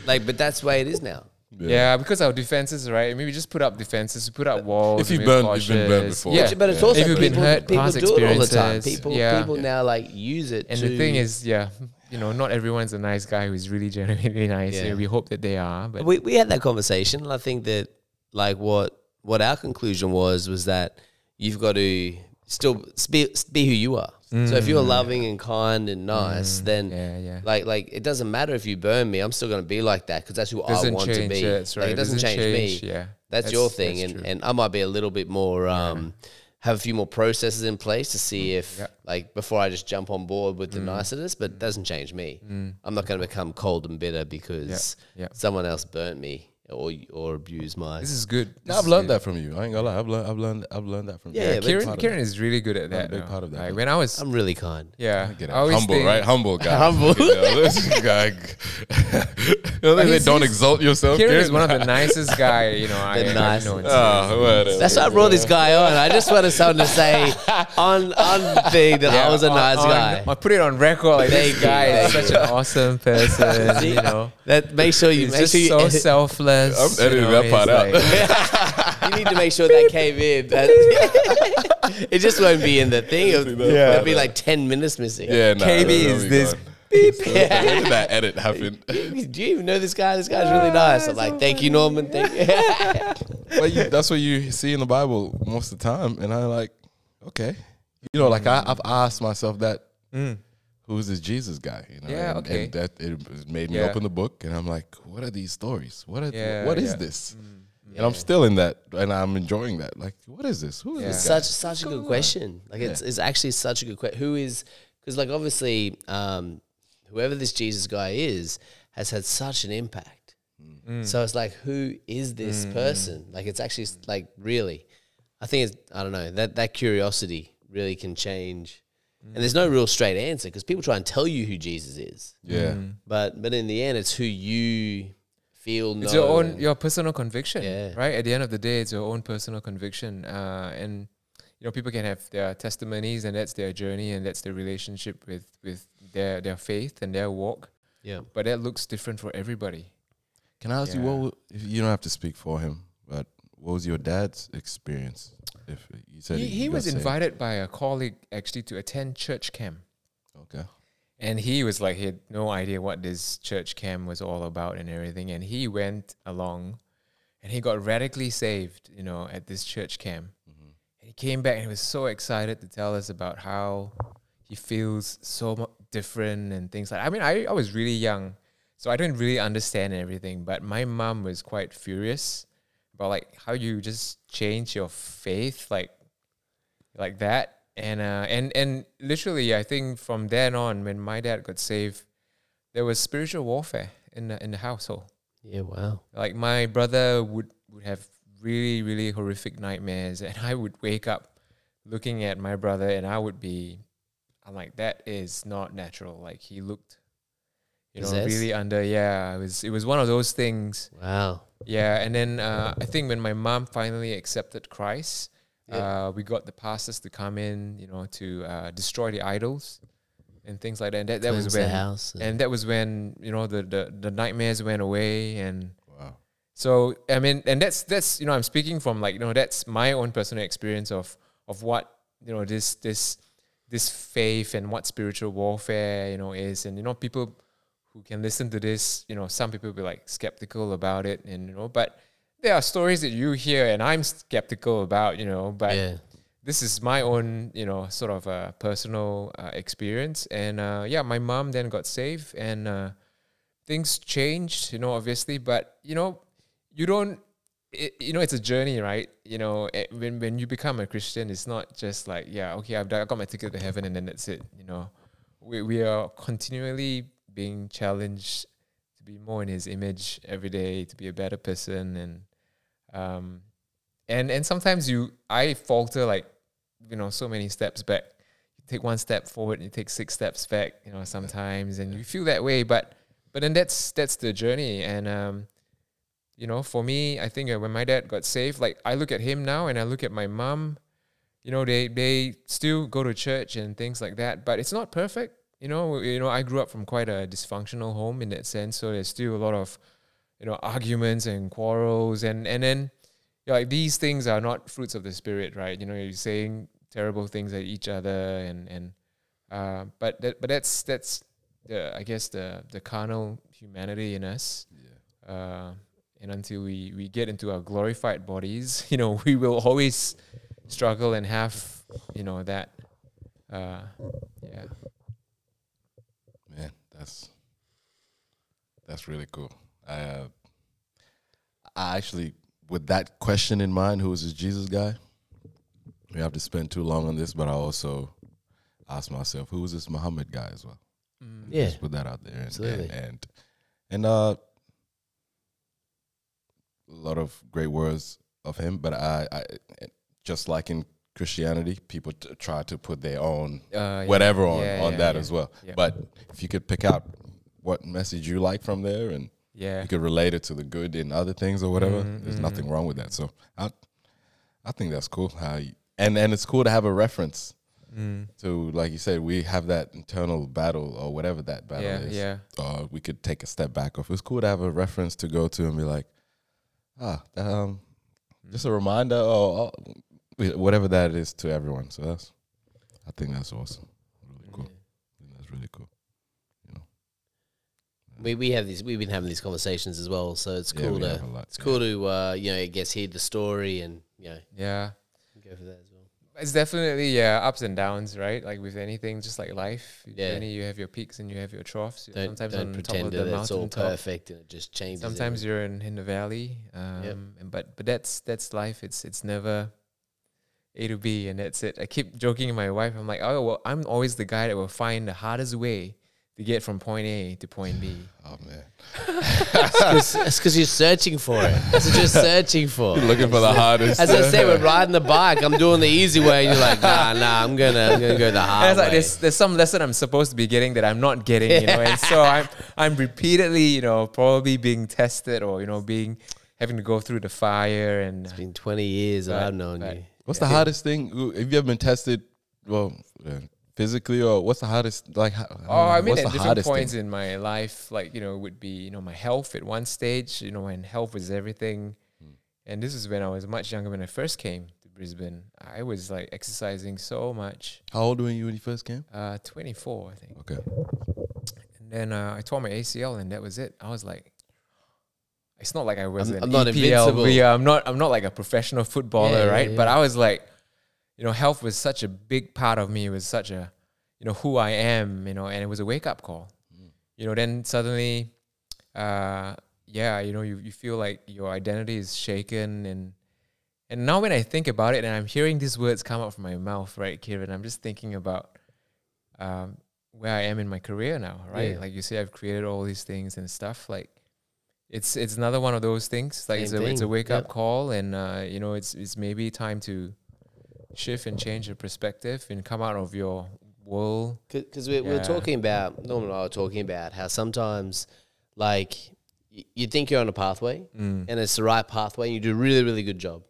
Speaker 1: like, but that's the way it is now.
Speaker 2: Yeah. because our defenses, right? I mean, we just put up defenses, we put up walls.
Speaker 3: If you've
Speaker 2: we're
Speaker 3: burned- you've been burned
Speaker 2: cautious.
Speaker 3: before.
Speaker 2: Yeah,
Speaker 3: Which-
Speaker 1: But it's
Speaker 3: Yeah.
Speaker 1: also
Speaker 2: If you've
Speaker 1: people,
Speaker 2: been hurt,
Speaker 1: people
Speaker 2: past
Speaker 1: do it all the time.
Speaker 2: experiences.
Speaker 1: People,
Speaker 2: Yeah.
Speaker 1: people now like use it.
Speaker 2: And
Speaker 1: to,
Speaker 2: the thing is, yeah, you know, not everyone's a nice guy who's really genuinely nice.
Speaker 1: Yeah.
Speaker 2: Yeah, we hope that they are, but
Speaker 1: we we had that conversation. and I think that, like, what what our conclusion was was that you've got to still be, be who you are. So if you're loving and kind and nice, then
Speaker 2: Mm. yeah, yeah.
Speaker 1: Like, like it doesn't matter if you burn me. I'm still going to be like that because that's who I
Speaker 2: doesn't
Speaker 1: want to
Speaker 2: change.
Speaker 1: be.
Speaker 2: yeah, that's
Speaker 1: Like,
Speaker 2: right.
Speaker 1: it doesn't, change, me.
Speaker 2: Yeah,
Speaker 1: That's, your thing,
Speaker 2: that's
Speaker 1: and,
Speaker 2: true.
Speaker 1: and I might be a little bit more um, have a few more processes in place to see if
Speaker 2: Yeah.
Speaker 1: like before I just jump on board with the
Speaker 2: Mm.
Speaker 1: niceties, but it doesn't change me. I'm not going to become cold and bitter because
Speaker 2: yeah.
Speaker 1: someone else burnt me or or abused my.
Speaker 2: this is good.
Speaker 3: No, I've learned that from you. I ain't gonna lie. I've learned. I've learned. I've learned that from you.
Speaker 1: Yeah, Yeah, but
Speaker 3: Kieran-
Speaker 1: it's-
Speaker 2: Kieran, Kieran is really good at that.
Speaker 3: big
Speaker 2: though.
Speaker 3: part of that,
Speaker 2: Like,
Speaker 3: though.
Speaker 2: when I was,
Speaker 1: I'm really kind.
Speaker 2: yeah,
Speaker 3: Get
Speaker 2: I
Speaker 3: it.
Speaker 2: always
Speaker 3: Humble,
Speaker 2: think-
Speaker 3: right? Humble guy.
Speaker 1: Humble.
Speaker 3: You know, this guy. You know, they
Speaker 2: he's-
Speaker 3: don't
Speaker 2: he's-
Speaker 3: exalt yourself.
Speaker 2: Kieran is one of the nicest guy. You know, I
Speaker 1: The
Speaker 2: I've known.
Speaker 1: nicest.
Speaker 3: Ah, whatever.
Speaker 1: That's why I brought this guy on. I just wanted someone to say on on thing that I was a
Speaker 2: On-
Speaker 1: nice
Speaker 2: on-
Speaker 1: guy.
Speaker 2: Oh, I put it on record. Like
Speaker 1: Thank
Speaker 2: this
Speaker 1: you,
Speaker 2: guy is
Speaker 1: thank
Speaker 2: such an awesome person. you know,
Speaker 1: That make sure you
Speaker 2: he's
Speaker 1: make
Speaker 2: just
Speaker 1: sure you,
Speaker 2: so selfless.
Speaker 3: I'm
Speaker 2: you
Speaker 3: editing
Speaker 2: know,
Speaker 3: that part
Speaker 2: he's
Speaker 3: out.
Speaker 2: like-
Speaker 1: you need to make sure that came in. That- it just won't be in the thing. It'll,
Speaker 3: Yeah.
Speaker 1: it'll be like ten minutes missing.
Speaker 3: Yeah, nah,
Speaker 2: KB
Speaker 3: there
Speaker 2: is
Speaker 3: we
Speaker 2: this
Speaker 3: go. So, Where did that edit happen?
Speaker 1: do you even know this guy? This guy's really nice. I'm like, thank you, Norman. Thank you.
Speaker 3: but you, that's what you see in the Bible most of the time. And I'm like, okay, you know, like I, I've asked myself that, who's this Jesus guy? You know,
Speaker 2: Mm. Yeah,
Speaker 3: and,
Speaker 2: okay.
Speaker 3: And that it made me
Speaker 2: Yeah.
Speaker 3: open the book, and I'm like, what are these stories? What are
Speaker 2: Yeah,
Speaker 3: what is
Speaker 2: yeah. Mm,
Speaker 3: this? And I'm still in that, and I'm enjoying that. Like, what is this? Who is
Speaker 2: Yeah.
Speaker 3: this guy?
Speaker 1: such such a good question. Like, it's, it's actually such a good question. Who is? Because like obviously, um, whoever this Jesus guy is has had such an impact.
Speaker 2: Mm.
Speaker 1: So it's like, who is this person? Like, it's actually s- like really. I think it's I don't know that that curiosity really can change. And there's no
Speaker 2: Mm.
Speaker 1: real straight answer because people try and tell you who Jesus is,
Speaker 3: Yeah,
Speaker 2: Mm.
Speaker 1: but but in the end, it's who you feel.
Speaker 2: It's
Speaker 1: know
Speaker 2: your own
Speaker 1: and-
Speaker 2: your personal conviction,
Speaker 1: Yeah.
Speaker 2: right? At the end of the day, it's your own personal conviction, uh, and you know people can have their testimonies, and that's their journey, and that's their relationship with with their their faith and their walk.
Speaker 1: yeah.
Speaker 2: But that looks different for everybody.
Speaker 3: Can I ask you
Speaker 2: Yeah.
Speaker 3: what? wa- If you don't have to speak for him, but what was your dad's experience? If you said
Speaker 2: He, he
Speaker 3: got
Speaker 2: was
Speaker 3: saved?
Speaker 2: invited by a colleague actually to attend church camp,
Speaker 3: Okay.
Speaker 2: and he was like he had no idea what this church camp was all about and everything, and he went along, and he got radically saved, you know, at this church camp. And he came back and he was so excited to tell us about how he it feels so mu different and things like I mean, I, I was really young, so I didn't really understand everything, but my mom was quite furious about like how you just change your faith like like that. And uh and and literally I think from then on when my dad got saved, there was spiritual warfare in the in the household
Speaker 4: Yeah, wow.
Speaker 2: like my brother would would have really really horrific nightmares and i would wake up looking at my brother and i would be i'm like that is not natural like he looked you know
Speaker 4: Possessed?
Speaker 2: really under yeah it was it was one of those things
Speaker 4: Wow.
Speaker 2: yeah and then uh, i think when my mom finally accepted christ uh, we got the pastors to come in you know to uh, destroy the idols and things like that and that, that was
Speaker 4: Cleanse the
Speaker 2: when
Speaker 4: house and-
Speaker 2: and that was when you know the, the the nightmares went away and
Speaker 3: Wow.
Speaker 2: so I mean, and that's that's you know I'm speaking from like you know that's my own personal experience of of what you know this this this faith and what spiritual warfare you know is, and you know people who can listen to this, you know, some people be like skeptical about it, and you know, but there are stories that you hear, and I'm skeptical about, you know, but
Speaker 4: Yeah.
Speaker 2: this is my own, you know, sort of uh, personal uh, experience. And uh, yeah, my mom then got saved and uh, things changed, you know, obviously. But, you know, you don't, it, you know, it's a journey, right? You know, eh, when, when you become a Christian, it's not just like, yeah, okay, I've done, I got my ticket to heaven and then that's it, you know. We, we are continually being challenged to be more in his image every day, to be a better person. And, um, and and sometimes you I falter like you know so many steps back. You take one step forward and you take six steps back. You know sometimes and you feel that way, but but then that's that's the journey. And um, you know for me, I think uh, when my dad got saved, like I look at him now and I look at my mom. You know they they still go to church and things like that, but it's not perfect. You know you know I grew up from quite a dysfunctional home in that sense, so there's still a lot of you know arguments and quarrels and and then yeah, like these things are not fruits of the spirit, right? You know, you're saying terrible things at each other, and and uh, but that, but that's that's the I guess the the carnal humanity in us, uh, and until we we get into our glorified bodies, you know, we will always struggle and have you know that, uh, yeah.
Speaker 3: Man, that's that's really cool. I uh, I actually with that question in mind, who is this Jesus guy? We have to spend too long on this, but I also ask myself, who is this Muhammad guy as well?
Speaker 2: Mm. Uh,
Speaker 4: Yeah.
Speaker 3: Just put that out there. And
Speaker 4: Absolutely.
Speaker 3: and, and and uh a lot of great words of him, but I, I just like in Christianity, people t- try to put their own
Speaker 2: Uh, yeah.
Speaker 3: whatever on,
Speaker 2: Yeah,
Speaker 3: on
Speaker 2: yeah,
Speaker 3: that
Speaker 2: yeah.
Speaker 3: as well.
Speaker 2: Yeah.
Speaker 3: But if you could pick out what message you like from there and
Speaker 2: yeah.
Speaker 3: you could relate it to the good in other things or whatever,
Speaker 2: Mhm,
Speaker 3: there's
Speaker 2: mhm.
Speaker 3: nothing wrong with that. So I I think that's cool how you, and and it's cool to have a reference
Speaker 2: Mm.
Speaker 3: to like you said we have that internal battle or whatever that battle
Speaker 2: yeah,
Speaker 3: is.
Speaker 2: yeah,
Speaker 3: Or we could take a step back off. It's cool to have a reference to go to and be like, ah, that, um,
Speaker 2: Mm-hmm.
Speaker 3: just a reminder or or whatever that is to everyone. So that's I think that's awesome. Really
Speaker 2: Mm-hmm.
Speaker 3: cool. I think that's really cool.
Speaker 4: We we have these we've been having these conversations as well, so it's
Speaker 3: Yeah,
Speaker 4: cool
Speaker 3: we
Speaker 4: to
Speaker 3: have a lot,
Speaker 4: it's cool to uh, you know, I guess hear the story and you know,
Speaker 2: yeah.
Speaker 4: go for that as well.
Speaker 2: It's definitely yeah, ups and downs, right? Like with anything, just like life.
Speaker 4: Yeah.
Speaker 2: Yeah. you have your peaks and you have your troughs. You're
Speaker 4: Don't
Speaker 2: sometimes
Speaker 4: don't
Speaker 2: on
Speaker 4: pretend
Speaker 2: top of
Speaker 4: that
Speaker 2: the
Speaker 4: it's all
Speaker 2: mountain top.
Speaker 4: perfect and it just changes.
Speaker 2: Sometimes you're in, in the valley. Um
Speaker 4: Yep.
Speaker 2: and but but that's that's life. It's it's never A to B and that's it. I keep joking with my wife, I'm like, Oh well, I'm always the guy that will find the hardest way to get from point A to point B.
Speaker 3: Oh man.
Speaker 4: that's because you're searching for it. That's what you're searching for.
Speaker 3: Looking for the hardest.
Speaker 4: As I say, we're riding the bike. I'm doing the easy way, and you're like, nah, nah. I'm gonna, I'm gonna go the
Speaker 2: And
Speaker 4: hard
Speaker 2: it's like
Speaker 4: way.
Speaker 2: there's, there's some lesson I'm supposed to be getting that I'm not getting, you know. And so I'm I'm repeatedly, you know, probably being tested or you know being having to go through the fire and
Speaker 4: It's been 20 years that
Speaker 2: But-
Speaker 4: I've known
Speaker 2: but-
Speaker 4: you.
Speaker 3: What's the hardest thing? Ooh, Have you ever been tested? Well, uh, physically or what's the hardest? Like, ho- don't
Speaker 2: oh, I
Speaker 3: know,
Speaker 2: mean,
Speaker 3: what's
Speaker 2: at
Speaker 3: the
Speaker 2: different
Speaker 3: hardest
Speaker 2: points
Speaker 3: thing?
Speaker 2: in my life, like you know, would be you know my health at one stage, you know, when health was everything,
Speaker 3: Hmm.
Speaker 2: and this is when I was much younger when I first came to Brisbane. I was like exercising so much.
Speaker 3: How old were you when you first came?
Speaker 2: Uh, 24, I think.
Speaker 3: Okay.
Speaker 2: And then uh, I tore my ACL, and that was it. I was like, it's not like I was
Speaker 4: I'm-
Speaker 2: an
Speaker 4: I'm not
Speaker 2: EPL,
Speaker 4: invincible.
Speaker 2: yeah, I'm not. I'm not like a professional footballer,
Speaker 4: Yeah, yeah,
Speaker 2: right? But I was like, you know, health was such a big part of me. It was such a, you you know who I am, you know, and it was a wake up call.
Speaker 4: Mm.
Speaker 2: You know, then suddenly, uh, yeah, you know, you, you feel like your identity is shaken, and and now when I think about it, and I'm hearing these words come out from my mouth, right, Kieran, I'm just thinking about um, where I am in my career now, right?
Speaker 1: Yeah.
Speaker 2: Like you say, I've created all these things and stuff, like. It's it's another one of those things. Like it's
Speaker 1: Same
Speaker 2: a, it's a
Speaker 1: thing,
Speaker 2: wake up
Speaker 1: yep.
Speaker 2: call, and uh, you know it's it's maybe time to shift and change your perspective and come out of your world.
Speaker 1: because we, we were
Speaker 2: Yeah.
Speaker 1: talking about Norman and I were talking about how sometimes, like, y- you think you're on a pathway and it's the right pathway, and you do a really really good job,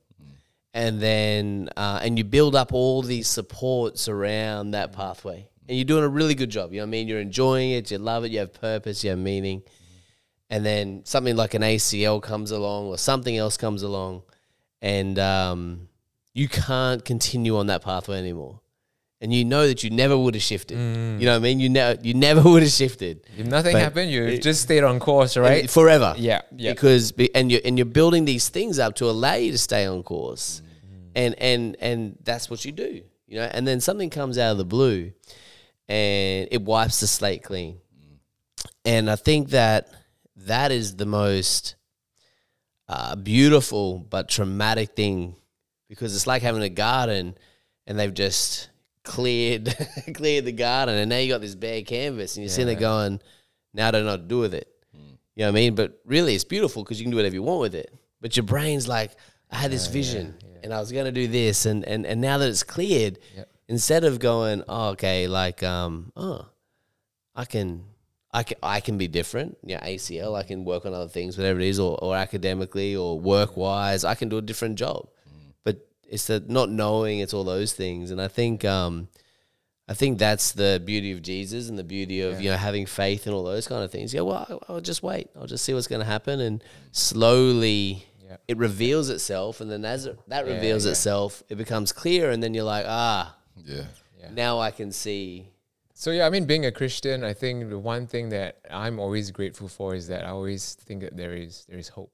Speaker 1: and then uh, and you build up all these supports around that pathway, and you're doing a really good job. You know what I mean? You're enjoying it, you love it, you have purpose, you have meaning, and then something like an ACL comes along or something else comes along, and um, you can't continue on that pathway anymore and you know that you never would have shifted.
Speaker 2: Mm.
Speaker 1: You know what I mean? You never you never would have shifted
Speaker 2: If nothing
Speaker 1: But
Speaker 2: happened, you
Speaker 1: it-
Speaker 2: just stayed on course,
Speaker 1: And
Speaker 2: right?
Speaker 1: forever.
Speaker 2: Yeah, yeah.
Speaker 1: Because be- and you are and you're building these things up to allow you to stay on course,
Speaker 2: Mm.
Speaker 1: and and and that's what you do. You know, and then something comes out of the blue, and it wipes the slate clean.
Speaker 2: Mm.
Speaker 1: And I think that that is the most uh, beautiful but traumatic thing because it's like having a garden and they've just cleared cleared the garden and now you got this bare canvas and you're sitting there going, now I don't know what to do with it. You know what I mean? But really it's beautiful because you can do whatever you want with it. But your brain's like, I had this vision and I was gonna do this and and, and now that it's cleared, instead of going, oh, okay, like um, oh, I can I can, I can be different. Yeah, ACL, I can work on other things, whatever it is, or, or academically or work wise, I can do a different job. But it's the not knowing, it's all those things. And I think um, I think that's the beauty of Jesus and the beauty of you know having faith and all those kind of things. Yeah, well, I- I'll just wait. I'll just see what's going to happen, and slowly
Speaker 2: Yeah.
Speaker 1: it reveals itself, and then as it- that reveals itself, it becomes clear, and then you're like, ah,
Speaker 3: Yeah.
Speaker 1: now I can see.
Speaker 2: So yeah, I mean, being a Christian, I think the one thing that I'm always grateful for is that I always think that there is there is hope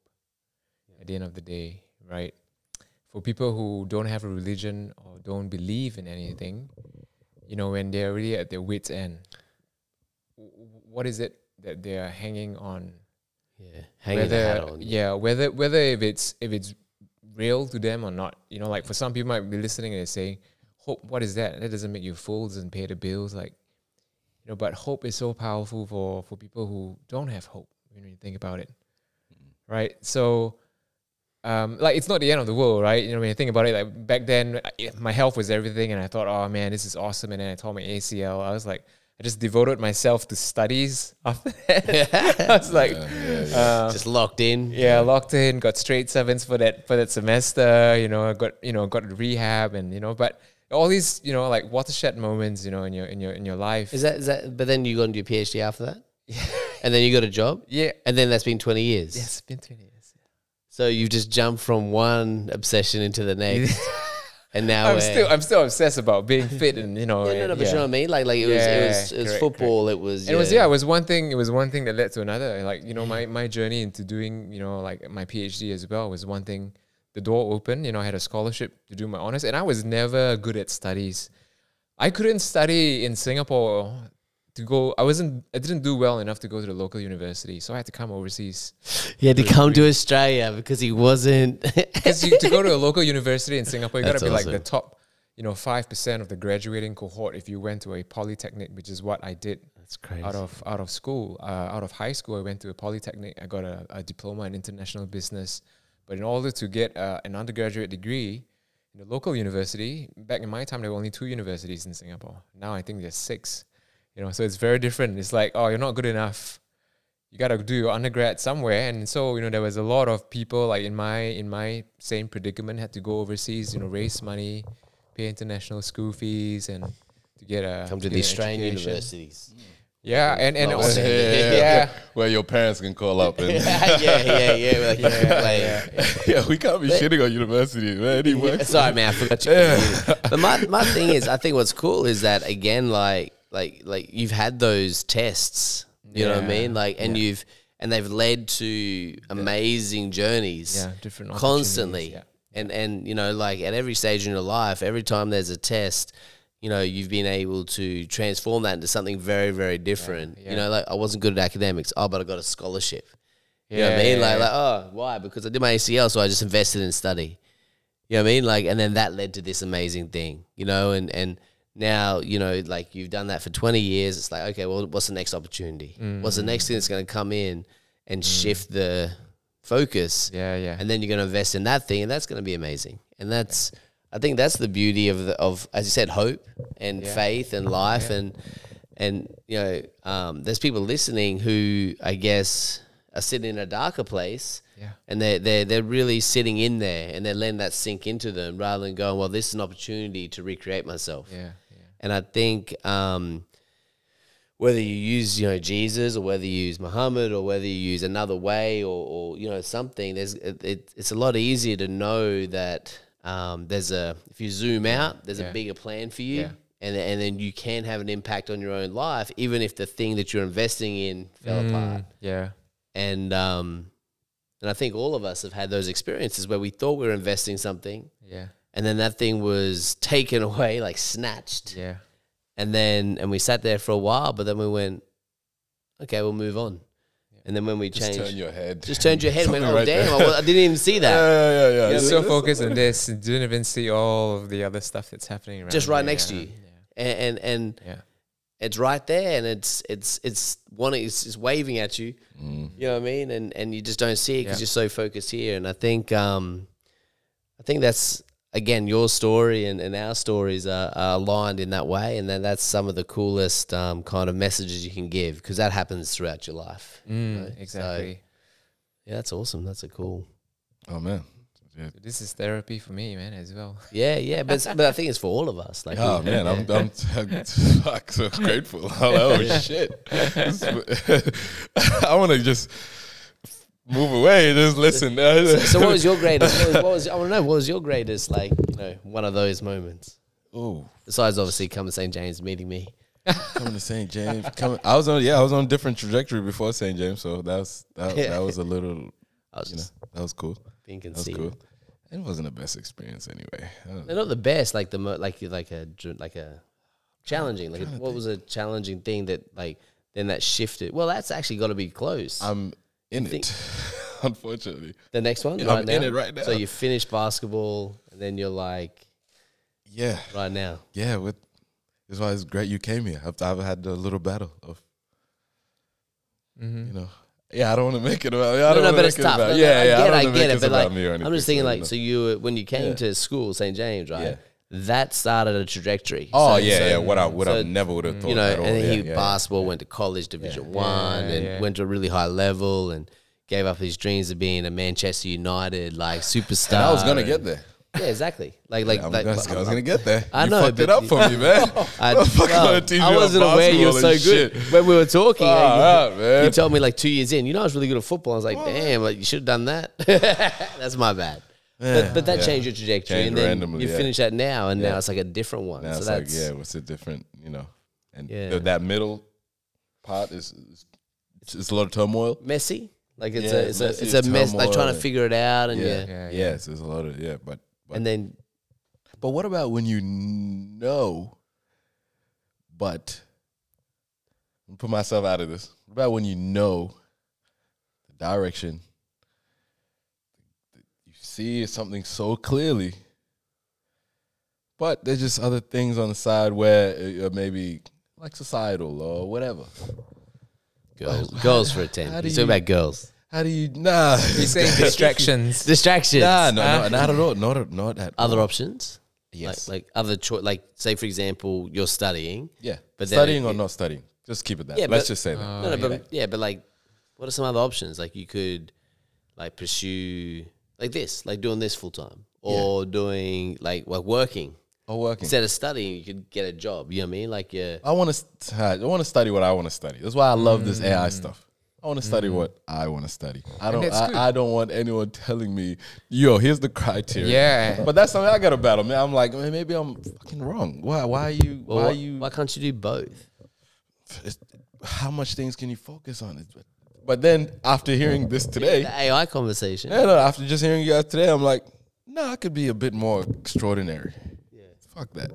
Speaker 2: at the end of the day, right? For people who don't have a religion or don't believe in anything, you know, when they're really at their wits' end, w- w- what is it that they are hanging on?
Speaker 1: Yeah, hanging
Speaker 2: whether
Speaker 1: the hat on.
Speaker 2: yeah whether whether if it's if it's real to them or not you know like for some people might be listening and they're saying hope what is that that doesn't make you full doesn't pay the bills like you know but hope is so powerful for for people who don't have hope when you think about it right so um, like it's not the end of the world, right? You know, when you think about it, like back then, I, my health was everything, and I thought, oh man, this is awesome. And then I tore my ACL. I was like, I just devoted myself to studies after that. I was like, uh,
Speaker 1: Just locked in.
Speaker 2: yeah, locked in, got straight sevens for that for that semester. You know, got you know got rehab and you know, but all these you know like watershed moments, you know, in your in your in your life.
Speaker 1: Is that is that? But then you got into your PhD after that, and then you got a job,
Speaker 2: yeah,
Speaker 1: and then that's been twenty years.
Speaker 2: yes, it's been twenty years.
Speaker 1: So you've just jumped from one obsession into the next, and now
Speaker 2: I'm
Speaker 1: we're-
Speaker 2: still I'm still obsessed about being fit and you know.
Speaker 1: Yeah, no, no,
Speaker 2: and-
Speaker 1: but you know
Speaker 2: yeah.
Speaker 1: what I mean. Like, like it
Speaker 2: Yeah,
Speaker 1: was, it was, it was
Speaker 2: correct,
Speaker 1: football. It was,
Speaker 2: And it was yeah, it was one thing. It was one thing that led to another. Like you know, my my journey into doing you know like my PhD as well was one thing. The door opened. You know, I had a scholarship to do my honors, and I was never good at studies. I couldn't study in Singapore to go. I wasn't. I didn't do well enough to go to the local university, so I had to come overseas.
Speaker 1: He had to come to Australia because he wasn't.
Speaker 2: Because to go to a local university in Singapore, you got
Speaker 1: That's
Speaker 2: to be like the
Speaker 1: awesome.
Speaker 2: top, you know, five percent of the graduating cohort if you went to a polytechnic, which is what I did.
Speaker 1: That's crazy.
Speaker 2: out of out of school, uh, out of high school, I went to a polytechnic. I got a, a diploma in international business, but in order to get uh, an undergraduate degree in the local university, back in my time there were only two universities in Singapore. Now I think there's six. You know, so it's very different. It's like, oh, you're not good enough. You gotta do your undergrad somewhere, and so you know there was a lot of people like in my in my same predicament had to go overseas. You know, raise money, pay international school fees, and to get a
Speaker 1: come to
Speaker 2: get
Speaker 1: the
Speaker 2: an
Speaker 1: Australian
Speaker 2: education.
Speaker 1: universities.
Speaker 2: Yeah, and and
Speaker 1: Not
Speaker 2: also,
Speaker 1: saying
Speaker 2: yeah,
Speaker 3: Where your parents can call up and
Speaker 1: yeah, yeah, yeah. we're like, like-
Speaker 3: yeah, we can't be shitting on university, man. Anyway.
Speaker 1: Sorry, man, I forgot you. But my, my thing is, I think what's cool is that again, like like like you've had those tests. You know what I
Speaker 2: Yeah,
Speaker 1: mean? Like, and you've and they've led to amazing journeys.
Speaker 2: Yeah, different
Speaker 1: constantly.
Speaker 2: opportunities,
Speaker 1: And and you know, like at every stage in your life, every time there's a test, you know, you've been able to transform that into something very, very different.
Speaker 2: yeah.
Speaker 1: You know, like I wasn't good at academics. Oh, but I got a scholarship.
Speaker 2: Yeah,
Speaker 1: You know what I mean?
Speaker 2: yeah,
Speaker 1: Like,
Speaker 2: yeah.
Speaker 1: like, oh, why? Because I did my ACL, so I just invested in study. You know what I mean? Like, and then that led to this amazing thing, you know, and, and now, you know, like you've done that for 20 years. It's like, okay, well, what's the next opportunity? What's the next thing that's going to come in and shift the focus?
Speaker 2: yeah, yeah.
Speaker 1: and then you're going to invest in that thing, and that's going to be amazing. And that's, I think, that's the beauty of the, of as you said, hope and faith and life and and you know, um, there's people listening who I guess are sitting in a darker place,
Speaker 2: Yeah.
Speaker 1: and they're they're they're really sitting in there, and they're letting that sink into them rather than going, well, this is an opportunity to recreate myself.
Speaker 2: yeah, yeah.
Speaker 1: And I think um, whether you use you know Jesus or whether you use Muhammad or whether you use another way or, or you know something, there's it, it, it's a lot easier to know that um, there's a if you zoom out, there's
Speaker 2: Yeah.
Speaker 1: a bigger plan for you.
Speaker 2: Yeah.
Speaker 1: And, and then you can have an impact on your own life, even if the thing that you're investing in fell
Speaker 2: Mm.
Speaker 1: apart.
Speaker 2: Yeah.
Speaker 1: And um, and I think all of us have had those experiences where we thought we were investing something,
Speaker 2: Yeah.
Speaker 1: and then that thing was taken away, like snatched
Speaker 2: Yeah.
Speaker 1: and then and we sat there for a while, but then we went, okay, we'll move on. And then when we
Speaker 3: Just
Speaker 1: changed,
Speaker 3: turn your head.
Speaker 1: just turned your head and went, oh
Speaker 3: Something right
Speaker 1: damn, I,
Speaker 3: there.
Speaker 1: wa- I didn't even see that.
Speaker 3: yeah, yeah, yeah.
Speaker 2: You're
Speaker 3: yeah.
Speaker 2: so focused on this, you didn't even see all of the other stuff that's happening around
Speaker 1: Just right
Speaker 2: you,
Speaker 1: next
Speaker 2: yeah.
Speaker 1: to you. And, and and
Speaker 2: Yeah.
Speaker 1: it's right there, and it's it's it's one it's, it's waving at you.
Speaker 3: Mm.
Speaker 1: You know what I mean? And and you just don't see it because
Speaker 2: Yeah.
Speaker 1: you're so focused here. And I think um, I think that's again your story and, and our stories are, are aligned in that way, and then that's some of the coolest um, kind of messages you can give because that happens throughout your life.
Speaker 2: Yeah. Mm, exactly.
Speaker 1: Yeah, that's awesome. That's a cool.
Speaker 3: Oh man. Yeah.
Speaker 2: this is therapy for me, man, as well.
Speaker 1: Yeah, yeah, but it's- but I think it's for all of us. Like,
Speaker 3: Oh
Speaker 1: we-
Speaker 3: man, I'm I'm, I'm fuck, so grateful. Oh shit! I want to just move away. Just listen.
Speaker 1: so what was your greatest? What was, what was I want to know? What was your greatest? Like, you know, one of those moments.
Speaker 3: Ooh,
Speaker 1: Besides, obviously, come to St James meeting me.
Speaker 3: coming to St. James. Coming, I was on. Yeah, I was on a different trajectory before St. James. So that was that, that was a little.
Speaker 1: I was
Speaker 3: You know,
Speaker 1: just
Speaker 3: that was cool.
Speaker 1: being
Speaker 3: That was
Speaker 1: conceited.
Speaker 3: cool. It wasn't the best experience anyway. I don't-
Speaker 1: They're not the best. Like the mo- like like a dr- like a challenging. Like, what was a challenging thing that like then that shifted? Well, that's actually got to be close.
Speaker 3: I'm in
Speaker 1: think-
Speaker 3: it, unfortunately.
Speaker 1: the next one,
Speaker 3: Yeah,
Speaker 1: right
Speaker 3: I'm
Speaker 1: now.
Speaker 3: in it right
Speaker 1: So
Speaker 3: now.
Speaker 1: you finish basketball, and then you're like,
Speaker 3: Yeah,
Speaker 1: right now.
Speaker 3: yeah. With that's why it's great you came here. I've, I've had a little battle of
Speaker 2: Mm-hmm.
Speaker 3: you know. Yeah, I don't want to make it about. I don't
Speaker 1: no, no,
Speaker 3: wanna
Speaker 1: but
Speaker 3: make
Speaker 1: it's
Speaker 3: it
Speaker 1: tough.
Speaker 3: about-
Speaker 1: No, no,
Speaker 3: yeah,
Speaker 1: I
Speaker 3: yeah,
Speaker 1: get,
Speaker 3: don't
Speaker 1: it, I
Speaker 3: wanna
Speaker 1: get
Speaker 3: make
Speaker 1: it,
Speaker 3: this
Speaker 1: but
Speaker 3: about
Speaker 1: like,
Speaker 3: me or anything,
Speaker 1: I'm just thinking,
Speaker 3: so
Speaker 1: like,
Speaker 3: no.
Speaker 1: so you were, when you came
Speaker 3: Yeah.
Speaker 1: to school, St James, right?
Speaker 3: Yeah.
Speaker 1: That started a trajectory.
Speaker 3: Oh
Speaker 1: So-
Speaker 3: yeah,
Speaker 1: so,
Speaker 3: yeah. What I would
Speaker 1: so,
Speaker 3: have never would have thought.
Speaker 1: You know,
Speaker 3: at all.
Speaker 1: and then
Speaker 3: yeah,
Speaker 1: he
Speaker 3: yeah,
Speaker 1: basketball went to college, Division One,
Speaker 2: Yeah,
Speaker 1: and
Speaker 2: yeah.
Speaker 1: went to a really high level, and gave up his dreams of being a Manchester United like superstar.
Speaker 3: I was gonna
Speaker 1: and-
Speaker 3: get there.
Speaker 1: yeah, exactly. Like, like,
Speaker 3: I was
Speaker 1: like
Speaker 3: gonna- I was gonna get there.
Speaker 1: I
Speaker 3: You
Speaker 1: know,
Speaker 3: fucked it
Speaker 1: but
Speaker 3: up
Speaker 1: you-
Speaker 3: for me, man.
Speaker 1: I,
Speaker 3: The fuck
Speaker 1: well,
Speaker 3: on the TV
Speaker 1: I wasn't
Speaker 3: on
Speaker 1: aware you were so
Speaker 3: basketball and
Speaker 1: good
Speaker 3: shit.
Speaker 1: when we were talking.
Speaker 3: Far
Speaker 1: like, you-
Speaker 3: out, man.
Speaker 1: You told me like two years in, you know, I was really good at football. I was like, damn, like, you should have done that. That's my bad. but, but that
Speaker 3: Yeah.
Speaker 1: changed your trajectory,
Speaker 3: Changed
Speaker 1: and then
Speaker 3: randomly,
Speaker 1: you
Speaker 3: yeah.
Speaker 1: finish that now, and now it's like a different one.
Speaker 3: Now
Speaker 1: so
Speaker 3: it's like,
Speaker 1: that's
Speaker 3: yeah, what's the different? You know, and
Speaker 1: Yeah.
Speaker 3: th- that middle part is, is it's, it's a lot of turmoil.
Speaker 1: messy. Like it's
Speaker 3: Yeah,
Speaker 1: a it's a
Speaker 3: messy,
Speaker 1: it's a mess. Like
Speaker 3: turmoil,
Speaker 1: trying to
Speaker 3: and-
Speaker 1: figure it out, and yeah,
Speaker 3: Yeah,
Speaker 2: Yeah, yeah.
Speaker 3: yes, there's a lot of yeah, but but,
Speaker 1: and then
Speaker 3: but what about when you know, but I'm gonna put myself out of this. What about when you know the direction? You see something so clearly, but there's just other things on the side where uh, uh, maybe like societal or whatever.
Speaker 1: girls girls for a ten.
Speaker 3: how do
Speaker 1: He's talking
Speaker 3: you-
Speaker 1: about girls
Speaker 3: How do you nah?
Speaker 2: He's saying distractions.
Speaker 1: distractions.
Speaker 3: nah, no, no, not at all. Not at, not at all.
Speaker 1: Other options,
Speaker 3: Yes.
Speaker 1: like like other choice. Like say for example, you're studying.
Speaker 3: yeah,
Speaker 1: but then
Speaker 3: studying
Speaker 1: it-
Speaker 3: or not studying. Just keep it that.
Speaker 1: Yeah, but-
Speaker 3: Let's
Speaker 1: uh,
Speaker 3: just say that.
Speaker 1: no, no, but yeah, but like, what are some other options? Like you could like pursue like this, like doing this full time, or doing like well, working
Speaker 3: Or working.
Speaker 1: instead of studying. You could get a job. You know what I mean? Like yeah,
Speaker 3: I want to. I want to study what I want to study. That's why I love this AI stuff. I want to study what I want to study. I don't.
Speaker 2: that's good.
Speaker 3: I, I don't want anyone telling me, "Yo, here's the criteria."
Speaker 2: Yeah.
Speaker 3: But that's something I got to battle, man. I'm like, man, maybe I'm fucking wrong. Why? Why are you?
Speaker 1: well,
Speaker 3: why
Speaker 1: why,
Speaker 3: are you?
Speaker 1: why can't you do both?
Speaker 3: it's- how much things can you focus on? It's- But then after hearing this today,
Speaker 1: The AI conversation.
Speaker 3: yeah, no, after just hearing you guys today, I'm like, no, I could be a bit more extraordinary. Fuck that.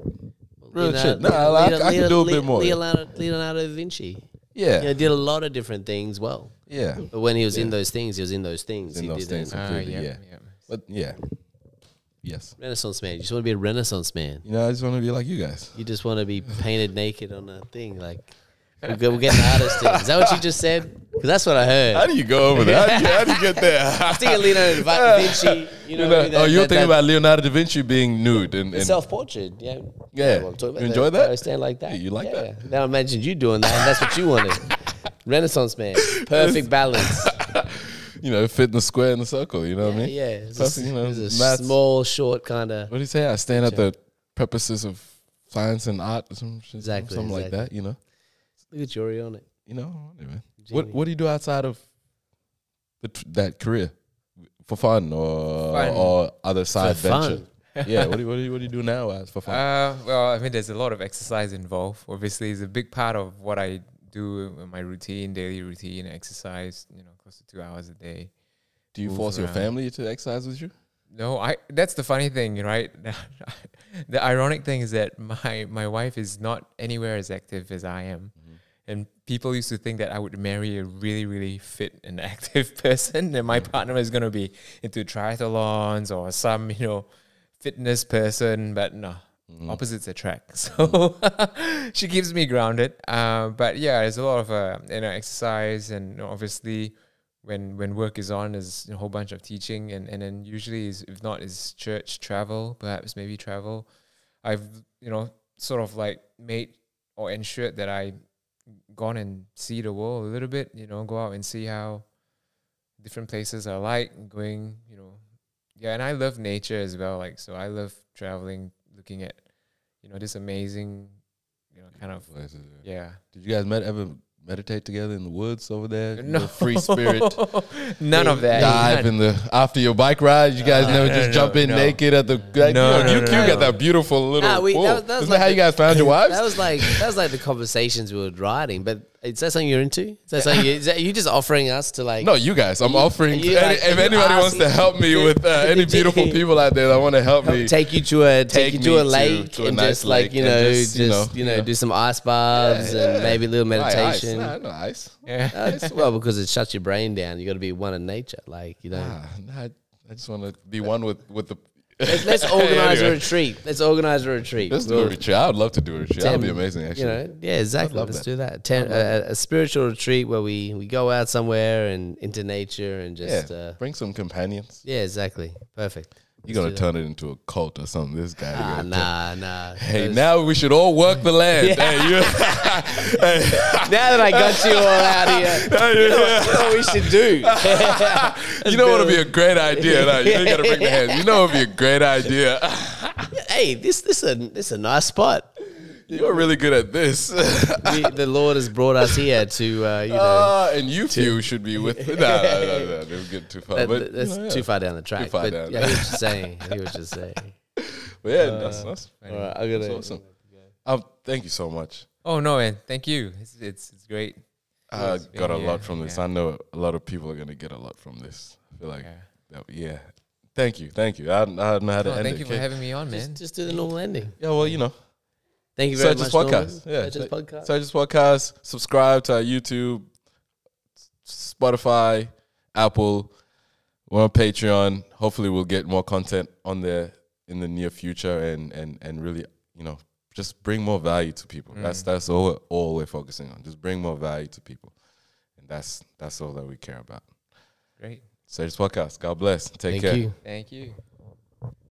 Speaker 3: Real
Speaker 1: you know,
Speaker 3: shit. No, I, I, I can do a bit more.
Speaker 1: Leonardo, Leonardo da Vinci.
Speaker 3: yeah,
Speaker 1: You know, did a lot of different things well.
Speaker 3: yeah.
Speaker 1: But when he was in those things, he was in those things.
Speaker 3: In
Speaker 1: he
Speaker 3: those
Speaker 1: didn't-
Speaker 3: things, completely,
Speaker 2: Uh, yeah,
Speaker 3: yeah.
Speaker 2: yeah.
Speaker 3: But yeah, yes.
Speaker 1: Renaissance man. You just want to be a Renaissance man.
Speaker 3: You know, I just want to be like you guys.
Speaker 1: You just want to be painted naked on a thing. Like, we'll, go, we'll get an artist in. Is that what you just said? Because that's what I heard.
Speaker 3: How do you go over there? How do you, how do you get
Speaker 1: I
Speaker 3: there?
Speaker 1: think of Leonardo da Vinci. You know, that-
Speaker 3: oh, you were
Speaker 1: that- that-
Speaker 3: thinking about Leonardo da Vinci being nude and, and
Speaker 1: self portrait. Yeah.
Speaker 3: Yeah.
Speaker 1: You, know what I'm talking about.
Speaker 3: You enjoy
Speaker 1: They-
Speaker 3: that?
Speaker 1: they stand like that.
Speaker 3: Yeah, you like that?
Speaker 1: Now imagine you doing that, and that's what you wanted. Renaissance man, perfect balance.
Speaker 3: you know, fit in the square and the circle. You know what I mean?
Speaker 1: Yeah, it's
Speaker 3: Plus,
Speaker 1: a,
Speaker 3: you know,
Speaker 1: it's a
Speaker 3: maths-
Speaker 1: small, short kind of.
Speaker 3: What do you say? I stand at the purposes of science and art or some shit,
Speaker 1: Exactly,
Speaker 3: something like
Speaker 1: exactly.
Speaker 3: that. You know,
Speaker 1: Look at Yuri on it.
Speaker 3: you know. I don't know, man. What
Speaker 1: Genie.
Speaker 3: What do you do outside of the, tr- that career for fun or
Speaker 2: Fun.
Speaker 3: or other side
Speaker 1: For
Speaker 3: venture? yeah. What do you, What do you What do you do now as for fun?
Speaker 2: Uh, well, I mean, there's a lot of exercise involved. Obviously, it's a big part of what I do in my routine, daily routine, exercise. You know, close to two hours a day.
Speaker 3: do you
Speaker 2: move
Speaker 3: force your
Speaker 2: around.
Speaker 3: family to exercise with you?
Speaker 2: No, I. That's the funny thing, right? the ironic thing is that my my wife is not anywhere as active as I am, and people used to think that I would marry a really really fit and active person, and my partner is gonna be into triathlons or some you know fitness person, but no. Opposites attract, so she keeps me grounded. Uh, but yeah, there's a lot of uh, you know exercise, and you know, obviously, when when work is on, there's a whole bunch of teaching, and and then usually, is, if not, is church travel, perhaps maybe travel. I've you know sort of like made or ensured that I gone and see the world a little bit. You know, go out and see how different places are like. Going, you know, yeah, and I love nature as well. Like, so I love traveling, looking at you know this amazing, you know, kind of yeah.
Speaker 3: Did you guys met, ever meditate together in the woods over there? You
Speaker 2: No.
Speaker 3: know, free spirit.
Speaker 2: None of that.
Speaker 3: dive
Speaker 2: None.
Speaker 3: in the after your bike ride. You guys never
Speaker 2: no,
Speaker 3: just
Speaker 2: no,
Speaker 3: jump in
Speaker 2: no.
Speaker 3: naked at the. Like,
Speaker 2: No,
Speaker 3: you know,
Speaker 2: no, no,
Speaker 3: you, you
Speaker 2: no, no.
Speaker 3: got that beautiful little.
Speaker 1: Ah, we- that
Speaker 3: pool.
Speaker 1: was- that was
Speaker 3: Isn't
Speaker 1: like
Speaker 3: that how you
Speaker 1: the-
Speaker 3: guys found your wives?
Speaker 1: That was like that was like the conversations we were riding. But is that something you're into? Is that something you, is that you just offering us to like?
Speaker 3: no, you guys. I'm offering.
Speaker 1: you
Speaker 3: any,
Speaker 1: like-
Speaker 3: if
Speaker 1: you
Speaker 3: anybody wants to
Speaker 1: ask-
Speaker 3: help me with uh, any beautiful people out there that want to help me,
Speaker 1: Take you to a take,
Speaker 3: Take
Speaker 1: you
Speaker 3: me
Speaker 1: to a
Speaker 3: to-
Speaker 1: lake
Speaker 3: to a
Speaker 1: and
Speaker 3: nice
Speaker 1: just like
Speaker 3: lake
Speaker 1: you
Speaker 3: and
Speaker 1: know
Speaker 3: just,
Speaker 1: just
Speaker 3: you
Speaker 1: you know,
Speaker 3: know, yeah.
Speaker 1: do some ice baths and maybe a little
Speaker 3: Aye, ice.
Speaker 1: meditation.
Speaker 3: Nah, no ice.
Speaker 2: Yeah.
Speaker 1: That's- well, because it shuts your brain down. You got to be one in nature, like you know.
Speaker 3: Ah, nah, I, I just want to be one with with the.
Speaker 1: Let's, let's organize a
Speaker 3: Anyway.
Speaker 1: retreat. Let's organize a retreat.
Speaker 3: Let's do a retreat. I would love to do a retreat. That'd be amazing. Actually,
Speaker 1: You know, yeah, exactly.
Speaker 3: love
Speaker 1: Let's
Speaker 3: that.
Speaker 1: do that. Ten, a, a spiritual retreat where we we go out somewhere and into nature and just
Speaker 3: yeah.
Speaker 1: yeah, uh,
Speaker 3: bring some companions.
Speaker 1: yeah exactly. Perfect.
Speaker 3: You're gonna turn it into a cult or something. This guy.
Speaker 1: Ah,
Speaker 3: gonna-
Speaker 1: nah, nah.
Speaker 3: Hey,
Speaker 1: Those-
Speaker 3: now we should all work the land. Hey, you-
Speaker 1: now that I got you all out here, you know, what- you know what we should do.
Speaker 3: You know what would be a great idea? No, you ain't gotta break the hands. You know what would be a great idea?
Speaker 1: hey, this this a this a nice spot.
Speaker 3: You're really good at this.
Speaker 1: We, the Lord has brought us here to uh, you know.
Speaker 3: Ah, and you few should be with. No, no, no, no. Don't get too far.
Speaker 1: that-
Speaker 3: But
Speaker 1: that's
Speaker 3: you know, yeah.
Speaker 1: too far down the track.
Speaker 3: far
Speaker 1: but
Speaker 3: down.
Speaker 1: yeah, he was just saying. He was just saying.
Speaker 3: But yeah, that's, that's,
Speaker 1: All right, I gotta.
Speaker 3: that's awesome. Um, thank you so much.
Speaker 2: Oh no, man! Thank you. It's it's, it's great.
Speaker 3: I
Speaker 2: Yes,
Speaker 3: got a
Speaker 2: yeah,
Speaker 3: lot from this.
Speaker 2: yeah.
Speaker 3: I know a lot of people are gonna get a lot from this. I feel like,
Speaker 2: Yeah.
Speaker 3: that- yeah. Thank you, thank you. I, I don't know how to
Speaker 2: Oh,
Speaker 3: end
Speaker 2: thank
Speaker 3: it.
Speaker 2: you for
Speaker 3: okay?
Speaker 2: having me on, man.
Speaker 1: Just, just do the normal ending.
Speaker 3: yeah, well, you know.
Speaker 1: Thank you very
Speaker 3: Search
Speaker 1: much.
Speaker 3: this
Speaker 1: Norman.
Speaker 3: podcast. Yeah.
Speaker 1: Search this podcast.
Speaker 3: Search this podcast. Subscribe to our YouTube, S- Spotify, Apple. We're on Patreon. Hopefully, we'll get more content on there in the near future, and and and really, you know, just bring more value to
Speaker 2: Mm.
Speaker 3: people. That's that's all all we're focusing on. Just bring more value to people, and that's that's all that we care about.
Speaker 2: Great.
Speaker 3: Search this podcast. God bless. Take
Speaker 1: Thank
Speaker 3: care.
Speaker 1: you.
Speaker 2: Thank you.